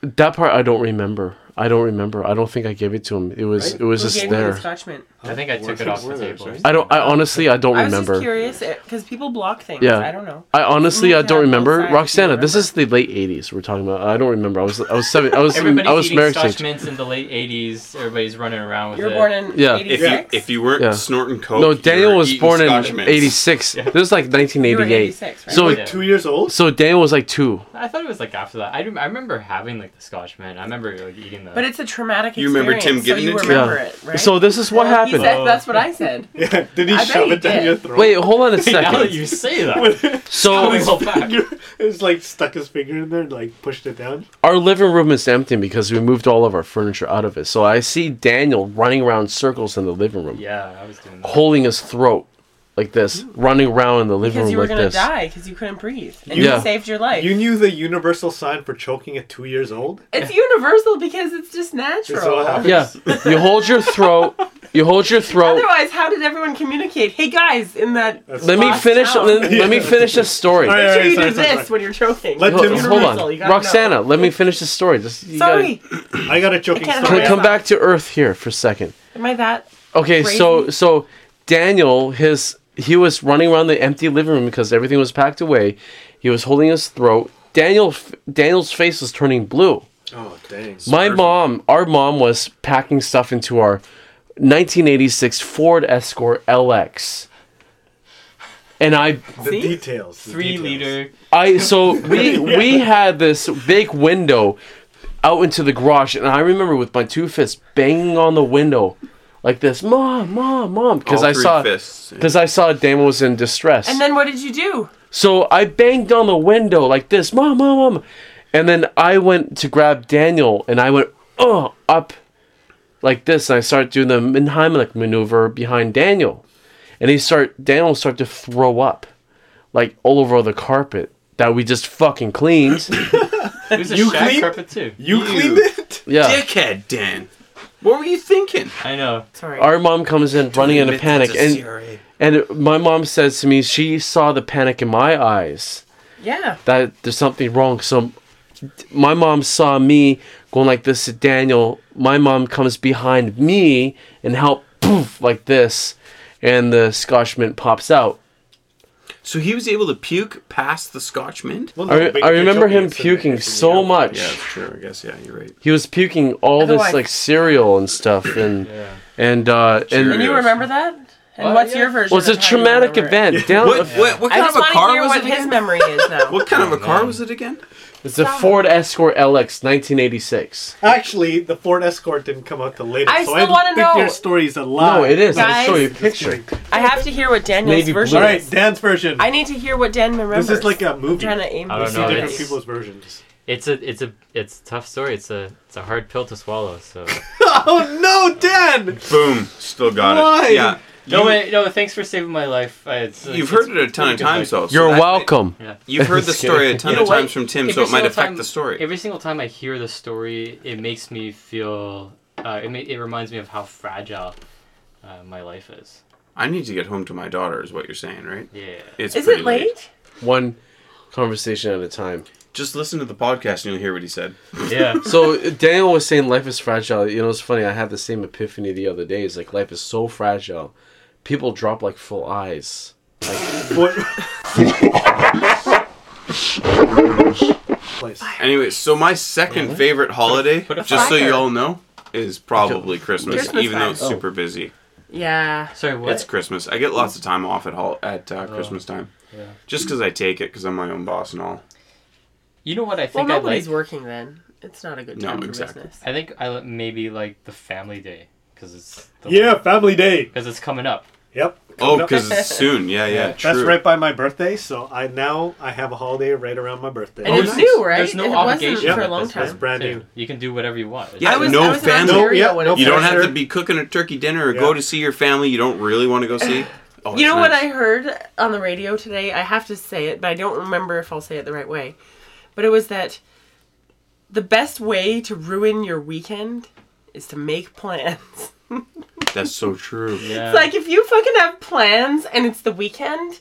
Speaker 2: That part I don't remember. I don't remember. I don't think I gave it to him. It was it was
Speaker 6: Who
Speaker 2: just
Speaker 6: gave you the
Speaker 2: there.
Speaker 6: Scotchman?
Speaker 3: I think I took it off the table.
Speaker 2: I don't I honestly I don't
Speaker 6: I was just
Speaker 2: remember.
Speaker 6: curious because people block things.
Speaker 2: Yeah.
Speaker 6: I don't know.
Speaker 2: I honestly
Speaker 6: You
Speaker 2: I
Speaker 6: need to
Speaker 2: don't
Speaker 6: have both
Speaker 2: remember.
Speaker 6: sides if you
Speaker 2: Roxana, this
Speaker 6: remember.
Speaker 2: is the late 80s we're talking about. I don't remember. I was I was 7 I was
Speaker 3: Everybody's
Speaker 2: I was
Speaker 3: eating
Speaker 2: married
Speaker 3: Scotch
Speaker 2: stage.
Speaker 3: mints in the late '80s. Everybody's running around with
Speaker 6: You were
Speaker 3: it.
Speaker 6: born in
Speaker 2: Yeah.
Speaker 5: If you,
Speaker 6: 86?
Speaker 5: if you weren't
Speaker 2: Yeah.
Speaker 5: snorting coke,
Speaker 2: No,
Speaker 5: you
Speaker 2: Daniel
Speaker 5: were
Speaker 2: was
Speaker 5: eating
Speaker 2: born
Speaker 5: Scotch
Speaker 2: in
Speaker 5: mints.
Speaker 2: 86. This was like 1988.
Speaker 6: 86, right?
Speaker 2: So
Speaker 1: Like
Speaker 3: Yeah.
Speaker 1: two years old.
Speaker 2: so Daniel was like 2.
Speaker 3: I thought it was like after that. I, rem- I remember having like the Scotch mint. I remember like eating the.
Speaker 6: But it's a traumatic
Speaker 5: You remember Tim
Speaker 6: experience,
Speaker 5: giving
Speaker 6: so you
Speaker 5: it to you?
Speaker 6: remember
Speaker 2: Yeah.
Speaker 6: it, right?
Speaker 2: So this is what
Speaker 6: Well, he
Speaker 2: happened.
Speaker 6: said- that's what
Speaker 2: [laughs]
Speaker 6: I said.
Speaker 1: Yeah. [laughs] Did he
Speaker 6: I bet
Speaker 1: shove
Speaker 6: he
Speaker 1: it down
Speaker 6: did.
Speaker 1: your throat? [laughs]
Speaker 2: Wait, hold
Speaker 6: [laughs]
Speaker 2: on a
Speaker 3: now that
Speaker 2: second.
Speaker 3: you say that,
Speaker 2: So
Speaker 3: His
Speaker 1: His
Speaker 3: back.
Speaker 1: finger, it's like stuck his finger in there and like pushed it down.
Speaker 2: our living room is empty because we moved all of our furniture out of it. So I see Daniel running around circles in the living room,
Speaker 3: yeah, I was
Speaker 2: [laughs]
Speaker 3: doing that.
Speaker 2: holding his throat like this, running around in the living
Speaker 6: Because
Speaker 2: room
Speaker 6: you were
Speaker 2: like
Speaker 6: going to
Speaker 2: this.
Speaker 6: die because you couldn't breathe. And
Speaker 2: You-
Speaker 6: you
Speaker 2: Yeah.
Speaker 6: saved your life.
Speaker 1: You knew the universal sign for choking at two years old.
Speaker 6: it's universal because it's just natural.
Speaker 1: Is that what happened?
Speaker 2: Yeah, you hold your throat. You hold your throat.
Speaker 6: Otherwise, how did everyone communicate? Hey guys, in that.
Speaker 1: That's-
Speaker 2: Let me
Speaker 6: Lost
Speaker 2: finish.
Speaker 6: out.
Speaker 2: Let, let me
Speaker 1: Yeah.
Speaker 2: finish this story.
Speaker 1: All right, all
Speaker 6: Make sure
Speaker 1: right,
Speaker 6: you
Speaker 1: sorry,
Speaker 6: do
Speaker 1: sorry,
Speaker 6: this
Speaker 1: sorry.
Speaker 6: when you're choking.
Speaker 1: Let
Speaker 2: Hold,
Speaker 1: Tim-
Speaker 2: hold
Speaker 6: Universal, you
Speaker 2: on,
Speaker 6: gotta know.
Speaker 2: Roxana. Let me finish the story. Just you gotta-
Speaker 6: Sorry,
Speaker 1: I got a choking
Speaker 6: can't
Speaker 1: story.
Speaker 2: Come, come
Speaker 6: Oh, Yeah.
Speaker 2: back to Earth here for a second.
Speaker 6: am I that?
Speaker 2: Okay, so
Speaker 6: Crazy.
Speaker 2: so Daniel, his he was running around the empty living room because everything was packed away. He was holding his throat. Daniel Daniel's face was turning blue.
Speaker 1: Oh dang!
Speaker 2: My mom, our mom was packing stuff into our 1986 Ford Escort LX. And I
Speaker 1: the
Speaker 6: See?
Speaker 1: details. the
Speaker 3: Three
Speaker 1: details.
Speaker 3: liter.
Speaker 2: I so
Speaker 5: [laughs]
Speaker 2: we we had this big window out into the garage, and I remember with my two fists banging on the window like this, mom, mom, mom, because
Speaker 5: All
Speaker 2: I
Speaker 5: three
Speaker 2: saw
Speaker 5: fists.
Speaker 2: because I saw Damo was in distress.
Speaker 6: And then what did you do?
Speaker 2: so I banged on the window like this, mom, mom, mom, and then I went to grab Daniel, and I went oh up like this, and I started doing the Heimlich maneuver behind Daniel, and he start Daniel started to throw up, like all over the carpet that we just fucking
Speaker 5: [coughs]
Speaker 2: cleaned.
Speaker 3: It was a
Speaker 1: You
Speaker 3: shag
Speaker 1: clean-
Speaker 3: carpet too.
Speaker 1: You cleaned it.
Speaker 2: Yeah.
Speaker 5: Dickhead, Dan. What were you thinking?
Speaker 3: [laughs] I know.
Speaker 6: Sorry.
Speaker 2: Our mom comes in running in a
Speaker 5: Admit
Speaker 2: panic,
Speaker 5: that's a
Speaker 2: and
Speaker 5: CRA.
Speaker 2: and my mom says to me, she saw the panic in my eyes
Speaker 6: yeah.
Speaker 2: that there's something wrong. So my mom saw me going like this to Daniel. My mom comes behind me and help poof like this, and the Scotch mint pops out.
Speaker 5: So he was able to puke past the Scotch mint.
Speaker 1: Well,
Speaker 2: I,
Speaker 1: but
Speaker 2: I
Speaker 1: you're
Speaker 2: remember
Speaker 1: choking
Speaker 2: him
Speaker 1: it, so
Speaker 2: puking
Speaker 1: it's in the
Speaker 2: so
Speaker 1: yellow.
Speaker 2: much.
Speaker 5: Yeah, sure. I guess yeah, you're right.
Speaker 2: He was puking all
Speaker 6: Otherwise-
Speaker 2: this like cereal and stuff, and
Speaker 3: Yeah.
Speaker 2: and uh,
Speaker 6: And
Speaker 2: and
Speaker 6: you
Speaker 5: Yes.
Speaker 6: remember that? And
Speaker 3: Well,
Speaker 6: what's
Speaker 3: yeah.
Speaker 6: your version?
Speaker 2: well, it's a
Speaker 6: of how you
Speaker 2: traumatic
Speaker 5: [laughs]
Speaker 6: remember it?
Speaker 2: event. Down,
Speaker 5: What what, what
Speaker 6: I
Speaker 5: kind
Speaker 6: just
Speaker 5: of a
Speaker 6: want to
Speaker 5: car
Speaker 6: hear
Speaker 5: was
Speaker 6: what
Speaker 5: it
Speaker 6: his
Speaker 5: again?
Speaker 6: memory is now.
Speaker 5: What kind of a car was it again?
Speaker 2: It's a
Speaker 6: Stop.
Speaker 2: Ford Escort LX 1986.
Speaker 1: Actually, the Ford Escort didn't come out the latest.
Speaker 6: I
Speaker 1: so
Speaker 6: still
Speaker 1: I
Speaker 6: wanna
Speaker 1: think
Speaker 6: know.
Speaker 1: your story's a lie.
Speaker 2: No, it is. I'll
Speaker 6: Uh, Guys.
Speaker 2: show you a picture.
Speaker 6: I have to hear what Daniel's
Speaker 2: Navy
Speaker 6: version
Speaker 1: All
Speaker 2: blue.
Speaker 1: right,
Speaker 6: is.
Speaker 1: Dan's version.
Speaker 6: I need to hear what Dan remembers.
Speaker 1: this is like a
Speaker 6: I'm
Speaker 1: movie.
Speaker 6: trying to aim.
Speaker 3: I
Speaker 1: You
Speaker 3: don't
Speaker 1: see
Speaker 3: know,
Speaker 1: different
Speaker 3: it's-
Speaker 1: people's versions.
Speaker 3: It's a it's a it's a tough story. It's a it's a hard pill to swallow. So
Speaker 1: Oh no,
Speaker 2: [laughs]
Speaker 1: Dan!
Speaker 5: Boom. Still got
Speaker 1: Why?
Speaker 5: it. Yeah.
Speaker 3: no wait no thanks for saving my life. I, it's,
Speaker 5: You've
Speaker 3: it's-
Speaker 5: heard it
Speaker 3: it's
Speaker 5: a ton of
Speaker 3: pretty good, like-
Speaker 5: times, though. so
Speaker 2: You're
Speaker 5: that-
Speaker 2: welcome.
Speaker 3: Yeah.
Speaker 5: You've heard the
Speaker 2: Just
Speaker 5: story a
Speaker 2: kidding.
Speaker 5: ton
Speaker 3: You know
Speaker 5: of
Speaker 3: what?
Speaker 5: times from Tim,
Speaker 3: Every
Speaker 5: so it might
Speaker 3: single
Speaker 5: affect
Speaker 3: time-
Speaker 5: the story.
Speaker 3: Every single time I hear the story, it makes me feel. Uh, it ma- it reminds me of how fragile uh, my life is.
Speaker 5: I need to get home to my daughter, is what you're saying, right? [laughs]
Speaker 3: Yeah.
Speaker 5: It's
Speaker 6: Is
Speaker 5: pretty
Speaker 6: it late?
Speaker 2: One conversation at a time.
Speaker 5: Just listen to the podcast and you'll hear what he said.
Speaker 3: Yeah.
Speaker 2: So Daniel was saying life is fragile. You know, it's funny. I had the same epiphany the other day. It's like life is so fragile. People drop like full eyes.
Speaker 1: What? Place.
Speaker 5: Anyway, so my second favorite holiday, just so
Speaker 6: fire.
Speaker 5: you all know, is probably Christmas,
Speaker 6: Christmas
Speaker 5: even though it's
Speaker 6: time.
Speaker 5: super busy.
Speaker 6: Yeah.
Speaker 3: Sorry. What?
Speaker 5: It's Christmas. I get lots of time off at hol- at
Speaker 1: Oh,
Speaker 5: uh, Christmas time,
Speaker 3: yeah.
Speaker 5: just because I take it because I'm my own boss and all.
Speaker 3: You know what I
Speaker 6: Well,
Speaker 3: think I like.
Speaker 6: nobody's working then. It's not a good
Speaker 5: No,
Speaker 6: time for
Speaker 5: exactly.
Speaker 6: business.
Speaker 3: I think I li- maybe like the family day because it's.
Speaker 1: [laughs]
Speaker 3: The
Speaker 1: Yeah, family day.
Speaker 3: Because it's coming up.
Speaker 1: Yep.
Speaker 5: Oh,
Speaker 1: Coming up. [laughs]
Speaker 5: because it's soon. Yeah, yeah, true.
Speaker 1: That's right by my birthday, so I now I have a holiday right around my birthday.
Speaker 6: And
Speaker 5: Oh,
Speaker 6: it's
Speaker 5: nice.
Speaker 6: new, right?
Speaker 3: There's no
Speaker 6: it
Speaker 3: obligation
Speaker 6: wasn't for a
Speaker 1: at
Speaker 6: long
Speaker 3: this
Speaker 1: That's
Speaker 6: time.
Speaker 1: brand
Speaker 3: too.
Speaker 1: new.
Speaker 3: You can do whatever you want. It's
Speaker 5: Yeah,
Speaker 6: I was,
Speaker 5: no
Speaker 6: I was in
Speaker 5: family.
Speaker 6: Ontario
Speaker 1: No, yeah,
Speaker 6: when
Speaker 1: no
Speaker 6: it
Speaker 5: You don't have to
Speaker 1: Sure.
Speaker 5: be cooking a turkey dinner or
Speaker 1: Yeah.
Speaker 5: go to see your family you don't really want to
Speaker 1: [laughs]
Speaker 5: go see. Oh,
Speaker 6: You
Speaker 5: it's
Speaker 6: know what
Speaker 5: nice.
Speaker 6: I heard on the radio today? I have to say it, but I don't remember if I'll say it the right way. But it was that the best way to ruin your weekend is to make plans. [laughs]
Speaker 5: That's so true.
Speaker 3: Yeah.
Speaker 6: It's like if you fucking have plans and it's the weekend,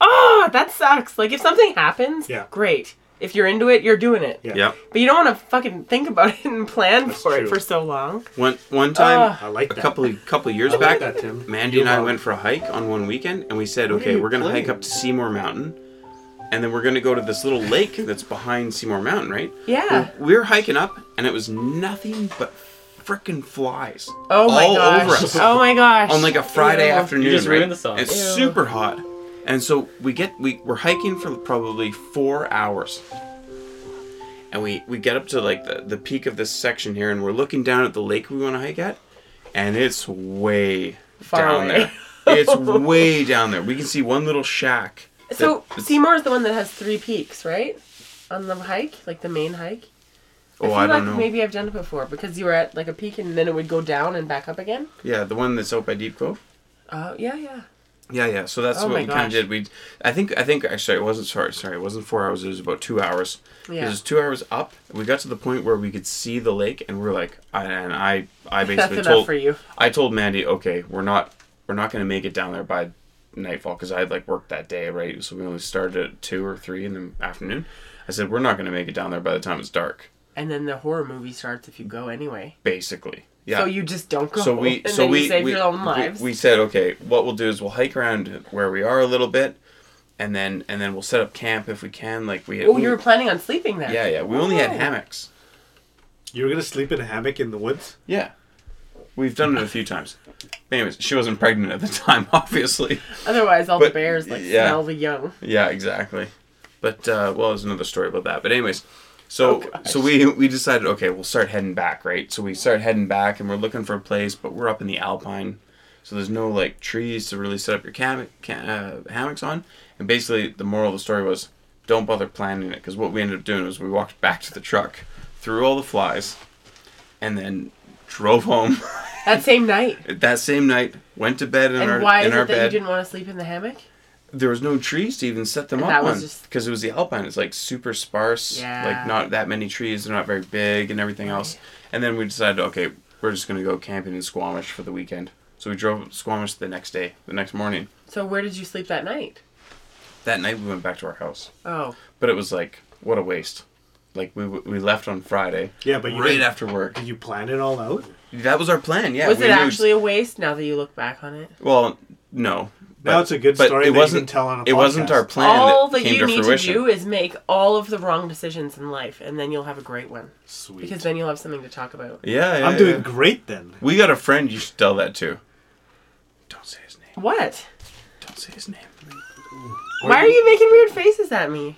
Speaker 6: oh, that sucks. Like if something happens,
Speaker 1: Yeah.
Speaker 6: great. If you're into it, you're doing it.
Speaker 1: Yeah.
Speaker 5: Yeah.
Speaker 6: But you don't want to fucking think about it and plan
Speaker 1: That's
Speaker 6: for it
Speaker 1: true.
Speaker 6: for so long.
Speaker 5: One one time,
Speaker 6: Ah.
Speaker 1: I like
Speaker 5: a
Speaker 1: that.
Speaker 5: couple of, couple of years
Speaker 1: I
Speaker 5: back,
Speaker 1: like that, Tim.
Speaker 5: Mandy
Speaker 1: You
Speaker 5: and I
Speaker 1: love-
Speaker 5: went for a hike on one weekend, and we said,
Speaker 1: are
Speaker 5: okay,
Speaker 1: you
Speaker 5: we're gonna hike
Speaker 1: playing?
Speaker 5: up to Seymour Mountain, and then we're gonna go to this little lake that's behind Seymour Mountain, right?
Speaker 6: Yeah.
Speaker 5: We were hiking up, and it was nothing but frickin' flies
Speaker 6: Oh my
Speaker 5: all
Speaker 6: gosh.
Speaker 5: over us
Speaker 6: Oh my gosh.
Speaker 5: on like a Friday
Speaker 6: Ew.
Speaker 5: afternoon.
Speaker 3: You just
Speaker 5: right?
Speaker 3: ruined the song.
Speaker 5: It's
Speaker 6: Ew.
Speaker 5: super hot, and so we get we we're hiking for probably four hours, and we we get up to like the the peak of this section here, and we're looking down at the lake we want to hike at, and it's way
Speaker 6: Far
Speaker 5: down
Speaker 6: away.
Speaker 5: there.
Speaker 6: [laughs]
Speaker 5: It's way down there. We can see one little shack. that-
Speaker 6: So Seymour is the one that has three peaks, right? On the hike, like the main hike.
Speaker 5: oh,
Speaker 6: feel
Speaker 5: I
Speaker 6: like
Speaker 5: don't know.
Speaker 6: maybe I've done it before because you were at like a peak and then it would go down and back up again.
Speaker 5: Yeah, the one that's out by Deep Cove.
Speaker 6: Oh yeah, yeah.
Speaker 5: Yeah, yeah. So that's
Speaker 6: Oh
Speaker 5: what
Speaker 6: my
Speaker 5: we kind of
Speaker 6: gosh.
Speaker 5: did. We, I think, I think actually it wasn't sorry, sorry, it wasn't four hours. It was about two hours.
Speaker 6: Yeah.
Speaker 5: It was two hours up. We got to the point where we could see the lake, and we're like, I, and I, I
Speaker 6: [laughs] That's
Speaker 5: basically
Speaker 6: enough
Speaker 5: told,
Speaker 6: for you.
Speaker 5: I told Mandy, okay, we're not, we're not gonna make it down there by nightfall because I had like worked that day, right? So we only started at two or three in the afternoon. I said we're not gonna make it down there by the time it's dark,
Speaker 6: And then the horror movie starts if you go anyway.
Speaker 5: basically. Yeah.
Speaker 6: So you just don't go.
Speaker 5: So we
Speaker 6: and
Speaker 5: so
Speaker 6: then
Speaker 5: we
Speaker 6: you save
Speaker 5: we,
Speaker 6: your own
Speaker 5: we-
Speaker 6: lives.
Speaker 5: we said okay, what we'll do is we'll hike around where we are a little bit, and then and then we'll set up camp if we can. Like we
Speaker 6: oh,
Speaker 5: we-
Speaker 6: you were planning on sleeping there.
Speaker 5: yeah yeah we only had
Speaker 6: Oh.
Speaker 5: hammocks.
Speaker 1: You were gonna sleep in a hammock in the woods?
Speaker 5: Yeah, we've done it a few times. Anyways, she wasn't pregnant at the time, [laughs] obviously.
Speaker 6: Otherwise, all the
Speaker 5: But,
Speaker 6: bears like
Speaker 5: yeah.
Speaker 6: smell the young.
Speaker 5: Yeah, exactly. But uh, well, there's another story about that. But anyways, so
Speaker 6: Oh,
Speaker 5: so we we decided okay, we'll start heading back, right? So we start heading back, and we're looking for a place, but we're up in the alpine, so there's no like trees to really set up your cam- ca- uh, hammocks on. And basically, the moral of the story was don't bother planning it because what we ended up doing was we walked back to the truck, threw all the flies, and then drove home [laughs]
Speaker 6: That same night.
Speaker 5: that same night. Went to bed in
Speaker 6: And
Speaker 5: our
Speaker 6: why
Speaker 5: in
Speaker 6: is
Speaker 5: our
Speaker 6: it that you
Speaker 5: bed
Speaker 6: didn't want to sleep in the hammock?
Speaker 5: there was no trees to even set them
Speaker 6: And
Speaker 5: up
Speaker 6: that was
Speaker 5: on
Speaker 6: just-
Speaker 5: because it was the alpine. It's like super sparse,
Speaker 6: Yeah.
Speaker 5: like not that many trees. They're not very big and everything else. And then we decided, okay, we're just gonna go camping in Squamish for the weekend. So we drove up to Squamish the next day, the next morning.
Speaker 6: So where did you sleep that night?
Speaker 5: That night we went back to our house,
Speaker 6: Oh,
Speaker 5: but it was like what a waste. Like we we left on Friday.
Speaker 1: Yeah, but you
Speaker 5: right
Speaker 1: didn't-
Speaker 5: after work.
Speaker 1: Did [laughs] you plan it all out?
Speaker 5: That was our plan. Yeah.
Speaker 6: was
Speaker 5: we
Speaker 6: it
Speaker 5: knew-
Speaker 6: actually a waste? Now that you look back on it,
Speaker 5: Well, no.
Speaker 1: Now it's a good
Speaker 5: but
Speaker 1: story
Speaker 5: It
Speaker 1: that you
Speaker 5: wasn't
Speaker 1: can tell on a
Speaker 5: It wasn't
Speaker 1: podcast.
Speaker 5: our plan.
Speaker 6: all
Speaker 5: that,
Speaker 6: that,
Speaker 5: came
Speaker 6: you
Speaker 5: to
Speaker 6: need
Speaker 5: fruition.
Speaker 6: to do is make all of the wrong decisions in life, and then you'll have a great one
Speaker 1: Sweet.
Speaker 6: because then you'll have something to talk about.
Speaker 5: Yeah, yeah
Speaker 1: I'm doing
Speaker 5: yeah.
Speaker 1: great then.
Speaker 5: We got a friend you should tell that to. Don't say his name.
Speaker 6: What?
Speaker 5: Don't say his name.
Speaker 6: Why are you making weird faces at me?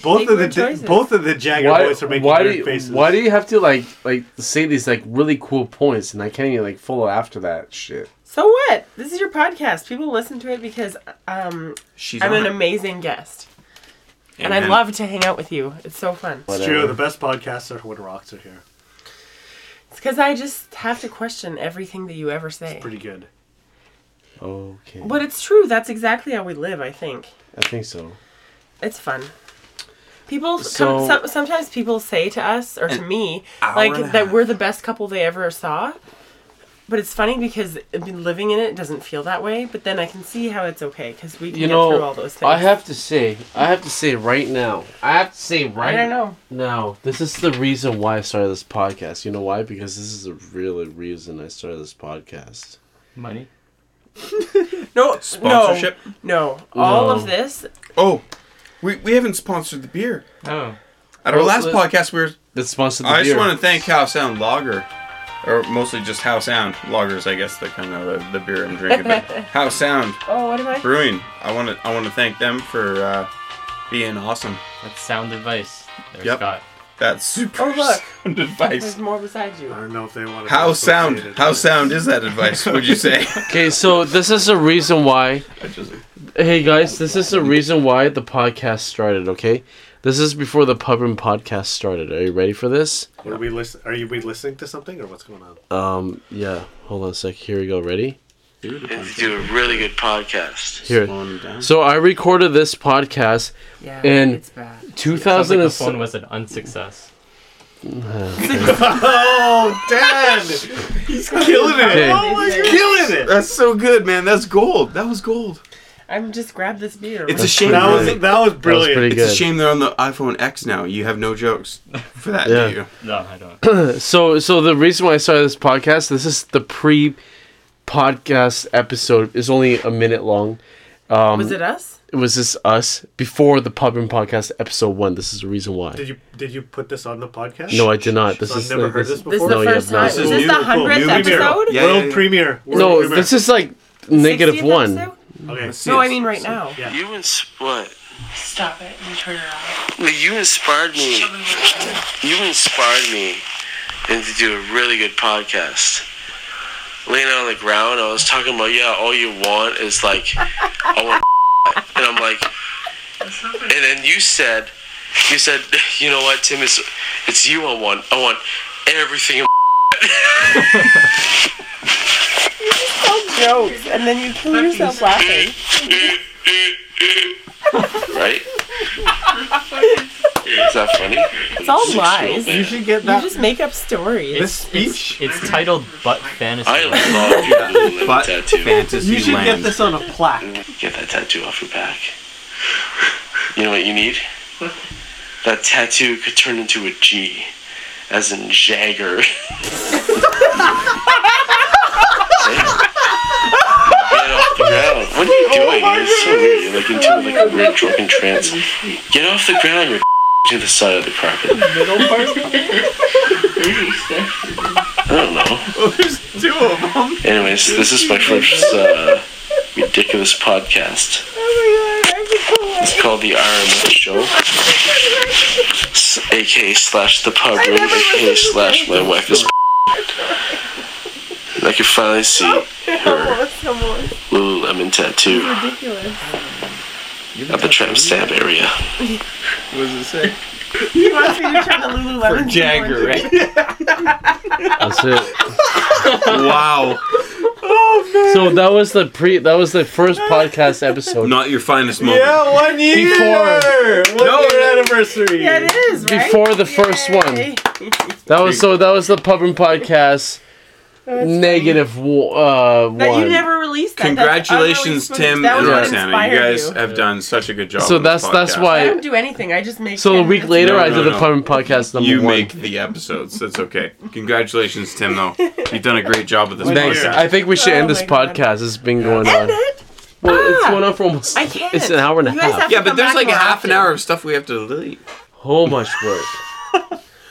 Speaker 1: Both
Speaker 6: Make
Speaker 1: of the
Speaker 6: good
Speaker 1: di-
Speaker 6: choices.
Speaker 1: both of the Jagger
Speaker 2: why,
Speaker 1: boys are making
Speaker 2: why do
Speaker 1: weird
Speaker 2: you,
Speaker 1: faces.
Speaker 2: Why do you have to like like say these like really cool points and I can't even like follow after that shit?
Speaker 6: So what? This is your podcast. People listen to it because um,
Speaker 5: She's
Speaker 6: I'm
Speaker 5: on
Speaker 6: an
Speaker 5: it.
Speaker 6: amazing guest, and I
Speaker 5: Amen.
Speaker 6: love to hang out with you. It's so fun.
Speaker 1: It's
Speaker 2: Whatever.
Speaker 1: true. The best podcasts are when rocks are here.
Speaker 6: It's because I just have to question everything that you ever say.
Speaker 1: Pretty good.
Speaker 2: Okay,
Speaker 6: But it's true. That's exactly how we live. I think
Speaker 2: I think so.
Speaker 6: it's fun. People
Speaker 2: So-
Speaker 6: some, some, sometimes people say to us or to me
Speaker 5: hour
Speaker 6: like
Speaker 5: and a
Speaker 6: that
Speaker 5: half.
Speaker 6: we're the best couple they ever saw. But it's funny because I mean, living in it doesn't feel that way. But then I can see how it's okay because we can
Speaker 2: You
Speaker 6: get
Speaker 2: know,
Speaker 6: through all those things.
Speaker 2: I have to say, I have to say right now, I have to say
Speaker 6: I
Speaker 2: right
Speaker 6: don't know.
Speaker 2: now, this is the reason why I started this podcast. You know why? Because this is the real reason I started this podcast.
Speaker 3: Money.
Speaker 6: No no,
Speaker 5: Sponsorship?
Speaker 6: No, all of
Speaker 2: No.
Speaker 6: this.
Speaker 5: Oh, we, we haven't sponsored the beer.
Speaker 3: Oh.
Speaker 5: At our
Speaker 2: Well,
Speaker 5: last
Speaker 2: let-
Speaker 5: podcast, we were.
Speaker 2: That's sponsored the
Speaker 5: I just
Speaker 2: beer.
Speaker 5: want to thank How Sound Lager, or mostly just How Sound Lagers, I guess. They're kind of the, the beer I'm drinking.
Speaker 6: [laughs]
Speaker 5: But How Sound
Speaker 6: Oh, what am I?
Speaker 5: Brewing. I want to I want to thank them for uh, being awesome.
Speaker 3: That's sound advice. There's
Speaker 5: Yep.
Speaker 3: Scott.
Speaker 5: That's super
Speaker 6: Oh, look.
Speaker 5: sound advice.
Speaker 6: [laughs] There's more besides you.
Speaker 1: I don't know if they want. to
Speaker 5: How
Speaker 1: be
Speaker 5: sound?
Speaker 1: associated
Speaker 5: How
Speaker 1: with-
Speaker 5: sound is that advice? Would
Speaker 2: [laughs]
Speaker 5: you say?
Speaker 2: Okay, so this is the reason why. Hey guys, this is the reason why the podcast started. Okay, this is before the pub and podcast started. Are you ready for this?
Speaker 1: What Are we listen? Are you we listening to something or what's going on?
Speaker 2: Um, yeah. Hold on a sec. Here we go. Ready?
Speaker 7: and do a really good podcast.
Speaker 2: Here. So I recorded this podcast
Speaker 6: Yeah,
Speaker 2: And-
Speaker 6: it's bad.
Speaker 3: Sounds like the
Speaker 2: 2007.
Speaker 3: phone was an unsuccess.
Speaker 1: Oh, Dan! He's killing it.
Speaker 2: Okay.
Speaker 1: Oh, he's killing it.
Speaker 5: That's so good, man. That's gold. That was gold.
Speaker 6: I'm just grab this beer.
Speaker 5: It's a shame.
Speaker 1: That
Speaker 5: they're-
Speaker 1: was that was
Speaker 2: That was
Speaker 1: brilliant.
Speaker 2: pretty
Speaker 5: it's a
Speaker 2: good.
Speaker 5: shame they're on the iPhone X now. You have no jokes for that,
Speaker 2: Yeah.
Speaker 5: do you?
Speaker 3: No, I don't.
Speaker 2: So, so the reason why I started this podcast, this is the pre-podcast episode. is only a minute long.
Speaker 6: was it us?
Speaker 2: It was just us before the pub and podcast episode one. This is the reason why.
Speaker 1: Did you did you put this on the podcast?
Speaker 2: No, I did not. This
Speaker 1: So
Speaker 2: is
Speaker 1: I've never
Speaker 2: like-
Speaker 1: heard this
Speaker 6: This
Speaker 1: before.
Speaker 6: is
Speaker 2: No,
Speaker 6: the
Speaker 2: you
Speaker 6: first
Speaker 2: have not.
Speaker 6: time.
Speaker 2: This
Speaker 6: Is
Speaker 5: is
Speaker 6: this
Speaker 5: new,
Speaker 6: the
Speaker 5: cool.
Speaker 6: hundredth
Speaker 5: New
Speaker 1: premiere.
Speaker 6: episode?
Speaker 5: Yeah,
Speaker 1: World
Speaker 5: yeah, yeah.
Speaker 1: premiere. World
Speaker 2: No,
Speaker 1: premiere.
Speaker 2: this is like negative
Speaker 6: 60th
Speaker 2: one.
Speaker 6: episode?
Speaker 1: okay.
Speaker 6: No, I mean right now.
Speaker 1: Yeah.
Speaker 7: You ins- what?
Speaker 8: Stop it and turn it off.
Speaker 7: You inspired me. You inspired me into do a really good podcast. Laying on the ground, I was talking about yeah, all you want is like, I want, [laughs] and I'm like, and then you said, you said, [laughs] you know what, Tim? It's it's you I want. I want [laughs] everything.
Speaker 6: Oh, jokes, and then you kill yourself laughing.
Speaker 7: Right? Is that funny?
Speaker 6: It's all lies. You
Speaker 1: You should get that.
Speaker 6: just make up stories.
Speaker 1: this speech.
Speaker 3: It's titled Butt Fantasy.
Speaker 7: I love your little
Speaker 5: But
Speaker 7: tattoo.
Speaker 5: fantasy
Speaker 1: you should
Speaker 5: land.
Speaker 1: get this on a plaque.
Speaker 7: Get that tattoo off your back. You know what you need? That tattoo could turn into a G, as in Jagger. [laughs] Get off the ground. What are you doing? You're so weird. You're like into like a weird drunken trance. Get off the ground. You're [laughs] to the side of the carpet. Middle part. I don't know.
Speaker 1: There's two of them.
Speaker 7: Anyways, this is my first uh, ridiculous podcast. It's called the RMS Show, S- aka slash the pub room, aka slash my wife is. And I can finally see her Lululemon tattoo at the tramp stamp area.
Speaker 5: What does it
Speaker 6: [laughs]
Speaker 5: say?
Speaker 6: He wants me to turn the Lululemon to orange. [laughs]
Speaker 5: right?
Speaker 2: That's it.
Speaker 5: wow.
Speaker 2: So that was the pre. That was the first podcast episode.
Speaker 5: Not your finest moment.
Speaker 1: one year. One
Speaker 5: No,
Speaker 1: year
Speaker 5: it-
Speaker 1: anniversary.
Speaker 6: Yeah, it is right.
Speaker 2: Before the first one. That was so. That was the pub and podcast negative wo- uh,
Speaker 6: That
Speaker 2: one.
Speaker 6: you never released that. That's
Speaker 5: Congratulations,
Speaker 6: unreleased footage.
Speaker 5: Tim
Speaker 6: That
Speaker 5: and
Speaker 6: was what
Speaker 5: Roxana. You
Speaker 6: inspired
Speaker 5: guys uh,
Speaker 6: you.
Speaker 5: have done such a good job.
Speaker 2: So
Speaker 5: on this
Speaker 2: that's- that's
Speaker 5: podcast.
Speaker 2: why-
Speaker 6: I don't do anything. I just make.
Speaker 2: so a
Speaker 6: 10
Speaker 2: week
Speaker 6: minutes.
Speaker 2: later,
Speaker 5: No,
Speaker 2: I
Speaker 5: no,
Speaker 2: did
Speaker 5: no.
Speaker 2: the pub and podcast number
Speaker 5: You
Speaker 2: one.
Speaker 5: make the episodes. That's okay. Congratulations, Tim. Though you've done a great job with this
Speaker 2: Thanks.
Speaker 5: podcast.
Speaker 2: I think we should
Speaker 6: Oh
Speaker 2: end this
Speaker 6: my God.
Speaker 2: podcast. It's been going on.
Speaker 6: End it.
Speaker 2: Well, it's
Speaker 6: Ah!
Speaker 2: going on for almost.
Speaker 6: I can't.
Speaker 2: It's an hour and a
Speaker 6: You guys
Speaker 2: half.
Speaker 6: have-
Speaker 5: Yeah, but
Speaker 6: Come
Speaker 5: there's
Speaker 6: back
Speaker 5: like a
Speaker 6: more
Speaker 5: half an
Speaker 6: often.
Speaker 5: hour of stuff we have to delete.
Speaker 2: So much work.
Speaker 6: [laughs]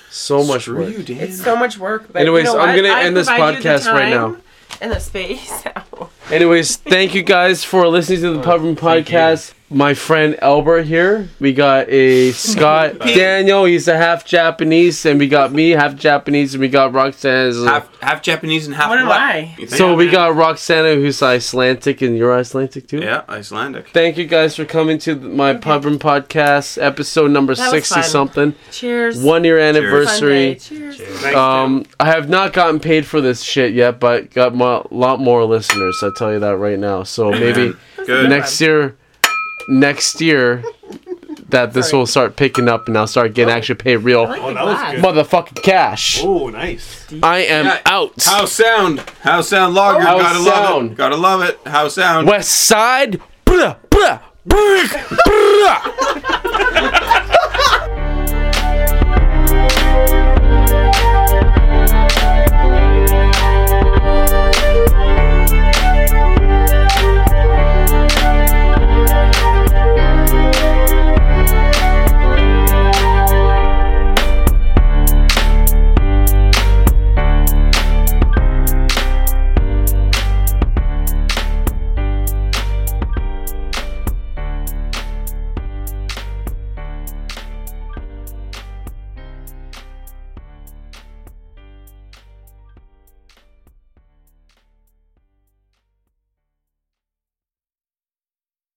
Speaker 2: So much
Speaker 5: Screw
Speaker 2: work.
Speaker 5: you, Dan.
Speaker 6: It's so much work. But
Speaker 2: Anyways,
Speaker 6: you know
Speaker 2: I'm
Speaker 6: what?
Speaker 2: gonna
Speaker 6: I
Speaker 2: end this
Speaker 6: provide you the
Speaker 2: podcast right now.
Speaker 6: time And the space. [laughs]
Speaker 2: Anyways, thank you guys for listening to the Pub Room
Speaker 3: Thank you.
Speaker 2: Podcast. my friend Albert here. We got a
Speaker 6: [laughs]
Speaker 2: Scott Daniel. He's a half Japanese, and we got me half Japanese, and we got Roxanne. as a-
Speaker 5: half half Japanese and half
Speaker 6: What am
Speaker 5: black.
Speaker 6: I?
Speaker 5: You think?
Speaker 2: so we got Roxana, who's Icelandic, and you're Icelandic too.
Speaker 5: yeah Icelandic.
Speaker 2: Thank you guys for coming to th- my pub and podcast episode number
Speaker 6: That was
Speaker 2: sixty
Speaker 6: fun.
Speaker 2: something,
Speaker 6: Cheers.
Speaker 2: one year
Speaker 6: Fun day.
Speaker 2: anniversary.
Speaker 6: Cheers.
Speaker 2: Um, I have not gotten paid for this shit yet, but got a lot more listeners. I tell you that right now. So
Speaker 5: [laughs]
Speaker 2: maybe
Speaker 5: Good.
Speaker 2: next year, next year, that this will start picking up, and I'll start getting actually paid real
Speaker 6: I like
Speaker 1: Oh,
Speaker 6: the
Speaker 1: that was
Speaker 6: glass.
Speaker 1: good.
Speaker 2: motherfucking cash.
Speaker 1: Oh, nice.
Speaker 2: I am
Speaker 5: Yeah.
Speaker 2: out.
Speaker 5: How sound? How sound logger?
Speaker 2: How
Speaker 5: Gotta love
Speaker 2: sound.
Speaker 5: it. Gotta love it. How sound?
Speaker 2: West Side. Bruh, bruh, bruh, bruh.